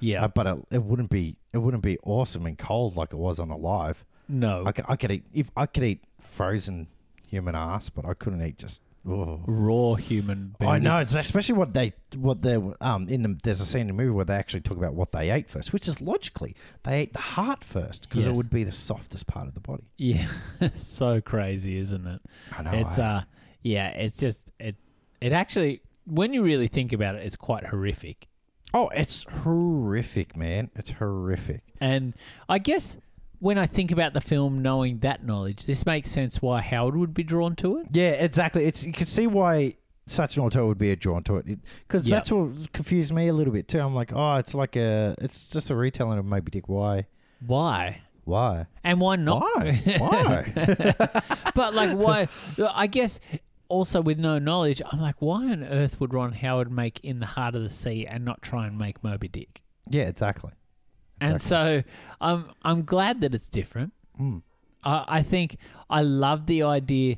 [SPEAKER 1] Yeah.
[SPEAKER 2] Uh, but it, it wouldn't be it wouldn't be awesome and cold like it was on alive.
[SPEAKER 1] no.
[SPEAKER 2] I could, I could eat if I could eat frozen human ass, but I couldn't eat just. Oh.
[SPEAKER 1] raw human.
[SPEAKER 2] I
[SPEAKER 1] being.
[SPEAKER 2] [LAUGHS] know, it's especially what they what they um in the there's a scene in the movie where they actually talk about what they ate first, which is logically they ate the heart first because
[SPEAKER 1] Yes.
[SPEAKER 2] it would be the softest part of the body.
[SPEAKER 1] Yeah. [LAUGHS] so crazy, isn't it?
[SPEAKER 2] I know.
[SPEAKER 1] it's
[SPEAKER 2] I-
[SPEAKER 1] uh yeah, it's just it it actually when you really think about it, it's quite horrific.
[SPEAKER 2] oh, it's horrific, man. It's horrific.
[SPEAKER 1] And I guess when I think about the film knowing that knowledge, this makes sense why Howard would be drawn to it.
[SPEAKER 2] Yeah, exactly. It's you can see why such an auteur would be drawn to it because
[SPEAKER 1] Yeah.
[SPEAKER 2] that's what confused me a little bit too. I'm like, oh, it's like a it's just a retelling of Moby Dick. Why?
[SPEAKER 1] Why?
[SPEAKER 2] Why?
[SPEAKER 1] And why not?
[SPEAKER 2] Why? [LAUGHS] Why?
[SPEAKER 1] [LAUGHS] But like
[SPEAKER 2] [LAUGHS]
[SPEAKER 1] why I guess also with no knowledge, I'm like, why on earth would Ron Howard make In the Heart of the Sea and not try and make Moby Dick?
[SPEAKER 2] Yeah, exactly.
[SPEAKER 1] And so I'm I'm glad that it's different.
[SPEAKER 2] Mm.
[SPEAKER 1] I, I think I love the idea.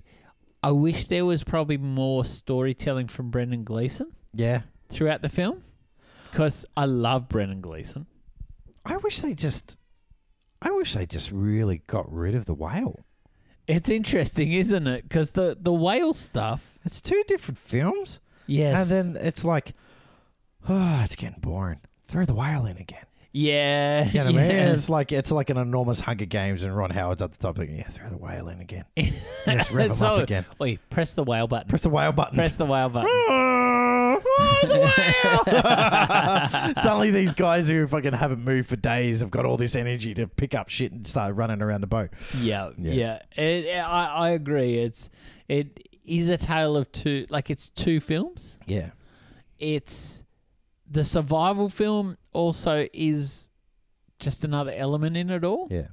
[SPEAKER 1] I wish there was probably more storytelling from Brendan Gleeson
[SPEAKER 2] Yeah.
[SPEAKER 1] throughout the film because I love Brendan Gleeson.
[SPEAKER 2] I wish they just I wish they just really got rid of the whale.
[SPEAKER 1] It's interesting, isn't it? Because the the whale stuff.
[SPEAKER 2] It's two different films.
[SPEAKER 1] Yes.
[SPEAKER 2] And then it's like [SIGHS] oh, it's getting boring. Throw the whale in again.
[SPEAKER 1] yeah.
[SPEAKER 2] You know what I mean?
[SPEAKER 1] [LAUGHS] yeah.
[SPEAKER 2] It's like it's like an enormous Hunger Games and Ron Howard's at the top like, yeah, throw the whale in again.
[SPEAKER 1] [LAUGHS]
[SPEAKER 2] Yes, rev 'em
[SPEAKER 1] So-
[SPEAKER 2] up again.
[SPEAKER 1] Wait, press the whale button. Press,
[SPEAKER 2] Press the whale button.
[SPEAKER 1] the whale
[SPEAKER 2] [LAUGHS]
[SPEAKER 1] button.
[SPEAKER 2] Oh, the whale! Suddenly, these guys who fucking haven't moved for days have got all this energy to pick up shit and start running around the boat.
[SPEAKER 1] yeah.
[SPEAKER 2] Yeah.
[SPEAKER 1] Yeah. It, I I agree. It's it is a tale of two. Like it's two films.
[SPEAKER 2] Yeah.
[SPEAKER 1] it's the survival film also is just another element in it all.
[SPEAKER 2] Yeah.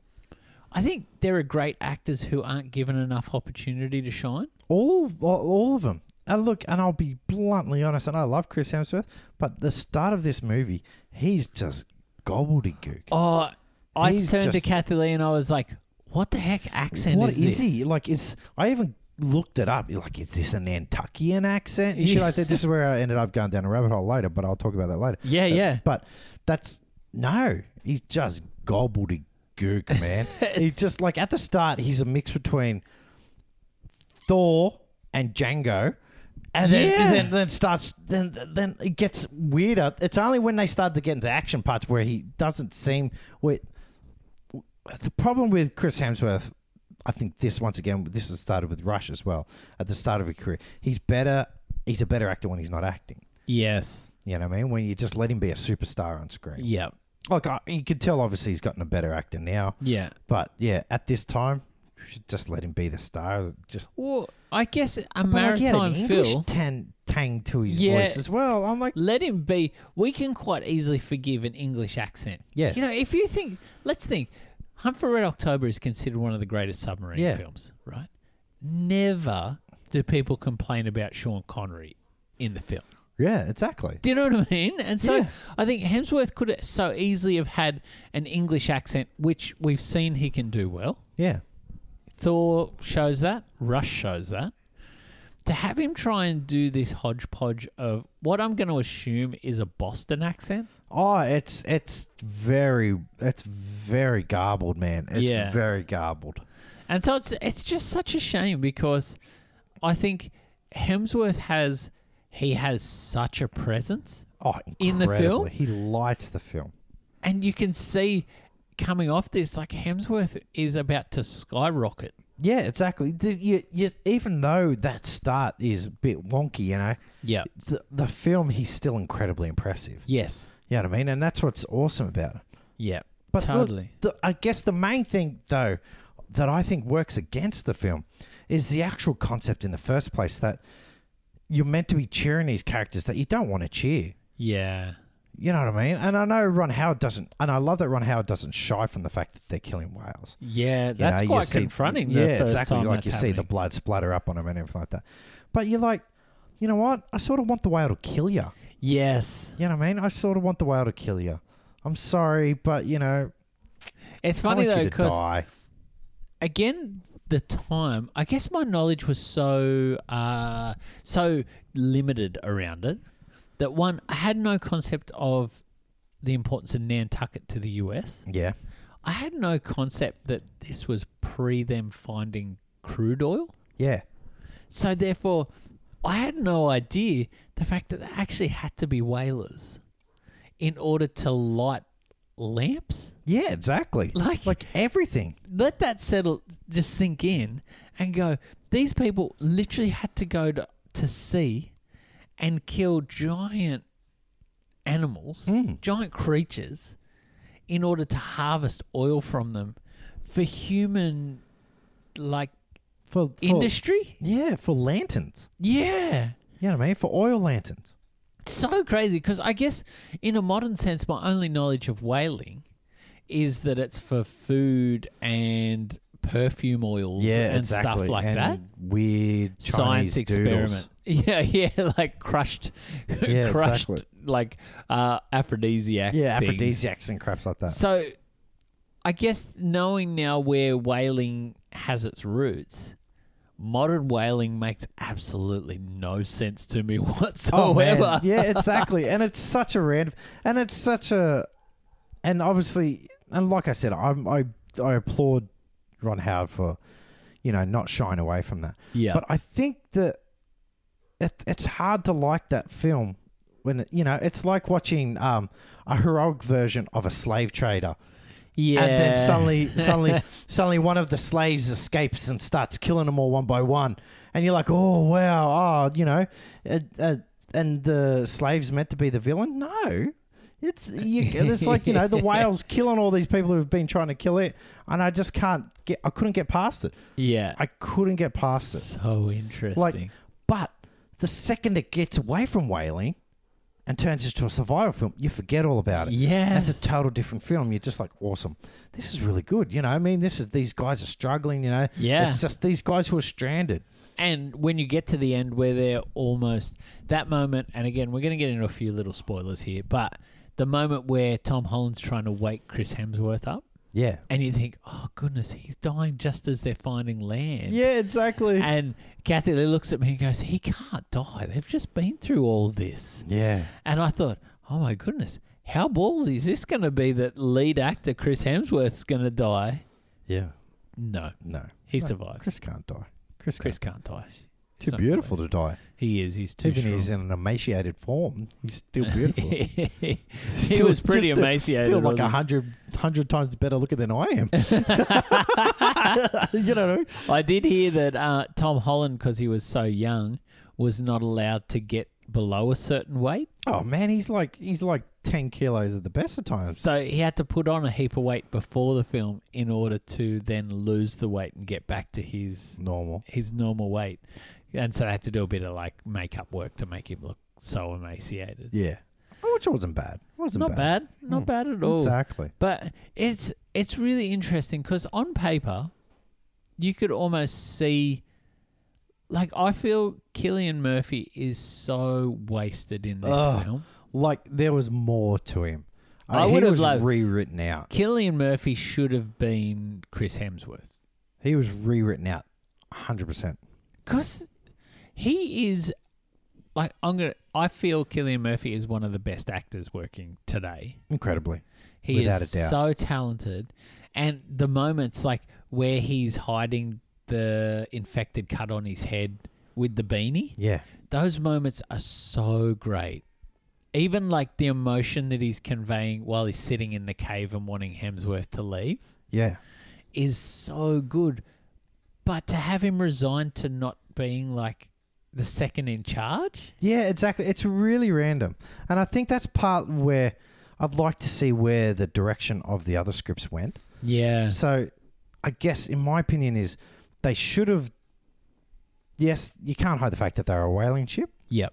[SPEAKER 1] I think there are great actors who aren't given enough opportunity to shine.
[SPEAKER 2] All, all, all of them. And look, and I'll be bluntly honest, and I love Chris Hemsworth, but the start of this movie, he's just gobbledygook.
[SPEAKER 1] Oh, I
[SPEAKER 2] He's
[SPEAKER 1] turned to
[SPEAKER 2] just-
[SPEAKER 1] Kathy Lee and I was like, "What the heck accent
[SPEAKER 2] What
[SPEAKER 1] is this?"
[SPEAKER 2] is he like? Is I even looked it up. Like, is this a Nantuckian accent? You should like that. This is where I ended up going down a rabbit hole later, but I'll talk about that later.
[SPEAKER 1] Yeah, yeah.
[SPEAKER 2] But that's no. He's just gobbledygook, man.
[SPEAKER 1] [LAUGHS]
[SPEAKER 2] he's just like at the start. He's a mix between Thor and Django. And then,
[SPEAKER 1] Yeah.
[SPEAKER 2] then then starts then then it gets weirder. It's only when they start to get into action parts where he doesn't seem where the problem with Chris Hemsworth, I think this once again, this has started with Rush as well. At the start of his career, he's better. He's a better actor when he's not acting.
[SPEAKER 1] Yes.
[SPEAKER 2] You know what I mean? When you just let him be a superstar on screen.
[SPEAKER 1] Yeah.
[SPEAKER 2] Like I, you could tell, obviously he's gotten a better actor now.
[SPEAKER 1] Yeah.
[SPEAKER 2] But yeah, at this time, you should just let him be the star. Just
[SPEAKER 1] Well, I guess a
[SPEAKER 2] But, like, he had an
[SPEAKER 1] maritime
[SPEAKER 2] English
[SPEAKER 1] Phil.
[SPEAKER 2] tan- tang to his
[SPEAKER 1] Yeah.
[SPEAKER 2] voice as well. I'm like,
[SPEAKER 1] Let him be. We can quite easily forgive an English accent.
[SPEAKER 2] Yeah.
[SPEAKER 1] You know, if you think, let's think, Hunt for Red October is considered one of the greatest submarine
[SPEAKER 2] Yeah.
[SPEAKER 1] films, right? Never do people complain about Sean Connery in the film.
[SPEAKER 2] Yeah, exactly.
[SPEAKER 1] Do you know what I mean? And so
[SPEAKER 2] Yeah.
[SPEAKER 1] I think Hemsworth could so easily have had an English accent, which we've seen he can do well.
[SPEAKER 2] Yeah.
[SPEAKER 1] Thor shows that. Rush shows that. To have him try and do this hodgepodge of what I'm going to assume is a Boston accent.
[SPEAKER 2] Oh, it's it's very it's very garbled, man. It's
[SPEAKER 1] Yeah.
[SPEAKER 2] very garbled.
[SPEAKER 1] And so it's it's just such a shame because I think Hemsworth has he has such a presence
[SPEAKER 2] Oh,
[SPEAKER 1] In the
[SPEAKER 2] incredibly.
[SPEAKER 1] film?
[SPEAKER 2] he lights the film.
[SPEAKER 1] and you can see coming off this like Hemsworth is about to skyrocket.
[SPEAKER 2] Yeah, exactly. The- you- you- even though that start is a bit wonky, you know,
[SPEAKER 1] Yeah.
[SPEAKER 2] the, the film he's still incredibly impressive.
[SPEAKER 1] Yes.
[SPEAKER 2] You know what I mean? And that's what's awesome about it.
[SPEAKER 1] Yeah.
[SPEAKER 2] But the-
[SPEAKER 1] totally.
[SPEAKER 2] the- I guess the main thing, though, that I think works against the film is the actual concept in the first place that you're meant to be cheering these characters that you don't want to cheer.
[SPEAKER 1] yeah.
[SPEAKER 2] You know what I mean? And I know Ron Howard doesn't, and I love that Ron Howard doesn't shy from the fact that they're killing whales.
[SPEAKER 1] Yeah,
[SPEAKER 2] You
[SPEAKER 1] that's
[SPEAKER 2] know, you
[SPEAKER 1] quite
[SPEAKER 2] see-
[SPEAKER 1] confronting.
[SPEAKER 2] yeah,
[SPEAKER 1] the first
[SPEAKER 2] exactly.
[SPEAKER 1] Time
[SPEAKER 2] like
[SPEAKER 1] that's
[SPEAKER 2] you see the
[SPEAKER 1] happening.
[SPEAKER 2] blood splatter up on him and everything like that. But you're like, you know what? I sort of want the whale to kill you.
[SPEAKER 1] yes.
[SPEAKER 2] You know what I mean? I sort of want the whale to kill you. I'm sorry, but you know,
[SPEAKER 1] It's funny
[SPEAKER 2] I want
[SPEAKER 1] though
[SPEAKER 2] you to
[SPEAKER 1] because
[SPEAKER 2] die.
[SPEAKER 1] again the time i guess my knowledge was so uh so limited around it that one i had no concept of the importance of nantucket to the us
[SPEAKER 2] Yeah,
[SPEAKER 1] i had no concept that this was pre them finding crude oil
[SPEAKER 2] yeah,
[SPEAKER 1] so therefore i had no idea the fact that they actually had to be whalers in order to light lamps
[SPEAKER 2] yeah. Exactly.
[SPEAKER 1] Like-
[SPEAKER 2] like everything.
[SPEAKER 1] let that settle, just sink in, and go. These people literally had to go to, to sea and kill giant animals,
[SPEAKER 2] Mm.
[SPEAKER 1] giant creatures, in order to harvest oil from them for human like
[SPEAKER 2] For, for
[SPEAKER 1] industry.
[SPEAKER 2] Yeah, for lanterns.
[SPEAKER 1] Yeah.
[SPEAKER 2] You know what I mean? For oil lanterns.
[SPEAKER 1] so crazy because I guess in a modern sense, my only knowledge of whaling is that it's for food and perfume oils and stuff like
[SPEAKER 2] and
[SPEAKER 1] that.
[SPEAKER 2] Weird Chinese
[SPEAKER 1] Science experiment. [LAUGHS] Yeah, yeah, like crushed, [LAUGHS]
[SPEAKER 2] Yeah,
[SPEAKER 1] crushed
[SPEAKER 2] exactly.
[SPEAKER 1] like uh, aphrodisiac.
[SPEAKER 2] Yeah,
[SPEAKER 1] things.
[SPEAKER 2] aphrodisiacs and craps like that.
[SPEAKER 1] So, I guess knowing now where whaling has its roots, modern whaling makes absolutely no sense to me [LAUGHS]
[SPEAKER 2] Oh, man.
[SPEAKER 1] whatsoever. [LAUGHS]
[SPEAKER 2] yeah, exactly. And it's such a random, and it's such a, and obviously, and like I said, I'm, I I applaud Ron Howard for, you know, not shying away from that.
[SPEAKER 1] yeah.
[SPEAKER 2] But I think that it, it's hard to like that film when it, you know it's like watching um, a heroic version of a slave trader,
[SPEAKER 1] yeah.
[SPEAKER 2] and then suddenly,
[SPEAKER 1] [LAUGHS]
[SPEAKER 2] suddenly, suddenly, one of the slaves escapes and starts killing them all one by one, and you're like, oh wow, oh you know, uh, uh, and the slave's meant to be the villain? No. It's you, it's like you
[SPEAKER 1] [LAUGHS]
[SPEAKER 2] know the whale's killing all these people who've been trying to kill it, and I just can't get I couldn't get past it.
[SPEAKER 1] Yeah.
[SPEAKER 2] I couldn't get past it.
[SPEAKER 1] So interesting.
[SPEAKER 2] Like, but the second it gets away from whaling and turns into a survival film, you forget all about it.
[SPEAKER 1] yeah.
[SPEAKER 2] That's a total different film. You're just like, awesome. This is really good. You know, I mean, this is these guys are struggling. You know,
[SPEAKER 1] Yeah.
[SPEAKER 2] It's just these guys who are stranded.
[SPEAKER 1] and when you get to the end where they're almost that moment, and again, we're going to get into a few little spoilers here, but the moment where Tom Holland's trying to wake Chris Hemsworth up,
[SPEAKER 2] Yeah.
[SPEAKER 1] and you think, oh, goodness, he's dying just as they're finding land.
[SPEAKER 2] Yeah, exactly.
[SPEAKER 1] And Kathy Lee looks at me and goes, he can't die. They've just been through all this.
[SPEAKER 2] yeah.
[SPEAKER 1] And I thought, oh, my goodness, how ballsy is this going to be that lead actor Chris Hemsworth's going to die?
[SPEAKER 2] Yeah.
[SPEAKER 1] No,
[SPEAKER 2] No.
[SPEAKER 1] he
[SPEAKER 2] No,
[SPEAKER 1] survives.
[SPEAKER 2] Chris can't die. Chris.
[SPEAKER 1] Chris
[SPEAKER 2] Chris.
[SPEAKER 1] can't die.
[SPEAKER 2] Too
[SPEAKER 1] So-
[SPEAKER 2] beautiful to die.
[SPEAKER 1] He is. He's too
[SPEAKER 2] Even
[SPEAKER 1] strong.
[SPEAKER 2] he's in an emaciated form. He's
[SPEAKER 1] [LAUGHS]
[SPEAKER 2] still beautiful.
[SPEAKER 1] he
[SPEAKER 2] Still-
[SPEAKER 1] was pretty
[SPEAKER 2] just a-
[SPEAKER 1] emaciated.
[SPEAKER 2] Still like
[SPEAKER 1] wasn't
[SPEAKER 2] a
[SPEAKER 1] he?
[SPEAKER 2] hundred, hundred times better looking than I am. [LAUGHS] you know what I mean?
[SPEAKER 1] [LAUGHS] I did hear that uh, Tom Holland, because he was so young, was not allowed to get below a certain weight.
[SPEAKER 2] Oh man, he's like he's like ten kilos at the best of times.
[SPEAKER 1] So he had to put on a heap of weight before the film in order to then lose the weight and get back to his
[SPEAKER 2] Normal.
[SPEAKER 1] his normal weight. And so they had to do a bit of like makeup work to make him look so emaciated.
[SPEAKER 2] Yeah. Which wasn't bad. It wasn't
[SPEAKER 1] Not bad. Not
[SPEAKER 2] Hmm.
[SPEAKER 1] bad at all.
[SPEAKER 2] Exactly.
[SPEAKER 1] But it's it's really interesting because on paper, you could almost see, like, I feel Killian Murphy is so wasted in this
[SPEAKER 2] Ugh.
[SPEAKER 1] film.
[SPEAKER 2] Like there was more to him.
[SPEAKER 1] I
[SPEAKER 2] he
[SPEAKER 1] would've
[SPEAKER 2] was
[SPEAKER 1] loved-
[SPEAKER 2] rewritten out.
[SPEAKER 1] Killian Murphy should have been Chris Hemsworth
[SPEAKER 2] He was rewritten out, hundred percent.
[SPEAKER 1] because he is like I'm gonna. I feel Killian Murphy is one of the best actors working today.
[SPEAKER 2] Incredibly.
[SPEAKER 1] He
[SPEAKER 2] Without
[SPEAKER 1] is
[SPEAKER 2] a doubt.
[SPEAKER 1] so talented, and the moments like where he's hiding the infected cut on his head with the beanie,
[SPEAKER 2] Yeah.
[SPEAKER 1] those moments are so great. Even like the emotion that he's conveying while he's sitting in the cave and wanting Hemsworth to leave
[SPEAKER 2] Yeah.
[SPEAKER 1] is so good. But to have him resigned to not being like the second in charge,
[SPEAKER 2] Yeah, exactly. It's really random. And I think that's part where I'd like to see where the direction of the other scripts went.
[SPEAKER 1] yeah,
[SPEAKER 2] So I guess in my opinion is they should have Yes, you can't hide the fact that they're a whaling ship.
[SPEAKER 1] yep,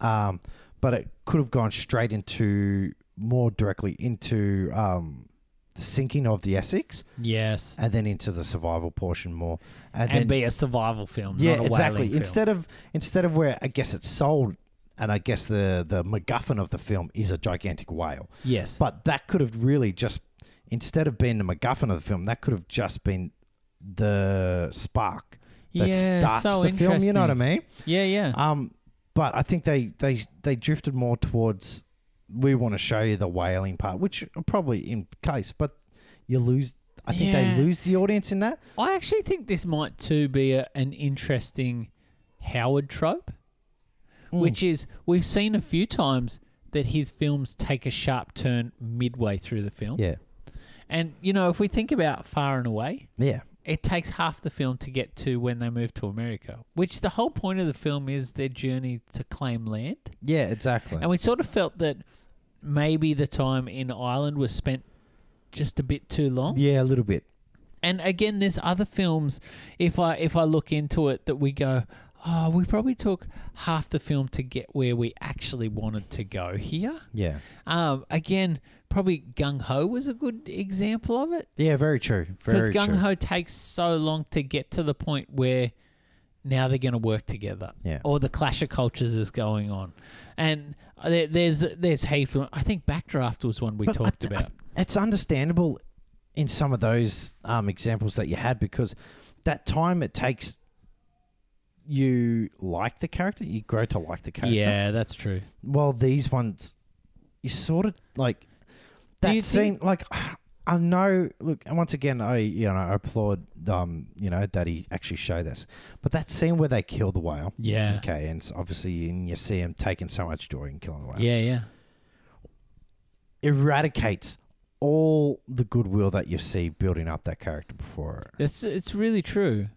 [SPEAKER 2] um, but it could have gone straight into more directly into um, the sinking of the Essex
[SPEAKER 1] yes,
[SPEAKER 2] and then into the survival portion more, and,
[SPEAKER 1] and,
[SPEAKER 2] then
[SPEAKER 1] be a survival film,
[SPEAKER 2] yeah,
[SPEAKER 1] not a
[SPEAKER 2] exactly.
[SPEAKER 1] whaling film.
[SPEAKER 2] Instead of instead of where I guess it's sold, and I guess the the MacGuffin of the film is a gigantic whale,
[SPEAKER 1] yes,
[SPEAKER 2] but that could have really just instead of being the MacGuffin of the film, that could have just been the spark that starts the film. You know what I
[SPEAKER 1] interesting.
[SPEAKER 2] mean?
[SPEAKER 1] Yeah, yeah.
[SPEAKER 2] Um, but I think they they they drifted more towards we want to show you the whaling part, which are probably in case, but you lose. I think
[SPEAKER 1] Yeah.
[SPEAKER 2] they lose the audience in that.
[SPEAKER 1] I actually think this might too be a, an interesting Howard trope,
[SPEAKER 2] Hmm.
[SPEAKER 1] which is we've seen a few times that his films take a sharp turn midway through the film.
[SPEAKER 2] yeah,
[SPEAKER 1] And you know, if we think about Far and Away,
[SPEAKER 2] yeah,
[SPEAKER 1] it takes half the film to get to when they move to America, which the whole point of the film is their journey to claim land.
[SPEAKER 2] yeah, exactly.
[SPEAKER 1] And we sort of felt that maybe the time in Ireland was spent just a bit too long.
[SPEAKER 2] yeah, a little bit.
[SPEAKER 1] And again, there's other films. If I if I look into it, that we go, oh, we probably took half the film to get where we actually wanted to go here.
[SPEAKER 2] Yeah,
[SPEAKER 1] Um, again, probably Gung Ho was a good example of it
[SPEAKER 2] yeah, very true.
[SPEAKER 1] because
[SPEAKER 2] Very
[SPEAKER 1] Gung
[SPEAKER 2] true.
[SPEAKER 1] Ho takes so long to get to the point where now they're going to work together,
[SPEAKER 2] Yeah.
[SPEAKER 1] or the clash of cultures is going on, and there, there's there's heaps. of- I think Backdraft was one we
[SPEAKER 2] But I
[SPEAKER 1] talked
[SPEAKER 2] th- I
[SPEAKER 1] about.
[SPEAKER 2] th- it's understandable in some of those um, examples that you had because that time it takes you like the character, you grow to like the character.
[SPEAKER 1] yeah, that's true.
[SPEAKER 2] well these ones you sort of like that
[SPEAKER 1] you
[SPEAKER 2] scene like i know look and once again i you know i applaud um you know that he actually showed this but that scene where they kill the whale
[SPEAKER 1] Yeah,
[SPEAKER 2] okay and s- obviously and you see him taking so much joy in killing the whale
[SPEAKER 1] yeah, yeah,
[SPEAKER 2] eradicates all the goodwill that you see building up that character before it.
[SPEAKER 1] that's it's really true.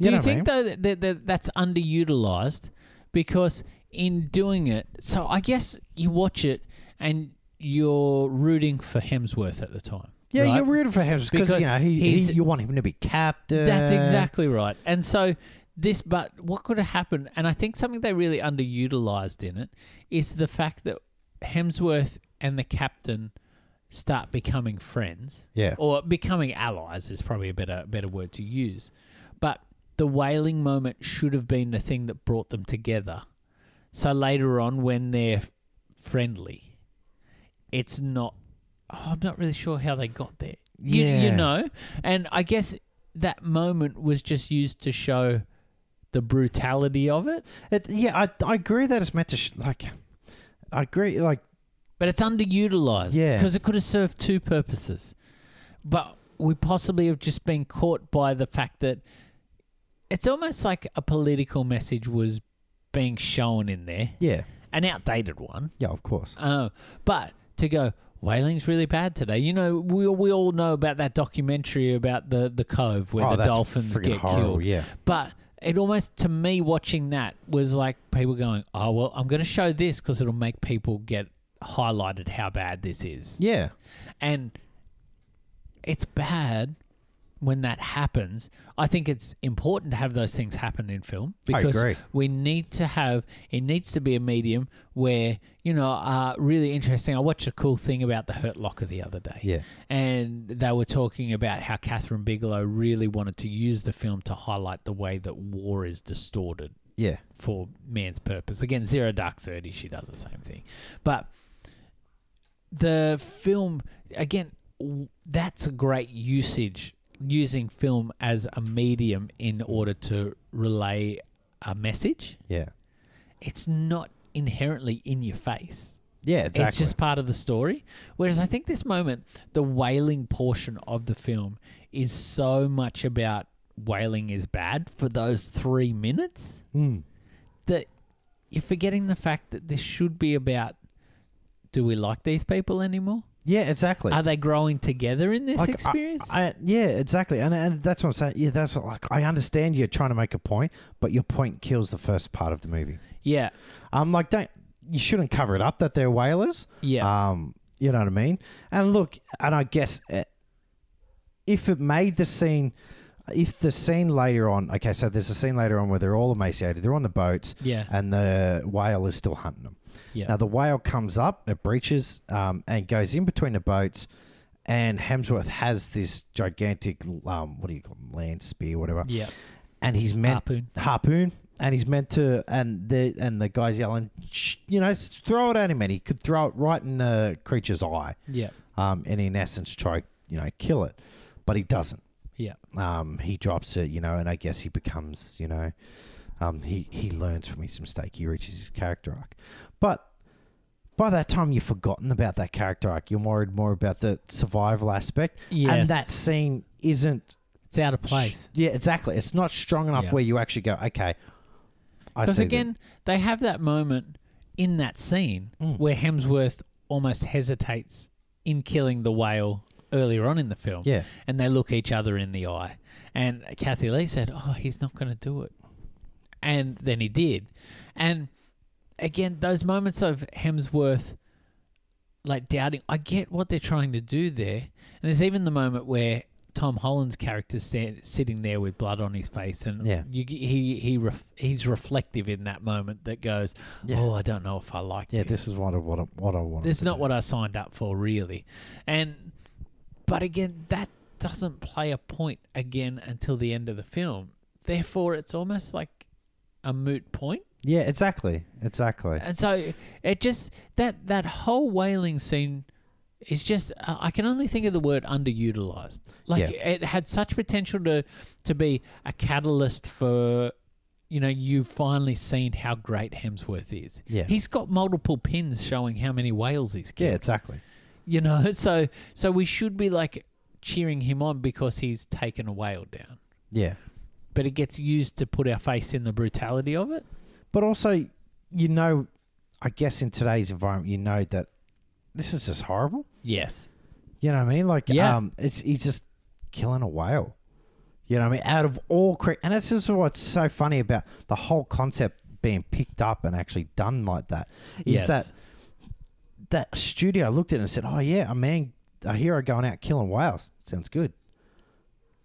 [SPEAKER 1] Do you,
[SPEAKER 2] You know what I
[SPEAKER 1] think though that, that, that that's underutilized because in doing it, so I guess you watch it and you're rooting for Hemsworth at the time.
[SPEAKER 2] yeah
[SPEAKER 1] right?
[SPEAKER 2] you're rooting for him because
[SPEAKER 1] Because
[SPEAKER 2] you know he,
[SPEAKER 1] he's-
[SPEAKER 2] he- you want him to be captain
[SPEAKER 1] That's exactly right. And so this, but what could have happened? And I think something they really underutilized in it is the fact that Hemsworth and the captain start becoming friends,
[SPEAKER 2] yeah
[SPEAKER 1] or becoming allies is probably a better better word to use. But the whaling moment should have been the thing that brought them together. So later on, when they're friendly, it's not. Oh, I'm not really sure how they got there. You, you
[SPEAKER 2] Yeah.
[SPEAKER 1] know, and I guess that moment was just used to show the brutality of it,
[SPEAKER 2] It, yeah, I, I agree that it's meant to sh- like. I agree, like
[SPEAKER 1] but it's underutilized
[SPEAKER 2] Yeah.
[SPEAKER 1] because it could have served two purposes. But we possibly have just been caught by the fact that it's almost like a political message was being shown in there,
[SPEAKER 2] yeah,
[SPEAKER 1] an outdated one.
[SPEAKER 2] yeah, of course.
[SPEAKER 1] Uh, but to go, whaling's really bad today. You know, we we all know about that documentary about the the cove where
[SPEAKER 2] Oh,
[SPEAKER 1] the
[SPEAKER 2] that's
[SPEAKER 1] dolphins
[SPEAKER 2] friggin'
[SPEAKER 1] get
[SPEAKER 2] horrible,
[SPEAKER 1] killed.
[SPEAKER 2] Yeah,
[SPEAKER 1] But it almost to me watching that was like people going, "Oh well, I'm going to show this because it'll make people get highlighted how bad this is."
[SPEAKER 2] yeah,
[SPEAKER 1] And it's bad, when that happens, I think it's important to have those things happen in film because
[SPEAKER 2] agree.
[SPEAKER 1] we need to have it needs to be a medium where you know uh, really interesting. I watched a cool thing about the Hurt Locker the other day,
[SPEAKER 2] Yeah.
[SPEAKER 1] and they were talking about how Catherine Bigelow really wanted to use the film to highlight the way that war is distorted
[SPEAKER 2] Yeah.
[SPEAKER 1] for man's purpose. Again, Zero Dark Thirty, she does the same thing. But the film, again, w- that's a great usage, using film as a medium in order to relay a message.
[SPEAKER 2] Yeah.
[SPEAKER 1] It's not inherently in your face.
[SPEAKER 2] Yeah, exactly.
[SPEAKER 1] It's just part of the story. Whereas I think this moment, the wailing portion of the film is so much about wailing is bad for those three minutes
[SPEAKER 2] Mm.
[SPEAKER 1] that you're forgetting the fact that this should be about do we like these people anymore?
[SPEAKER 2] Yeah, exactly.
[SPEAKER 1] Are they growing together in this
[SPEAKER 2] Like, I-
[SPEAKER 1] experience?
[SPEAKER 2] I, yeah, exactly. And and that's what I'm saying. Yeah, that's what, like I understand you're trying to make a point, but your point kills the first part of the movie.
[SPEAKER 1] yeah,
[SPEAKER 2] Um, like don't you shouldn't cover it up that they're whalers.
[SPEAKER 1] yeah,
[SPEAKER 2] Um, you know what I mean? And look, and I guess uh, if it made the scene, if the scene later on, okay, so there's a scene later on where they're all emaciated, they're on the boats,
[SPEAKER 1] yeah,
[SPEAKER 2] and the whale is still hunting them.
[SPEAKER 1] yeah,
[SPEAKER 2] Now the whale comes up, it breaches, um, and goes in between the boats. And Hemsworth has this gigantic, um, what do you call them, land spear, whatever,
[SPEAKER 1] yeah.
[SPEAKER 2] and he's meant
[SPEAKER 1] Harpoon.
[SPEAKER 2] harpoon, and he's meant to, and the and the guy's yelling, "Shh," you know, "S- throw it at him, and he could throw it right in the creature's eye,
[SPEAKER 1] Yeah,
[SPEAKER 2] um, and in essence try, you know, kill it, but he doesn't.
[SPEAKER 1] yeah,
[SPEAKER 2] Um, he drops it, you know, and I guess he becomes, you know, um, he he learns from his mistake. He reaches his character arc, but by that time you've forgotten about that character arc. You're worried more about the survival aspect, and
[SPEAKER 1] Yes.
[SPEAKER 2] that scene isn't
[SPEAKER 1] it's out of
[SPEAKER 2] sh-
[SPEAKER 1] place.
[SPEAKER 2] Yeah, exactly. It's not strong enough
[SPEAKER 1] Yeah.
[SPEAKER 2] where you actually go, okay. I
[SPEAKER 1] Because
[SPEAKER 2] see
[SPEAKER 1] again, they have that moment in that scene
[SPEAKER 2] Mm.
[SPEAKER 1] where Hemsworth almost hesitates in killing the whale earlier on in the film.
[SPEAKER 2] that. yeah,
[SPEAKER 1] and they look each other in the eye. And Kathy Lee said, "Oh, he's not going to do it," and then he did. And again, those moments of Hemsworth like doubting. I get what they're trying to do there, and there's even the moment where Tom Holland's character stand, sitting there with blood on his face, and
[SPEAKER 2] Yeah.
[SPEAKER 1] you, he he ref, he's reflective in that moment that goes,
[SPEAKER 2] Yeah.
[SPEAKER 1] "Oh, I don't know if I like
[SPEAKER 2] yeah. This is what I what I, what I want.
[SPEAKER 1] this is not what I signed up for, really. And but again, that doesn't play a point again until the end of the film. Therefore, it's almost like a moot point.
[SPEAKER 2] Yeah, exactly, exactly.
[SPEAKER 1] And so it just that that whole whaling scene is just uh, I can only think of the word underutilized. Like it had such potential to to be a catalyst for you know you've finally seen how great Hemsworth is.
[SPEAKER 2] Yeah.
[SPEAKER 1] He's got multiple pins showing how many whales he's
[SPEAKER 2] yeah,
[SPEAKER 1] killed
[SPEAKER 2] exactly.
[SPEAKER 1] you know [LAUGHS] so so we should be like cheering him on because he's taken a whale down
[SPEAKER 2] Yeah,
[SPEAKER 1] but it gets used to put our face in the brutality of it
[SPEAKER 2] but also, you know, I guess in today's environment, you know that this is just horrible.
[SPEAKER 1] yes
[SPEAKER 2] You know what I mean? Like,
[SPEAKER 1] Yeah.
[SPEAKER 2] um, it's he's just killing a whale. You know what I mean? Out of all, cre- and that's just what's so funny about the whole concept being picked up and actually done like that is
[SPEAKER 1] Yes.
[SPEAKER 2] that that studio looked at it and said, "Oh yeah, a man, a hero going out killing whales sounds good."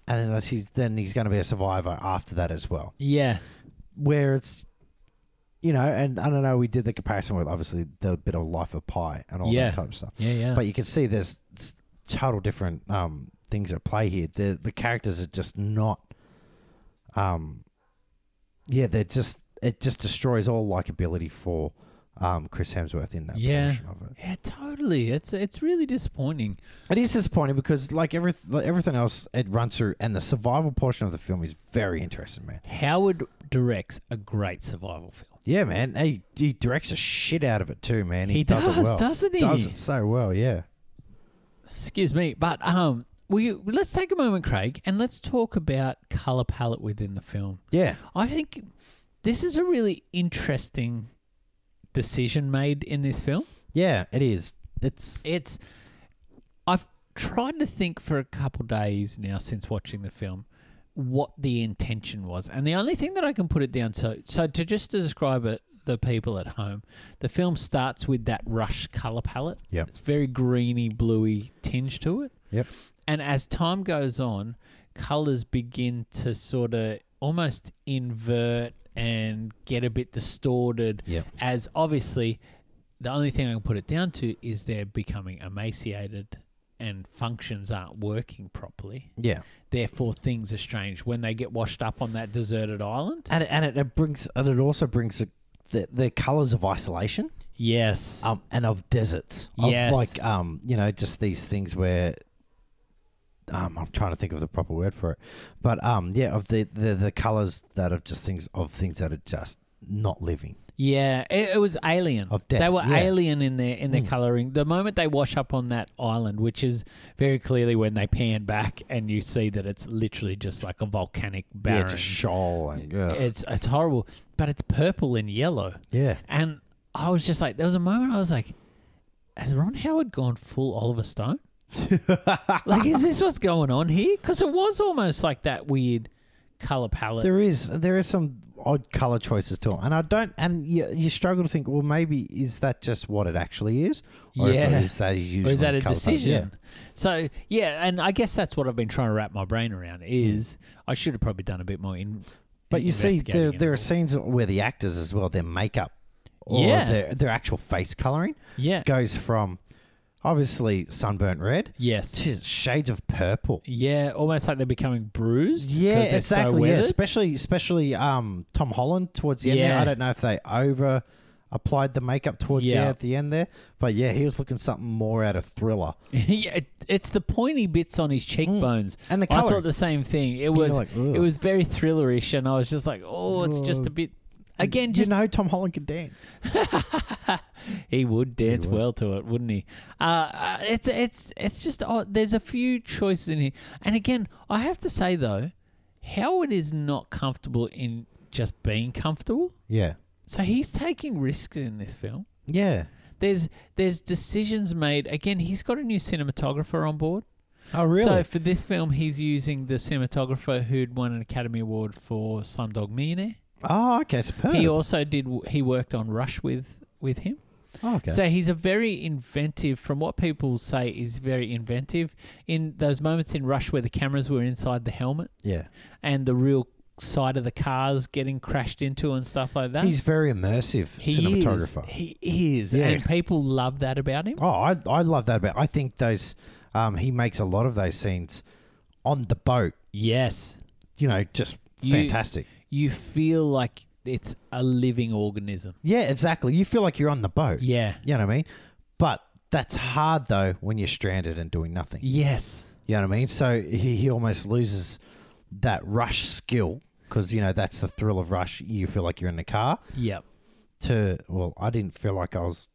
[SPEAKER 2] And then I see- then he's going to be a survivor after that as well.
[SPEAKER 1] yeah
[SPEAKER 2] Where it's, you know, and I don't know. We did the comparison with obviously the bit of Life of Pi and all
[SPEAKER 1] Yeah.
[SPEAKER 2] that type of stuff
[SPEAKER 1] yeah yeah
[SPEAKER 2] but you can see there's s- total different um, things at play here. The the characters are just not, um, yeah, they're just it just destroys all likability for um, Chris Hemsworth in that
[SPEAKER 1] Yeah.
[SPEAKER 2] portion of it.
[SPEAKER 1] yeah totally it's it's really disappointing
[SPEAKER 2] It is disappointing because like every like everything else, it runs through, and the survival portion of the film is very interesting, man.
[SPEAKER 1] howard directs a great survival film
[SPEAKER 2] Yeah, man, he, he directs the shit out of it too, man. He,
[SPEAKER 1] He
[SPEAKER 2] does,
[SPEAKER 1] does,
[SPEAKER 2] it well.
[SPEAKER 1] doesn't he?
[SPEAKER 2] Does it so well, yeah.
[SPEAKER 1] excuse me but um we let's take a moment craig and let's talk about color palette within the film
[SPEAKER 2] Yeah,
[SPEAKER 1] I think this is a really interesting decision made in this film.
[SPEAKER 2] yeah, it is. It's
[SPEAKER 1] It's I've tried to think for a couple days now since watching the film what the intention was. And the only thing that I can put it down to so to just to describe it the people at home, the film starts with that rush color palette.
[SPEAKER 2] Yep.
[SPEAKER 1] It's very greeny, bluey tinge to it.
[SPEAKER 2] Yep.
[SPEAKER 1] And as time goes on, colors begin to sort of almost invert and get a bit distorted
[SPEAKER 2] Yeah.
[SPEAKER 1] as obviously the only thing I can put it down to is they're becoming emaciated and functions aren't working properly.
[SPEAKER 2] Yeah.
[SPEAKER 1] Therefore, things are strange when they get washed up on that deserted island.
[SPEAKER 2] And it, and it, it brings and it also brings the, the, the colors of isolation
[SPEAKER 1] Yes.
[SPEAKER 2] um, and of deserts. Of
[SPEAKER 1] Yes.
[SPEAKER 2] like um, you know, just these things where um, I'm trying to think of the proper word for it, but um, yeah, of the the, the colors that are just things of things that are just not living.
[SPEAKER 1] Yeah, it, it was alien.
[SPEAKER 2] Of death,
[SPEAKER 1] they were
[SPEAKER 2] yeah.
[SPEAKER 1] alien in their in their
[SPEAKER 2] Mm.
[SPEAKER 1] coloring. The moment they wash up on that island, which is very clearly when they pan back and you see that it's literally just like a volcanic barren.
[SPEAKER 2] Yeah, just shoal and ugh.
[SPEAKER 1] it's it's horrible, but it's purple and yellow.
[SPEAKER 2] yeah,
[SPEAKER 1] And I was just like, there was a moment I was like, has Ron Howard gone full Oliver
[SPEAKER 2] [LAUGHS]
[SPEAKER 1] Stone? like, is this what's going on here? Because it was almost like that weird color palette.
[SPEAKER 2] there is there is some odd color choices to them, and I don't and you, you struggle to think. Well, maybe is that just what it actually is, or if
[SPEAKER 1] Yeah.
[SPEAKER 2] it is that
[SPEAKER 1] or
[SPEAKER 2] usually
[SPEAKER 1] is that a
[SPEAKER 2] colour palette?
[SPEAKER 1] decision?
[SPEAKER 2] Yeah.
[SPEAKER 1] So yeah, and I guess that's what I've been trying to wrap my brain around. Is I should have probably done a bit more in.
[SPEAKER 2] But you see, there,
[SPEAKER 1] investigating it
[SPEAKER 2] there
[SPEAKER 1] all.
[SPEAKER 2] are scenes where the actors as well, their makeup or
[SPEAKER 1] Yeah.
[SPEAKER 2] their, their actual face colouring
[SPEAKER 1] yeah,
[SPEAKER 2] goes from obviously sunburnt red
[SPEAKER 1] yes,
[SPEAKER 2] to shades of purple.
[SPEAKER 1] yeah, almost like they're becoming bruised. 'cause
[SPEAKER 2] Yeah,
[SPEAKER 1] they're
[SPEAKER 2] exactly.
[SPEAKER 1] So
[SPEAKER 2] yeah,
[SPEAKER 1] weathered.
[SPEAKER 2] especially especially um, Tom Holland towards the end there.
[SPEAKER 1] Yeah.
[SPEAKER 2] I don't know if they over applied the makeup towards
[SPEAKER 1] Yeah.
[SPEAKER 2] the, at the end there, but yeah, he was looking something more out of thriller.
[SPEAKER 1] [LAUGHS] yeah, it, it's the pointy bits on his cheekbones.
[SPEAKER 2] Mm. And the
[SPEAKER 1] I
[SPEAKER 2] colour.
[SPEAKER 1] thought the same thing. It was
[SPEAKER 2] like, ugh.
[SPEAKER 1] it was very thrillerish, and I was just like, oh, it's just a bit. Again, just
[SPEAKER 2] you know Tom Holland can dance.
[SPEAKER 1] he would dance
[SPEAKER 2] would.
[SPEAKER 1] well to it, wouldn't he? Uh, Uh, it's it's it's just oh, there's a few choices in here, and again, I have to say though, Howard is not comfortable in just being comfortable,
[SPEAKER 2] Yeah,
[SPEAKER 1] so he's taking risks in this film.
[SPEAKER 2] yeah.
[SPEAKER 1] There's there's decisions made. Again, he's got a new cinematographer on board.
[SPEAKER 2] Oh really?
[SPEAKER 1] So for this film, he's using the cinematographer who'd won an Academy Award for Slumdog Millionaire.
[SPEAKER 2] oh okay, superb.
[SPEAKER 1] He also did. He worked on Rush with with him.
[SPEAKER 2] oh, okay.
[SPEAKER 1] So he's a very inventive, from what people say, is very inventive. In those moments in Rush where the cameras were inside the helmet
[SPEAKER 2] yeah,
[SPEAKER 1] and the real side of the cars getting crashed into and stuff like that.
[SPEAKER 2] he's very immersive
[SPEAKER 1] he is.
[SPEAKER 2] cinematographer.
[SPEAKER 1] He is.
[SPEAKER 2] Yeah.
[SPEAKER 1] And people love that about him.
[SPEAKER 2] Oh, I, I love that about. I think those um, he makes a lot of those scenes on the boat.
[SPEAKER 1] Yes.
[SPEAKER 2] You know, just
[SPEAKER 1] You-
[SPEAKER 2] fantastic.
[SPEAKER 1] You feel like it's a living organism.
[SPEAKER 2] Yeah, exactly. You feel like you're on the boat.
[SPEAKER 1] Yeah.
[SPEAKER 2] You know what I mean? But that's hard though when you're stranded and doing nothing.
[SPEAKER 1] Yes.
[SPEAKER 2] You know what I mean? So he, he almost loses that rush skill because you know that's the thrill of rush. You feel like you're in the car.
[SPEAKER 1] Yep.
[SPEAKER 2] To well, I didn't feel like I was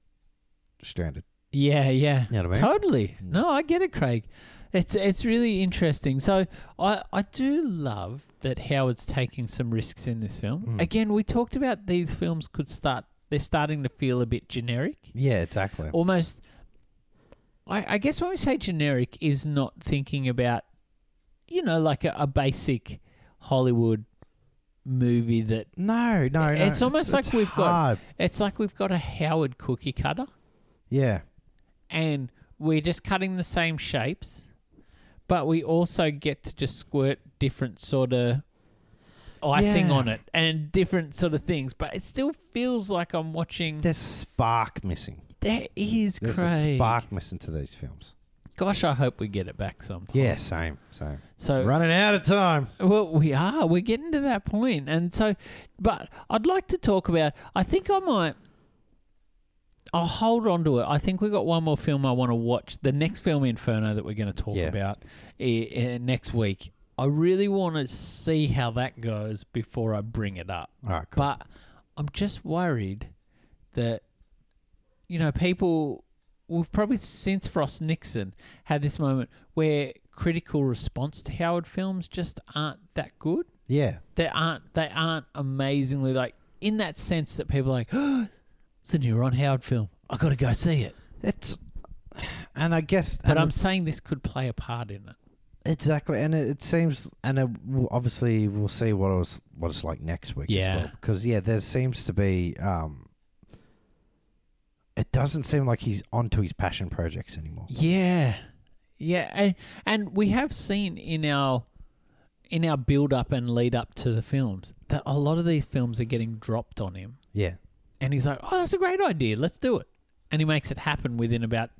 [SPEAKER 2] stranded.
[SPEAKER 1] Yeah, yeah.
[SPEAKER 2] You know what I mean? Mm.
[SPEAKER 1] Totally. No, I get it, Craig. It's it's really interesting. So I, I do love that Howard's taking some risks in this film.
[SPEAKER 2] Mm.
[SPEAKER 1] Again, we talked about these films could start they're starting to feel a bit generic.
[SPEAKER 2] Yeah, exactly.
[SPEAKER 1] Almost I, I guess when we say generic is not thinking about you know, like a, a basic Hollywood movie that
[SPEAKER 2] No, no, no.
[SPEAKER 1] It's almost like we've got-
[SPEAKER 2] hard.
[SPEAKER 1] it's like we've got a Howard cookie cutter
[SPEAKER 2] Yeah.
[SPEAKER 1] and we're just cutting the same shapes, but we also get to just squirt different sort of icing
[SPEAKER 2] Yeah.
[SPEAKER 1] on it and different sort of things. But it still feels like I'm watching.
[SPEAKER 2] There's a spark missing.
[SPEAKER 1] There is
[SPEAKER 2] There's
[SPEAKER 1] Craig.
[SPEAKER 2] a spark missing to these films.
[SPEAKER 1] Gosh, I hope we get it back sometime.
[SPEAKER 2] Yeah, same, same.
[SPEAKER 1] So
[SPEAKER 2] Running out of time.
[SPEAKER 1] Well, we are. We're getting to that point. And so, but I'd like to talk about, I think I might, I'll hold on to it. I think we've got one more film I want to watch. The next film, Inferno, that we're going to talk
[SPEAKER 2] Yeah.
[SPEAKER 1] about i i- next week. I really want to see how that goes before I bring it up.
[SPEAKER 2] All right, cool.
[SPEAKER 1] But I'm just worried that, you know, people, we've probably since Frost Nixon had this moment where critical response to Howard films just aren't that good.
[SPEAKER 2] yeah,
[SPEAKER 1] They aren't, they aren't amazingly like, in that sense that people are like, [GASPS] oh, it's a new Ron Howard film. I got to go see it.
[SPEAKER 2] it's, and I guess,
[SPEAKER 1] But
[SPEAKER 2] and
[SPEAKER 1] I'm saying this could play a part in it.
[SPEAKER 2] exactly, and it, it seems, and it, we'll- obviously we'll see what it was, what it's like next week as
[SPEAKER 1] Yeah.
[SPEAKER 2] well, because yeah, there seems to be, um, it doesn't seem like he's onto his passion projects anymore.
[SPEAKER 1] Yeah. Yeah. And, and we have seen in our in our build up and lead up to the films that a lot of these films are getting dropped on him.
[SPEAKER 2] Yeah.
[SPEAKER 1] And he's like, oh, that's a great idea. Let's do it. And he makes it happen within about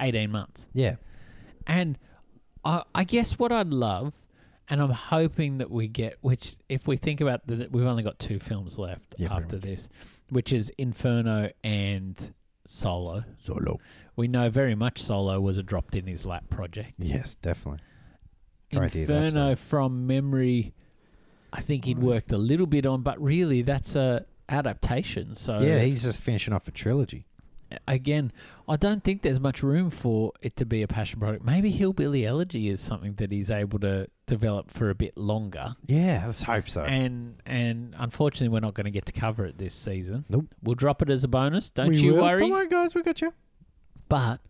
[SPEAKER 1] 18 months.
[SPEAKER 2] Yeah.
[SPEAKER 1] And I, I guess what I'd love, and I'm hoping that we get, which if we think about that, we've only got two films left
[SPEAKER 2] Yeah, pretty
[SPEAKER 1] after this, which is Inferno and Solo.
[SPEAKER 2] Solo.
[SPEAKER 1] We know very much Solo was a dropped in his lap project.
[SPEAKER 2] Yes, definitely. Great idea, that's uh,
[SPEAKER 1] Inferno, from memory, I think he'd worked a little bit on, but really that's a adaptation. So
[SPEAKER 2] yeah, he's just finishing off a trilogy.
[SPEAKER 1] again, I don't think there's much room for it to be a passion product. Maybe Hillbilly Elegy is something that he's able to develop for a bit longer.
[SPEAKER 2] Yeah, let's hope so.
[SPEAKER 1] And and unfortunately, we're not going to get to cover it this season.
[SPEAKER 2] Nope.
[SPEAKER 1] We'll drop it as a bonus. Don't
[SPEAKER 2] We
[SPEAKER 1] you
[SPEAKER 2] will.
[SPEAKER 1] worry.
[SPEAKER 2] Don't worry, guys. We got you.
[SPEAKER 1] But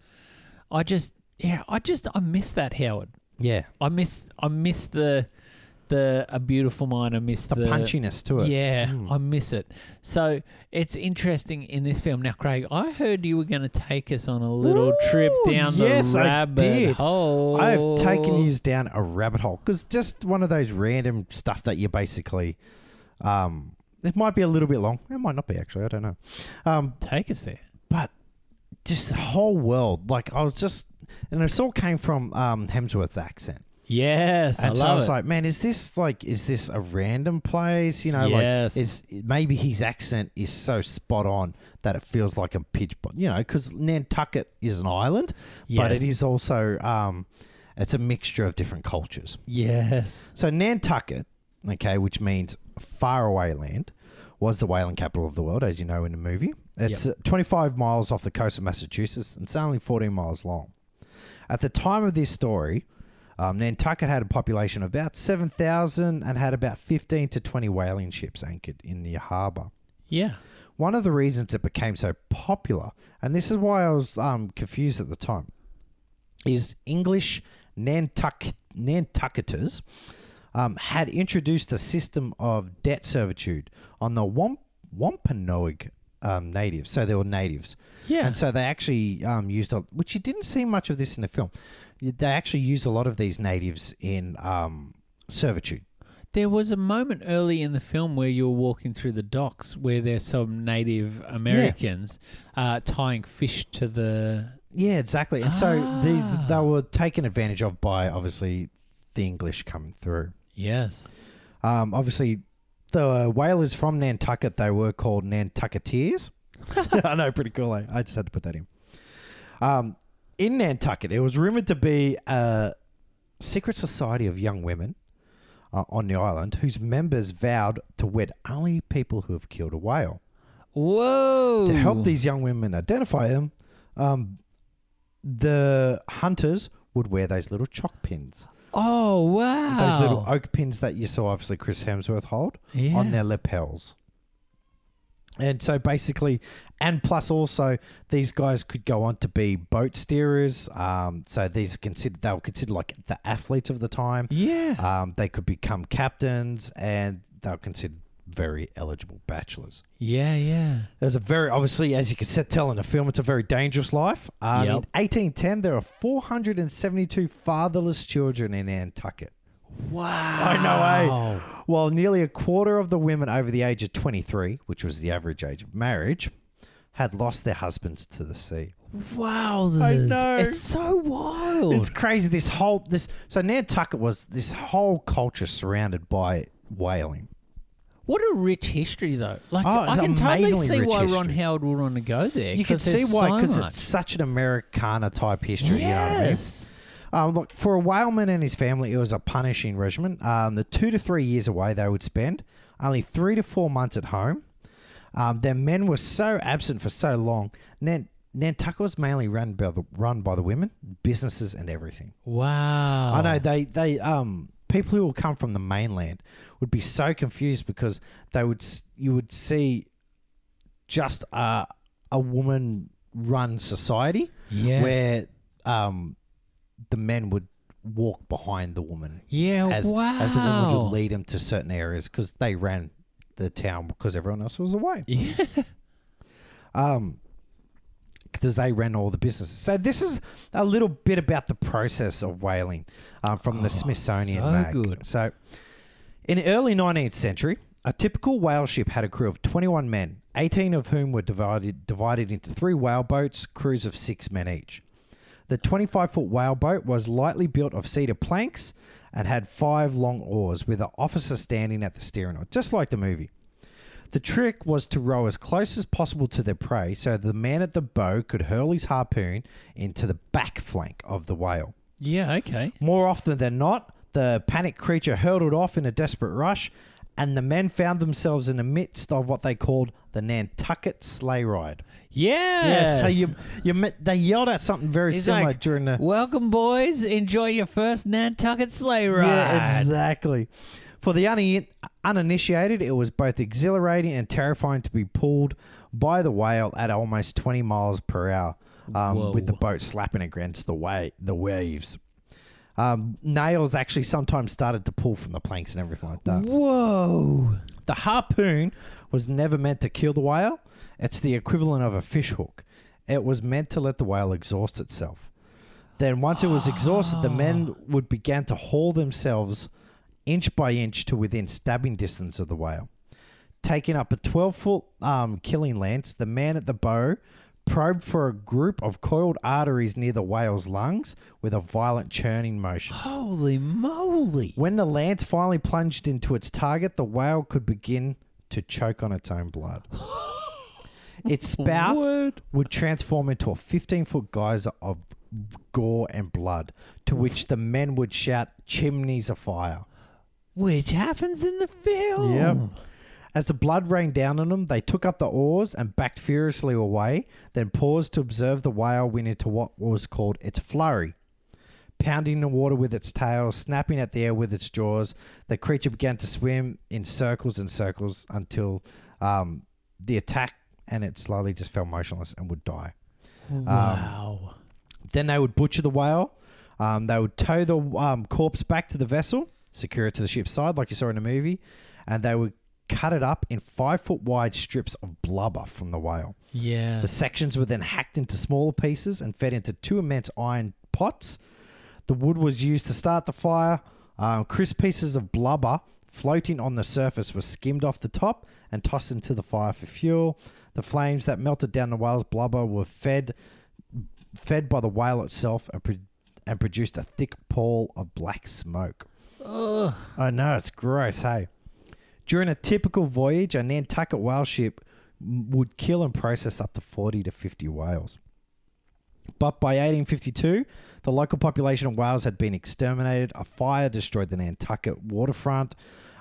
[SPEAKER 1] I just yeah, I just I miss that Howard.
[SPEAKER 2] Yeah.
[SPEAKER 1] I miss I miss the the a beautiful mind. I miss
[SPEAKER 2] The,
[SPEAKER 1] the,
[SPEAKER 2] punchiness to it.
[SPEAKER 1] Yeah,
[SPEAKER 2] Mm.
[SPEAKER 1] I miss it. So it's interesting in this film. Now, Craig, I heard you were going to take us on a little
[SPEAKER 2] Ooh,
[SPEAKER 1] trip down
[SPEAKER 2] yes,
[SPEAKER 1] the
[SPEAKER 2] I
[SPEAKER 1] rabbit
[SPEAKER 2] did.
[SPEAKER 1] hole.
[SPEAKER 2] I've taken you down a rabbit hole because just one of those random stuff that you basically, um, it might be a little bit long. It might not be actually. I don't know. Um,
[SPEAKER 1] Take us there.
[SPEAKER 2] but just the whole world. Like I was just, and this all came from um, Hemsworth's accent.
[SPEAKER 1] Yes, I
[SPEAKER 2] and
[SPEAKER 1] love
[SPEAKER 2] so I was
[SPEAKER 1] it.
[SPEAKER 2] like, man, is this like, is this a random place? You know,
[SPEAKER 1] Yes.
[SPEAKER 2] like, it's maybe his accent is so spot on that it feels like a pitch. But you know, because Nantucket is an island, but it
[SPEAKER 1] Yes.
[SPEAKER 2] is also, um, it's a mixture of different cultures.
[SPEAKER 1] yes,
[SPEAKER 2] So Nantucket, okay, which means faraway land, was the whaling capital of the world, as you know in the movie. It's uh 25 miles off the coast of Massachusetts and it's only 14 miles long. At the time of this story, um, Nantucket had a population of about 7,000 and had about 15 to 20 whaling ships anchored in the harbour
[SPEAKER 1] yeah,
[SPEAKER 2] one of the reasons it became so popular, and this is why I was um, confused at the time, is English Nantuck- Nantucketers um, had introduced a system of debt servitude on the Wamp- Wampanoag um, natives. So they were natives.
[SPEAKER 1] yeah.
[SPEAKER 2] And so they actually um, used, a, which you didn't see much of this in the film, they actually used a lot of these natives in um, servitude.
[SPEAKER 1] there was a moment early in the film where you were walking through the docks where there's some Native Americans uh, tying fish to the
[SPEAKER 2] Yeah, exactly. And so these they
[SPEAKER 1] Ah.
[SPEAKER 2] were taken advantage of by obviously the English coming through.
[SPEAKER 1] yes,
[SPEAKER 2] Um, obviously, the whalers from Nantucket they were called Nantucketeers. [LAUGHS] I know, pretty cool. Eh? I just had to put that in. Um, in Nantucket, it was rumored to be a secret society of young women uh, on the island whose members vowed to wed only people who have killed a whale
[SPEAKER 1] whoa
[SPEAKER 2] to help these young women identify them, um, the hunters would wear those little chalk pins,
[SPEAKER 1] Oh wow!
[SPEAKER 2] those little oak pins that you saw obviously Chris Hemsworth hold
[SPEAKER 1] Oh. yeah.
[SPEAKER 2] on their lapels. And so basically, and plus also, these guys could go on to be boat steerers. Um, so these are considered they were considered like the athletes of the time.
[SPEAKER 1] yeah.
[SPEAKER 2] Um, they could become captains, and they were considered very eligible bachelors.
[SPEAKER 1] Yeah, yeah.
[SPEAKER 2] There's a very obviously, as you can se- tell in the film, it's a very dangerous life. Um,
[SPEAKER 1] Yep.
[SPEAKER 2] In 1810, there are 472 fatherless children in Nantucket.
[SPEAKER 1] Wow. eh?
[SPEAKER 2] know, eh? While nearly a quarter of the women over the age of 23, which was the average age of marriage, had lost their husbands to the sea.
[SPEAKER 1] Wowzers.
[SPEAKER 2] I know.
[SPEAKER 1] It's so wild.
[SPEAKER 2] It's crazy. This whole this so Nantucket was this whole culture surrounded by whaling.
[SPEAKER 1] what a rich history, though. Like,
[SPEAKER 2] Oh,
[SPEAKER 1] I
[SPEAKER 2] it's
[SPEAKER 1] can totally
[SPEAKER 2] amazingly
[SPEAKER 1] see
[SPEAKER 2] rich
[SPEAKER 1] why Ron
[SPEAKER 2] history.
[SPEAKER 1] Howard would want to go there.
[SPEAKER 2] You can
[SPEAKER 1] 'cause
[SPEAKER 2] see
[SPEAKER 1] there's
[SPEAKER 2] why, because
[SPEAKER 1] so
[SPEAKER 2] it's such an Americana type history. You know what I mean?
[SPEAKER 1] Yes.
[SPEAKER 2] Um, look, for a whaleman and his family, it was a punishing regimen. Um, the two to three years away they would spend, only three to four months at home. Um, their men were so absent for so long. Nan- Nantucket was mainly run by the run by the women, businesses and everything.
[SPEAKER 1] Wow.
[SPEAKER 2] I know they they um people who will come from the mainland would be so confused because they would s- you would see just a a woman run society
[SPEAKER 1] Yes.
[SPEAKER 2] where um, the men would walk behind the woman
[SPEAKER 1] yeah,
[SPEAKER 2] as
[SPEAKER 1] Oh, wow.
[SPEAKER 2] as the woman would lead them to certain areas because they ran the town because everyone else was away.
[SPEAKER 1] [LAUGHS] Yeah.
[SPEAKER 2] Um, because they ran all the businesses. So this is a little bit about the process of whaling uh, from the Smithsonian
[SPEAKER 1] Oh, so
[SPEAKER 2] mag.
[SPEAKER 1] good.
[SPEAKER 2] So In the early 19th century, a typical whale ship had a crew of 21 men, 18 of whom were divided, divided into three whale boats, crews of six men each. The 25 foot whale boat was lightly built of cedar planks and had five long oars with an officer standing at the steering oar, just like the movie. The trick was to row as close as possible to their prey so the man at the bow could hurl his harpoon into the back flank of the whale.
[SPEAKER 1] Yeah, okay.
[SPEAKER 2] More often than not, the panicked creature hurtled off in a desperate rush, and the men found themselves in the midst of what they called the Nantucket sleigh ride.
[SPEAKER 1] Yes.
[SPEAKER 2] So you, you met, they yelled out something very
[SPEAKER 1] He's
[SPEAKER 2] similar
[SPEAKER 1] like,
[SPEAKER 2] during the
[SPEAKER 1] [LAUGHS] Welcome, boys. Enjoy your first Nantucket sleigh ride.
[SPEAKER 2] Yeah, exactly. For the un- uninitiated, it was both exhilarating and terrifying to be pulled by the whale at almost 20 miles per hour, um, with the
[SPEAKER 1] Whoa.
[SPEAKER 2] boat slapping against the wa- the waves. Um, nails actually sometimes started to pull from the planks and everything like that.
[SPEAKER 1] Whoa.
[SPEAKER 2] The harpoon was never meant to kill the whale. It's the equivalent of a fish hook. It was meant to let the whale exhaust itself. Then once it was exhausted, the men would begin to haul themselves inch by inch to within stabbing distance of the whale. Taking up a 12 foot um, killing lance, the man at the bow probed for a group of coiled arteries near the whale's lungs with a violent churning motion.
[SPEAKER 1] Holy moly.
[SPEAKER 2] When the lance finally plunged into its target, the whale could begin to choke on its own blood. its spout
[SPEAKER 1] What?
[SPEAKER 2] would transform into a 15 foot geyser of gore and blood, to which the men would shout, Chimneys afire.
[SPEAKER 1] Which happens in the film.
[SPEAKER 2] Oh. As the blood rained down on them, they took up the oars and backed furiously away, then paused to observe the whale win into what was called its flurry. Pounding the water with its tail, snapping at the air with its jaws, the creature began to swim in circles and circles until um, the attack and it slowly just fell motionless and would die. Um,
[SPEAKER 1] Wow.
[SPEAKER 2] Then they would butcher the whale. Um, they would tow the um, corpse back to the vessel, secure it to the ship's side, like you saw in the movie, and they would cut it up in five foot wide strips of blubber from the whale.
[SPEAKER 1] yeah.
[SPEAKER 2] The sections were then hacked into smaller pieces and fed into two immense iron pots. The wood was used to start the fire. Um, crisp pieces of blubber floating on the surface were skimmed off the top and tossed into the fire for fuel. The flames that melted down the whale's blubber were fed fed by the whale itself and, pro- and produced a thick pall of black smoke.
[SPEAKER 1] Ugh.
[SPEAKER 2] I know, it's gross, hey. During a typical voyage, a Nantucket whale ship m- would kill and process up to 40 to 50 whales. But by 1852, the local population of whales had been exterminated. A fire destroyed the Nantucket waterfront.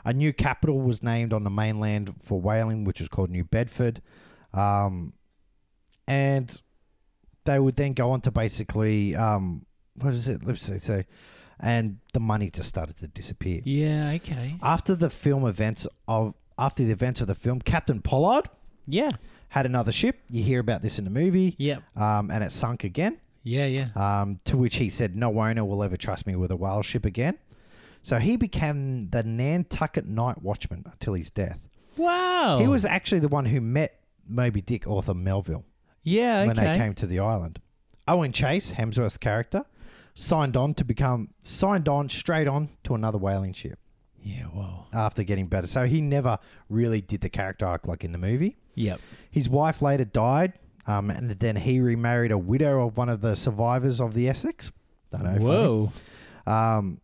[SPEAKER 2] A new capital was named on the mainland for whaling, which was called New Bedford. Um, and they would then go on to basically, um, what is it? Let's see. So, and the money just started to disappear.
[SPEAKER 1] Yeah, okay.
[SPEAKER 2] After the film events of after the events of the film, Captain Pollard
[SPEAKER 1] Yeah.
[SPEAKER 2] had another ship. You hear about this in the movie,
[SPEAKER 1] Yep.
[SPEAKER 2] um, and it sunk again.
[SPEAKER 1] Yeah, yeah.
[SPEAKER 2] Um, to which he said, "No owner will ever trust me with a whale ship again." So he became the Nantucket night watchman until his death.
[SPEAKER 1] Wow.
[SPEAKER 2] He was actually the one who met Moby Dick author Melville
[SPEAKER 1] Yeah, okay.
[SPEAKER 2] when they came to the island. Owen Chase, Hemsworth's character, signed on to become signed on straight on to another whaling ship.
[SPEAKER 1] Yeah, well.
[SPEAKER 2] after getting better. So he never really did the character arc like in the movie.
[SPEAKER 1] Yep.
[SPEAKER 2] His wife later died, um, and then he remarried a widow of one of the survivors of the Essex. Don't know. funny.
[SPEAKER 1] Whoa.
[SPEAKER 2] Um,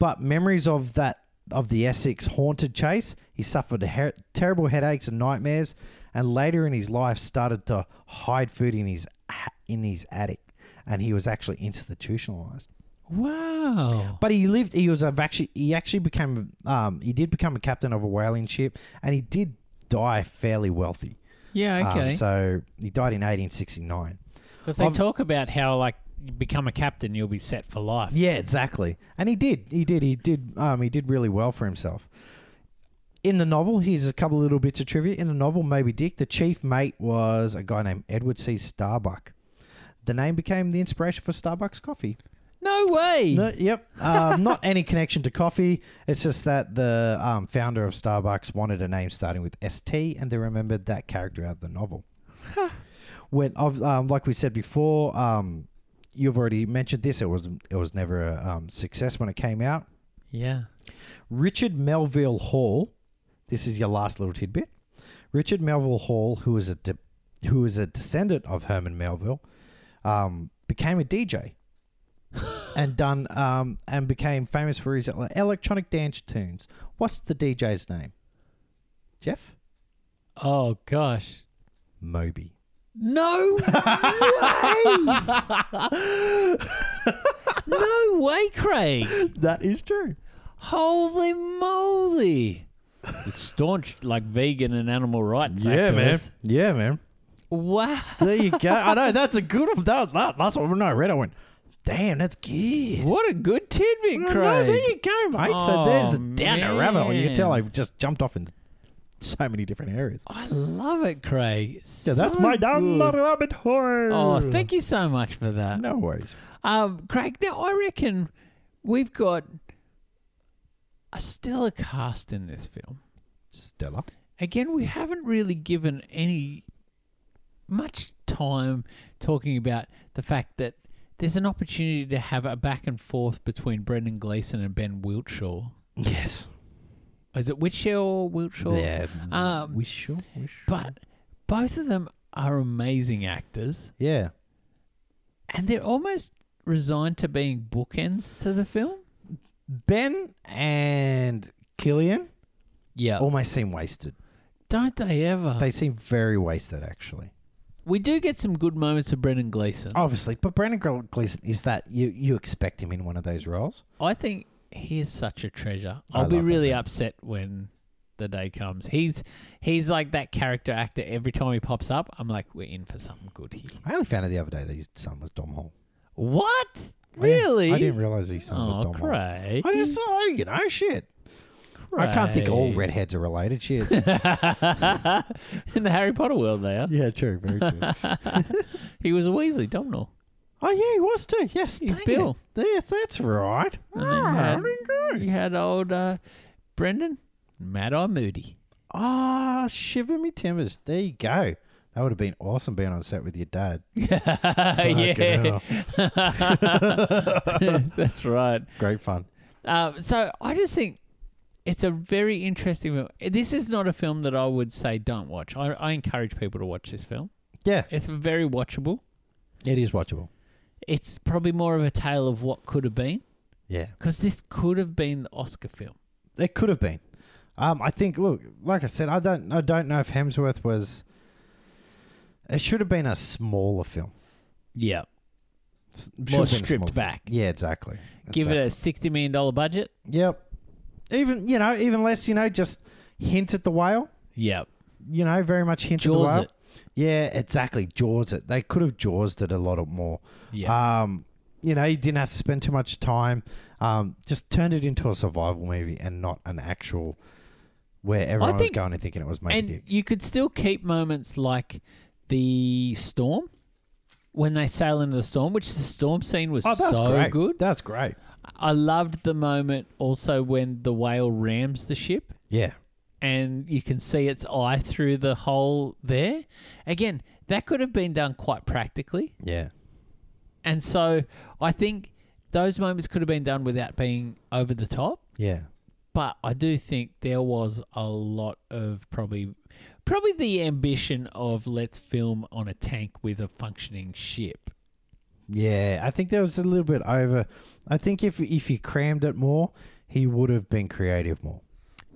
[SPEAKER 2] but memories of that of the Essex haunted Chase. He suffered her- terrible headaches and nightmares, and later in his life started to hide food in his ha- in his attic, and he was actually institutionalized.
[SPEAKER 1] Wow.
[SPEAKER 2] But he lived. He was a actually. He actually became. Um, he did become a captain of a whaling ship, and he did die fairly wealthy.
[SPEAKER 1] Yeah,
[SPEAKER 2] Um,
[SPEAKER 1] okay.
[SPEAKER 2] so um, he died in 1869.
[SPEAKER 1] Because they
[SPEAKER 2] I've-
[SPEAKER 1] talk about how, like, you become a captain, you'll be set for life.
[SPEAKER 2] Yeah, exactly. And he did. He did. He did. Um, he did really well for himself. In the novel, here's a couple of little bits of trivia. In the novel, Moby Dick, the chief mate was a guy named Edward C. Starbuck. The name became the inspiration for Starbucks coffee.
[SPEAKER 1] No way.
[SPEAKER 2] No, yep. Um, not any connection to coffee. It's just that the um, founder of Starbucks wanted a name starting with ST, and they remembered that character out of the novel. when, of- um, like we said before, um, you've already mentioned this. It was it was never a um, success when it came out.
[SPEAKER 1] Yeah.
[SPEAKER 2] Richard Melville Hall. This is your last little tidbit. Richard Melville Hall, who is a de- who is a descendant of Herman Melville, um, became a DJ [LAUGHS] and done um, and became famous for his ele- electronic dance tunes. What's the DJ's name? Jeff
[SPEAKER 1] Oh gosh.
[SPEAKER 2] Moby. [LAUGHS]
[SPEAKER 1] No way. [LAUGHS] no way, Craig.
[SPEAKER 2] That is true.
[SPEAKER 1] Holy moly. Staunch like vegan and animal rights. activists.
[SPEAKER 2] Yeah, man.
[SPEAKER 1] Wow.
[SPEAKER 2] There you go. I know that's a good one. That, that last one when I read, I went, "Damn, that's good."
[SPEAKER 1] What a good tidbit,
[SPEAKER 2] No,
[SPEAKER 1] Craig.
[SPEAKER 2] no, there you go, mate. so there's
[SPEAKER 1] Oh,
[SPEAKER 2] a down a rabbit hole. You can tell
[SPEAKER 1] man.
[SPEAKER 2] I've just jumped off in so many different areas.
[SPEAKER 1] I love it, Craig.
[SPEAKER 2] Yeah, that's
[SPEAKER 1] So
[SPEAKER 2] my down the
[SPEAKER 1] good.
[SPEAKER 2] rabbit hole.
[SPEAKER 1] Oh, thank you so much for that.
[SPEAKER 2] No worries.
[SPEAKER 1] Um, Craig, now I reckon we've got a stellar cast in this film.
[SPEAKER 2] Stella.
[SPEAKER 1] Again, we haven't really given any much time talking about the fact that there's an opportunity to have a back and forth between Brendan Gleeson and Ben Wiltshaw.
[SPEAKER 2] Yes.
[SPEAKER 1] Is it Wiltshaw or Wiltshaw?
[SPEAKER 2] Yeah.
[SPEAKER 1] Um,
[SPEAKER 2] we sure. We sure.
[SPEAKER 1] But both of them are amazing actors,
[SPEAKER 2] yeah,
[SPEAKER 1] and they're almost resigned to being bookends to the film.
[SPEAKER 2] Ben and Killian
[SPEAKER 1] Yeah,
[SPEAKER 2] almost seem wasted.
[SPEAKER 1] don't they ever?
[SPEAKER 2] They seem very wasted, actually.
[SPEAKER 1] we do get some good moments of Brendan Gleeson.
[SPEAKER 2] Obviously, but Brandon Gleason is that you you expect him in one of those roles.
[SPEAKER 1] I think he is such a treasure.
[SPEAKER 2] I
[SPEAKER 1] I'll be
[SPEAKER 2] love that
[SPEAKER 1] really
[SPEAKER 2] man.
[SPEAKER 1] upset when the day comes. He's he's like that character actor. Every time he pops up, I'm like, we're in for something good here.
[SPEAKER 2] I only found out the other day that his son was Dom Hall.
[SPEAKER 1] What?
[SPEAKER 2] I didn't-
[SPEAKER 1] Really?
[SPEAKER 2] I didn't realize his son was
[SPEAKER 1] Oh,
[SPEAKER 2] Dom Hall.
[SPEAKER 1] Craig.
[SPEAKER 2] I just thought, you know, shit. I can't think all
[SPEAKER 1] Craig.
[SPEAKER 2] redheads are related. Shit.
[SPEAKER 1] [LAUGHS]
[SPEAKER 2] [LAUGHS]
[SPEAKER 1] in the Harry Potter world, they are.
[SPEAKER 2] yeah, true. Very true.
[SPEAKER 1] He was a Weasley, Domhnall.
[SPEAKER 2] [LAUGHS] oh, yeah, he was too. Yes.
[SPEAKER 1] He's
[SPEAKER 2] dang it.
[SPEAKER 1] Bill.
[SPEAKER 2] Yes, that's right.
[SPEAKER 1] And then you
[SPEAKER 2] Ah,
[SPEAKER 1] had-
[SPEAKER 2] very good.
[SPEAKER 1] You had old uh, Brendan, Mad Eye Moody. [LAUGHS]
[SPEAKER 2] Ah, shiver me timbers. There you go. That would have been awesome being on set with your dad.
[SPEAKER 1] [LAUGHS] yeah, [LAUGHS]
[SPEAKER 2] [LAUGHS]
[SPEAKER 1] that's right.
[SPEAKER 2] Great fun.
[SPEAKER 1] Um, so I just think it's a very interesting film. This is not a film that I would say don't watch. I, I encourage people to watch this film.
[SPEAKER 2] Yeah,
[SPEAKER 1] It's very watchable.
[SPEAKER 2] it is watchable.
[SPEAKER 1] It's probably more of a tale of what could have been
[SPEAKER 2] Yeah.
[SPEAKER 1] because this could have been the Oscar film.
[SPEAKER 2] It could have been. Um, I think. Look, like I said, I don't. I don't know if Hemsworth was. It should have been a smaller film.
[SPEAKER 1] Yeah,
[SPEAKER 2] S- should
[SPEAKER 1] more
[SPEAKER 2] have been a
[SPEAKER 1] stripped
[SPEAKER 2] smaller-
[SPEAKER 1] back.
[SPEAKER 2] Yeah, exactly.
[SPEAKER 1] Give
[SPEAKER 2] Exactly.
[SPEAKER 1] it a sixty million dollar budget.
[SPEAKER 2] Yep. Even you know, even less. You know, just hint at the whale.
[SPEAKER 1] Yeah,
[SPEAKER 2] You know, very much hint at the
[SPEAKER 1] Jaws
[SPEAKER 2] whale.
[SPEAKER 1] it.
[SPEAKER 2] Yeah, exactly. Jaws it. They could have jawsed it a lot of more.
[SPEAKER 1] yeah.
[SPEAKER 2] Um, you know, you didn't have to spend too much time. Um, just turned it into a survival movie and not an actual where everyone was
[SPEAKER 1] think-
[SPEAKER 2] going and thinking it was Moby
[SPEAKER 1] and
[SPEAKER 2] Dick.
[SPEAKER 1] you could still keep moments like the storm when they sail into the storm, which the storm scene Oh, was so good.
[SPEAKER 2] That's Oh, great.
[SPEAKER 1] I loved the moment also when the whale rams the ship
[SPEAKER 2] Yeah.
[SPEAKER 1] and you can see its eye through the hole there. Again, that could have been done quite practically.
[SPEAKER 2] Yeah.
[SPEAKER 1] And so I think those moments could have been done without being over the top.
[SPEAKER 2] Yeah.
[SPEAKER 1] but I do think there was a lot of probably probably the ambition of let's film on a tank with a functioning ship.
[SPEAKER 2] Yeah. I think that was a little bit over. I think if if he crammed it more, he would have been creative more.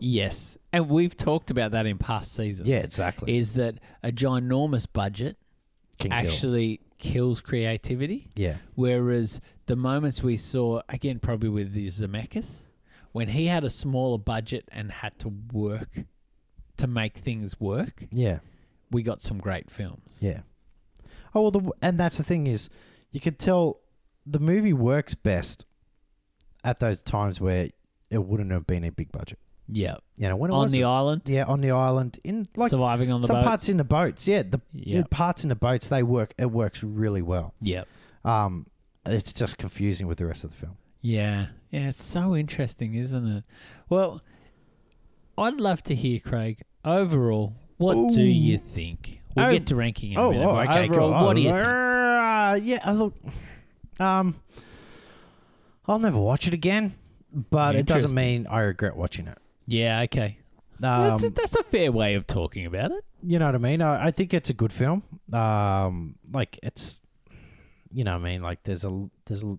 [SPEAKER 1] Yes, and we've talked about that in past seasons.
[SPEAKER 2] Yeah, exactly.
[SPEAKER 1] is that a ginormous budget
[SPEAKER 2] Can kill.
[SPEAKER 1] actually kills creativity,
[SPEAKER 2] Yeah.
[SPEAKER 1] whereas the moments we saw again probably with the Zemeckis when he had a smaller budget and had to work to make things work,
[SPEAKER 2] Yeah.
[SPEAKER 1] we got some great films.
[SPEAKER 2] Yeah. Oh well, the, and that's the thing is, you could tell the movie works best at those times where it wouldn't have been a big budget.
[SPEAKER 1] Yeah,
[SPEAKER 2] You know, when it
[SPEAKER 1] on
[SPEAKER 2] was
[SPEAKER 1] the island.
[SPEAKER 2] yeah on the island in like
[SPEAKER 1] surviving on the
[SPEAKER 2] some
[SPEAKER 1] boat.
[SPEAKER 2] parts in the boats. Yeah, the,
[SPEAKER 1] Yeah.
[SPEAKER 2] the parts in the boats they work. It works really well.
[SPEAKER 1] Yep.
[SPEAKER 2] Um, it's just confusing with the rest of the film.
[SPEAKER 1] Yeah. Yeah. It's so interesting, isn't it? Well, I'd love to hear, Craig. Overall, what do
[SPEAKER 2] Ooh.
[SPEAKER 1] you think? We'll
[SPEAKER 2] Oh.
[SPEAKER 1] get to ranking in a minute. but overall,
[SPEAKER 2] cool.
[SPEAKER 1] what do you think?
[SPEAKER 2] Uh, yeah, I look, um, I'll never watch it again. but it doesn't
[SPEAKER 1] Interesting.
[SPEAKER 2] mean I regret watching it.
[SPEAKER 1] Yeah, okay.
[SPEAKER 2] Um,
[SPEAKER 1] that's, a, that's a fair way of talking about it.
[SPEAKER 2] you know what I mean? I, I think it's a good film. Um, like it's, you know what I mean? Like there's a there's a,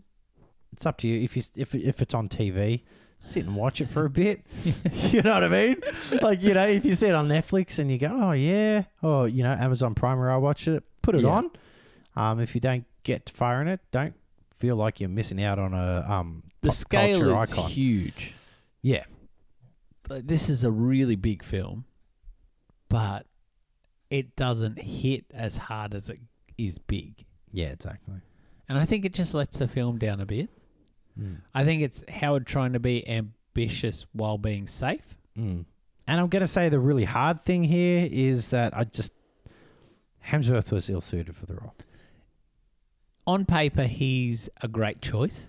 [SPEAKER 2] it's up to you if you if if it's on TV, sit and watch it for a bit. [LAUGHS] you know what I mean? Like you know if you see it on Netflix and you go, oh yeah, or you know Amazon Prime where I watch it, put it
[SPEAKER 1] Yeah.
[SPEAKER 2] on. Um, if you don't get far in it, don't feel like you're missing out on a um
[SPEAKER 1] The
[SPEAKER 2] pop
[SPEAKER 1] scale
[SPEAKER 2] culture
[SPEAKER 1] is
[SPEAKER 2] icon.
[SPEAKER 1] huge.
[SPEAKER 2] Yeah,
[SPEAKER 1] Like, This is a really big film, but it doesn't hit as hard as it is big.
[SPEAKER 2] yeah, exactly.
[SPEAKER 1] And I think it just lets the film down a bit.
[SPEAKER 2] Mm.
[SPEAKER 1] I think it's Howard trying to be ambitious while being safe.
[SPEAKER 2] Mm. And I'm going to say the really hard thing here is that I just Hemsworth was ill suited for the role.
[SPEAKER 1] On paper, he's a great choice.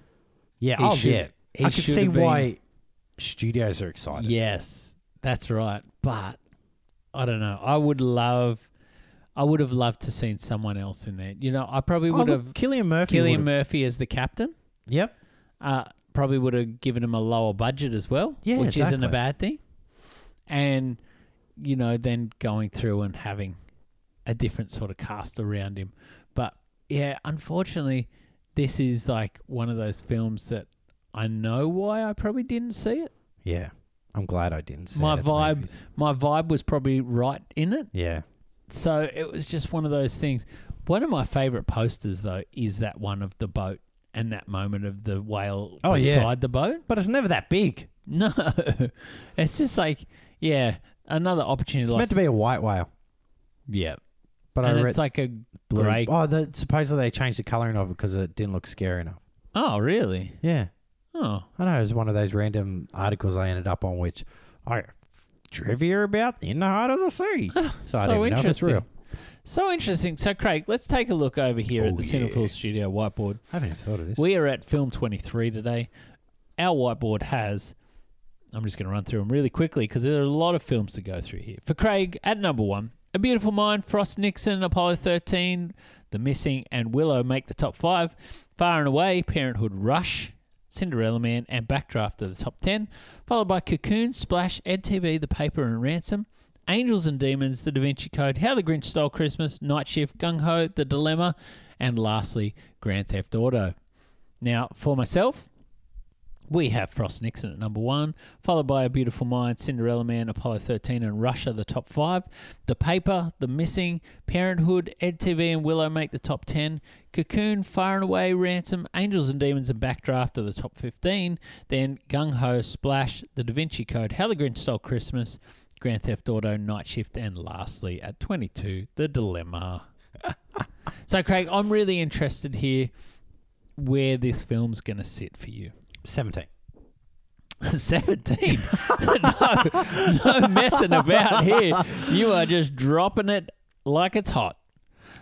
[SPEAKER 2] Yeah,
[SPEAKER 1] He
[SPEAKER 2] oh
[SPEAKER 1] should-
[SPEAKER 2] yeah,
[SPEAKER 1] he
[SPEAKER 2] I can
[SPEAKER 1] should
[SPEAKER 2] see
[SPEAKER 1] have been-
[SPEAKER 2] why studios are excited.
[SPEAKER 1] Yes, that's right. But I don't know. I would love, I would have loved to seen someone else in there. You know, I probably
[SPEAKER 2] Oh,
[SPEAKER 1] would
[SPEAKER 2] look,
[SPEAKER 1] have
[SPEAKER 2] Cillian Murphy.
[SPEAKER 1] Killian
[SPEAKER 2] would've-
[SPEAKER 1] Murphy as the captain.
[SPEAKER 2] Yep.
[SPEAKER 1] Uh, probably would have given him a lower budget as well,
[SPEAKER 2] Yeah,
[SPEAKER 1] which isn't a
[SPEAKER 2] exactly.
[SPEAKER 1] bad thing. And you know, then going through and having a different sort of cast around him. But yeah, unfortunately, this is like one of those films that I know why I probably didn't see it.
[SPEAKER 2] Yeah, I'm glad I didn't. See
[SPEAKER 1] My
[SPEAKER 2] it at the
[SPEAKER 1] vibe-
[SPEAKER 2] movies.
[SPEAKER 1] My vibe was probably right in it.
[SPEAKER 2] Yeah.
[SPEAKER 1] So it was just one of those things. One of my favorite posters, though, is that one of the boat and that moment of the whale
[SPEAKER 2] Oh, yeah.
[SPEAKER 1] beside the boat. [LAUGHS]
[SPEAKER 2] But it's never that big.
[SPEAKER 1] No, it's just like, yeah, another opportunity.
[SPEAKER 2] It's
[SPEAKER 1] lost.
[SPEAKER 2] meant to be a white whale.
[SPEAKER 1] Yeah.
[SPEAKER 2] But
[SPEAKER 1] and
[SPEAKER 2] I read
[SPEAKER 1] it's like a
[SPEAKER 2] blue.
[SPEAKER 1] grey.
[SPEAKER 2] Oh, the, supposedly they changed the coloring of it because it didn't look scary enough.
[SPEAKER 1] Oh, really?
[SPEAKER 2] Yeah.
[SPEAKER 1] Oh,
[SPEAKER 2] I know it was one of those random articles I ended up on, which I trivia about in the heart of the sea. [LAUGHS] So,
[SPEAKER 1] so
[SPEAKER 2] I don't even know if it's
[SPEAKER 1] interesting.
[SPEAKER 2] real.
[SPEAKER 1] So interesting. So, Craig, let's take a look over here at
[SPEAKER 2] Oh,
[SPEAKER 1] the
[SPEAKER 2] yeah.
[SPEAKER 1] Cinephile Studio whiteboard.
[SPEAKER 2] I haven't even thought of this.
[SPEAKER 1] We are at film 23 today. Our whiteboard has, I'm just going to run through them really quickly because there are a lot of films to go through here. For Craig, at number one, A Beautiful Mind, Frost Nixon, Apollo 13, The Missing, and Willow make the top five. Far and Away, Parenthood Rush, Cinderella Man, and Backdraft are the top 10, followed by Cocoon, Splash, EdTV, The Paper, and Ransom. Angels and Demons, The Da Vinci Code, How the Grinch Stole Christmas, Night Shift, Gung Ho, The Dilemma, and lastly, Grand Theft Auto. Now, for myself, we have Frost Nixon at number one, followed by A Beautiful Mind, Cinderella Man, Apollo 13, and Rush are the top five. The Paper, The Missing, Parenthood, EdTV, and Willow make the top 10. Cocoon, Far and Away, Ransom, Angels and Demons, and Backdraft are the top 15. Then Gung Ho, Splash, The Da Vinci Code, How the Grinch Stole Christmas, Grand Theft Auto, Night Shift, and lastly, at 22, The Dilemma. so, Craig, I'm really interested here where this film's going to sit for you. [LAUGHS]
[SPEAKER 2] 17.
[SPEAKER 1] 17. [LAUGHS] no, no messing about here. You are just dropping it like it's hot.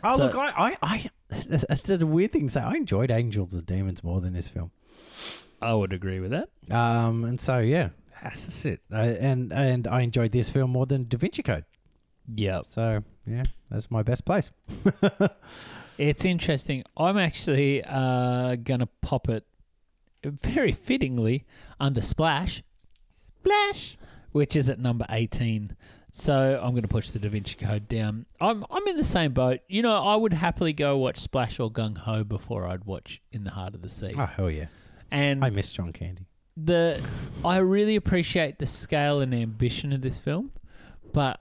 [SPEAKER 2] Oh,
[SPEAKER 1] So-
[SPEAKER 2] look, I, I, [LAUGHS] I that's a weird thing to say. I enjoyed Angels and Demons more than this film.
[SPEAKER 1] I would agree with that.
[SPEAKER 2] Um, and so, yeah, that's it. I, and, and I enjoyed this film more than Da Vinci Code.
[SPEAKER 1] Yep.
[SPEAKER 2] So, yeah, that's my best place.
[SPEAKER 1] It's interesting. I'm actually uh, going to pop it very fittingly under Splash. Splash! Which is at number 18. So I'm going to push the Da Vinci Code down. I'm, I'm in the same boat. You know, I would happily go watch Splash or Gung Ho before I'd watch In the Heart of the Sea.
[SPEAKER 2] Oh, hell yeah.
[SPEAKER 1] and
[SPEAKER 2] I miss John Candy.
[SPEAKER 1] the I really appreciate the scale and ambition of this film, but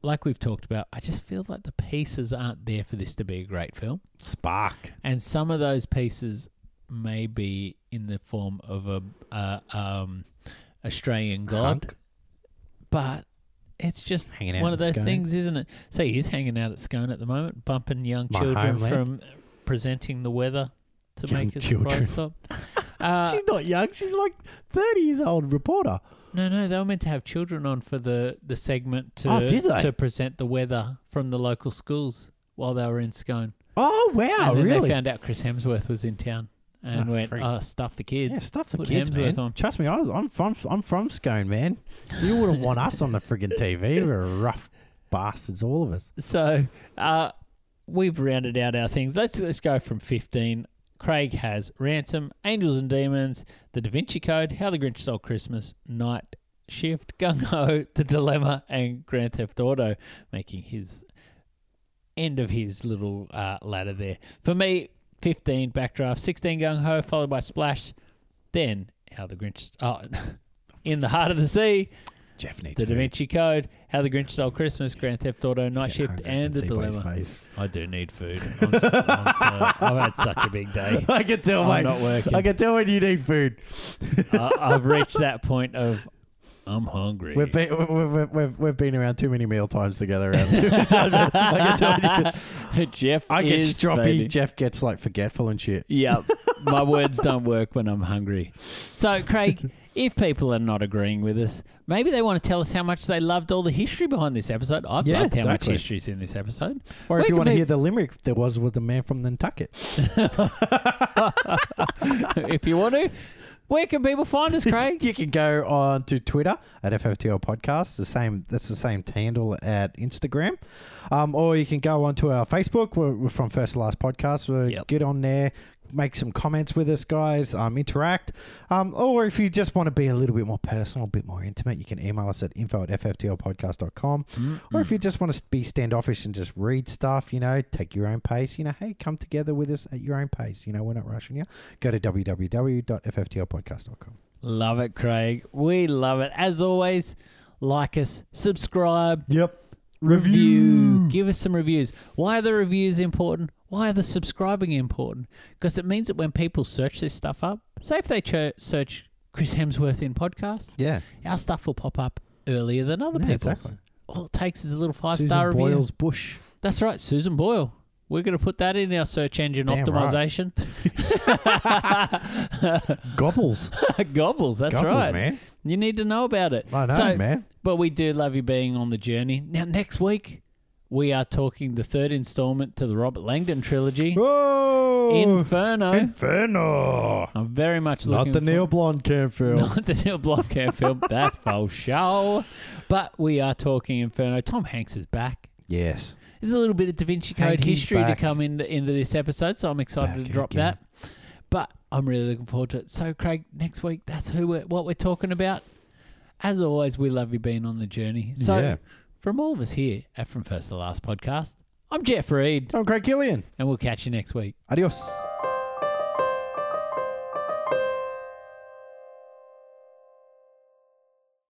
[SPEAKER 1] like we've talked about, I just feel like the pieces aren't there for this to be a great film.
[SPEAKER 2] Spark.
[SPEAKER 1] And some of those pieces may be in the form of a, a um, Australian god,
[SPEAKER 2] Hunk.
[SPEAKER 1] but it's just
[SPEAKER 2] Hanging out
[SPEAKER 1] one
[SPEAKER 2] in
[SPEAKER 1] of those
[SPEAKER 2] Scone.
[SPEAKER 1] things, isn't it? So he's hanging out at Scone at the moment, bumping young
[SPEAKER 2] My
[SPEAKER 1] children
[SPEAKER 2] homeland.
[SPEAKER 1] from presenting the weather to
[SPEAKER 2] Young
[SPEAKER 1] make a
[SPEAKER 2] children.
[SPEAKER 1] surprise
[SPEAKER 2] [LAUGHS]
[SPEAKER 1] stop. Uh,
[SPEAKER 2] she's not young. She's like 30 years old reporter.
[SPEAKER 1] No, no, they were meant to have children on for the, the segment to
[SPEAKER 2] Oh, did they?
[SPEAKER 1] to present the weather from the local schools while they were in Scone.
[SPEAKER 2] Oh, wow,
[SPEAKER 1] and then
[SPEAKER 2] really?
[SPEAKER 1] they found out Chris Hemsworth was in town and
[SPEAKER 2] Ah,
[SPEAKER 1] went,
[SPEAKER 2] freak.
[SPEAKER 1] "Oh, stuff the
[SPEAKER 2] Yeah,
[SPEAKER 1] kids."
[SPEAKER 2] stuff the
[SPEAKER 1] Put
[SPEAKER 2] kids,
[SPEAKER 1] Hemsworth
[SPEAKER 2] man.
[SPEAKER 1] on.
[SPEAKER 2] Trust me, I was, I'm from I'm from Scone, man. You wouldn't want us on the friggin'
[SPEAKER 1] [LAUGHS]
[SPEAKER 2] TV. We're rough bastards, all of us.
[SPEAKER 1] So uh, we've rounded out our things. Let's let's go from fifteen Craig has Ransom, Angels and Demons, The Da Vinci Code, How the Grinch Stole Christmas, Night Shift, Gung Ho, The Dilemma, and Grand Theft Auto, making his end of his little uh, ladder there. For me, 15 Backdraft, 16 Gung Ho, followed by Splash, then How the Grinch. Oh, [LAUGHS] in the Heart of the Sea,
[SPEAKER 2] Jeff needs
[SPEAKER 1] The Da
[SPEAKER 2] food.
[SPEAKER 1] Vinci Code, How the Grinch Stole Christmas, Grand Theft Auto,
[SPEAKER 2] He's
[SPEAKER 1] Night
[SPEAKER 2] getting
[SPEAKER 1] Shift,
[SPEAKER 2] hungry. I can
[SPEAKER 1] and The
[SPEAKER 2] see by his
[SPEAKER 1] Dilemma.
[SPEAKER 2] face.
[SPEAKER 1] I do need food. I'm, s- I'm [LAUGHS] so, I've had such a big day.
[SPEAKER 2] [LAUGHS] I can tell,
[SPEAKER 1] I'm
[SPEAKER 2] mate.
[SPEAKER 1] not working.
[SPEAKER 2] I can tell when you need food.
[SPEAKER 1] I, I've reached that point of I'm hungry. [LAUGHS]
[SPEAKER 2] We've been we've, we've, we've, we've been around too many meal times together. Around [LAUGHS] too many times. I can tell when you
[SPEAKER 1] [LAUGHS]
[SPEAKER 2] can-
[SPEAKER 1] Jeff,
[SPEAKER 2] I get
[SPEAKER 1] is
[SPEAKER 2] stroppy.
[SPEAKER 1] fading.
[SPEAKER 2] Jeff gets like forgetful and shit.
[SPEAKER 1] Yeah,
[SPEAKER 2] [LAUGHS]
[SPEAKER 1] my words don't work when I'm hungry. So, Craig, if people are not agreeing with us, maybe they want to tell us how much they loved all the history behind this episode. I've
[SPEAKER 2] Yeah,
[SPEAKER 1] loved how much
[SPEAKER 2] exactly.
[SPEAKER 1] history's in this episode. [LAUGHS]
[SPEAKER 2] Or
[SPEAKER 1] Where
[SPEAKER 2] if you
[SPEAKER 1] can
[SPEAKER 2] want to
[SPEAKER 1] peop-
[SPEAKER 2] hear the limerick there was with the man from Nantucket.
[SPEAKER 1] if you want to, where can people find us, Craig?
[SPEAKER 2] [LAUGHS] You can go on to Twitter at FFTL Podcast. The same that's the same handle at Instagram, um, or you can go on to our Facebook. We're, we're from First to Last Podcast. we
[SPEAKER 1] Yep.
[SPEAKER 2] Get on there, make some comments with us, guys. Um, interact. Um, or if you just want to be a little bit more personal, a bit more intimate, you can email us at info at fftlpodcast.com. Or if you just want to be standoffish and just read stuff, you know, take your own pace, you know, hey, come together with us at your own pace. You know, we're not rushing you. Go to www.fftlpodcast.com.
[SPEAKER 1] Love it, Craig. We love it. As always, like us, subscribe,
[SPEAKER 2] Yep.
[SPEAKER 1] review. Give us some reviews. Why are the reviews important? Why are the subscribing important? Because it means that when people search this stuff up, say if they ch- search Chris Hemsworth in podcast,
[SPEAKER 2] Yeah.
[SPEAKER 1] our stuff will pop up earlier than other
[SPEAKER 2] Yeah,
[SPEAKER 1] people's.
[SPEAKER 2] exactly.
[SPEAKER 1] All it takes is a little five
[SPEAKER 2] Susan
[SPEAKER 1] star review.
[SPEAKER 2] Boyle's Bush.
[SPEAKER 1] That's right, Susan Boyle. We're going to put that in our search engine
[SPEAKER 2] Damn
[SPEAKER 1] optimization. [LAUGHS]
[SPEAKER 2] Gobbles.
[SPEAKER 1] Gobbles, [LAUGHS] that's
[SPEAKER 2] Gobbles,
[SPEAKER 1] right.
[SPEAKER 2] man.
[SPEAKER 1] You need to know about it.
[SPEAKER 2] I know,
[SPEAKER 1] So-
[SPEAKER 2] man.
[SPEAKER 1] But we do love you being on the journey. Now, next week, we are talking the third installment to the Robert Langdon trilogy,
[SPEAKER 2] Whoa.
[SPEAKER 1] Inferno.
[SPEAKER 2] Inferno.
[SPEAKER 1] I'm very much
[SPEAKER 2] Not
[SPEAKER 1] looking
[SPEAKER 2] the Neil Blonde Cam
[SPEAKER 1] [LAUGHS]
[SPEAKER 2] film.
[SPEAKER 1] Not the Neil Blomkamp
[SPEAKER 2] [LAUGHS]
[SPEAKER 1] film. That's for sure. But we are talking Inferno. Tom Hanks is back.
[SPEAKER 2] Yes.
[SPEAKER 1] There's a little bit of Da Vinci Code
[SPEAKER 2] Hanky's
[SPEAKER 1] history
[SPEAKER 2] back.
[SPEAKER 1] to come into, into this episode, so I'm excited
[SPEAKER 2] Back
[SPEAKER 1] to drop
[SPEAKER 2] again.
[SPEAKER 1] that. But I'm really looking forward to it. So, Craig, next week, that's who we're, what we're talking about. As always, we love you being on the journey. So,
[SPEAKER 2] Yeah.
[SPEAKER 1] from all of us here at From First to Last Podcast, I'm Jeff Reed,
[SPEAKER 2] I'm Craig Killian.
[SPEAKER 1] and we'll catch you next week.
[SPEAKER 2] Adios.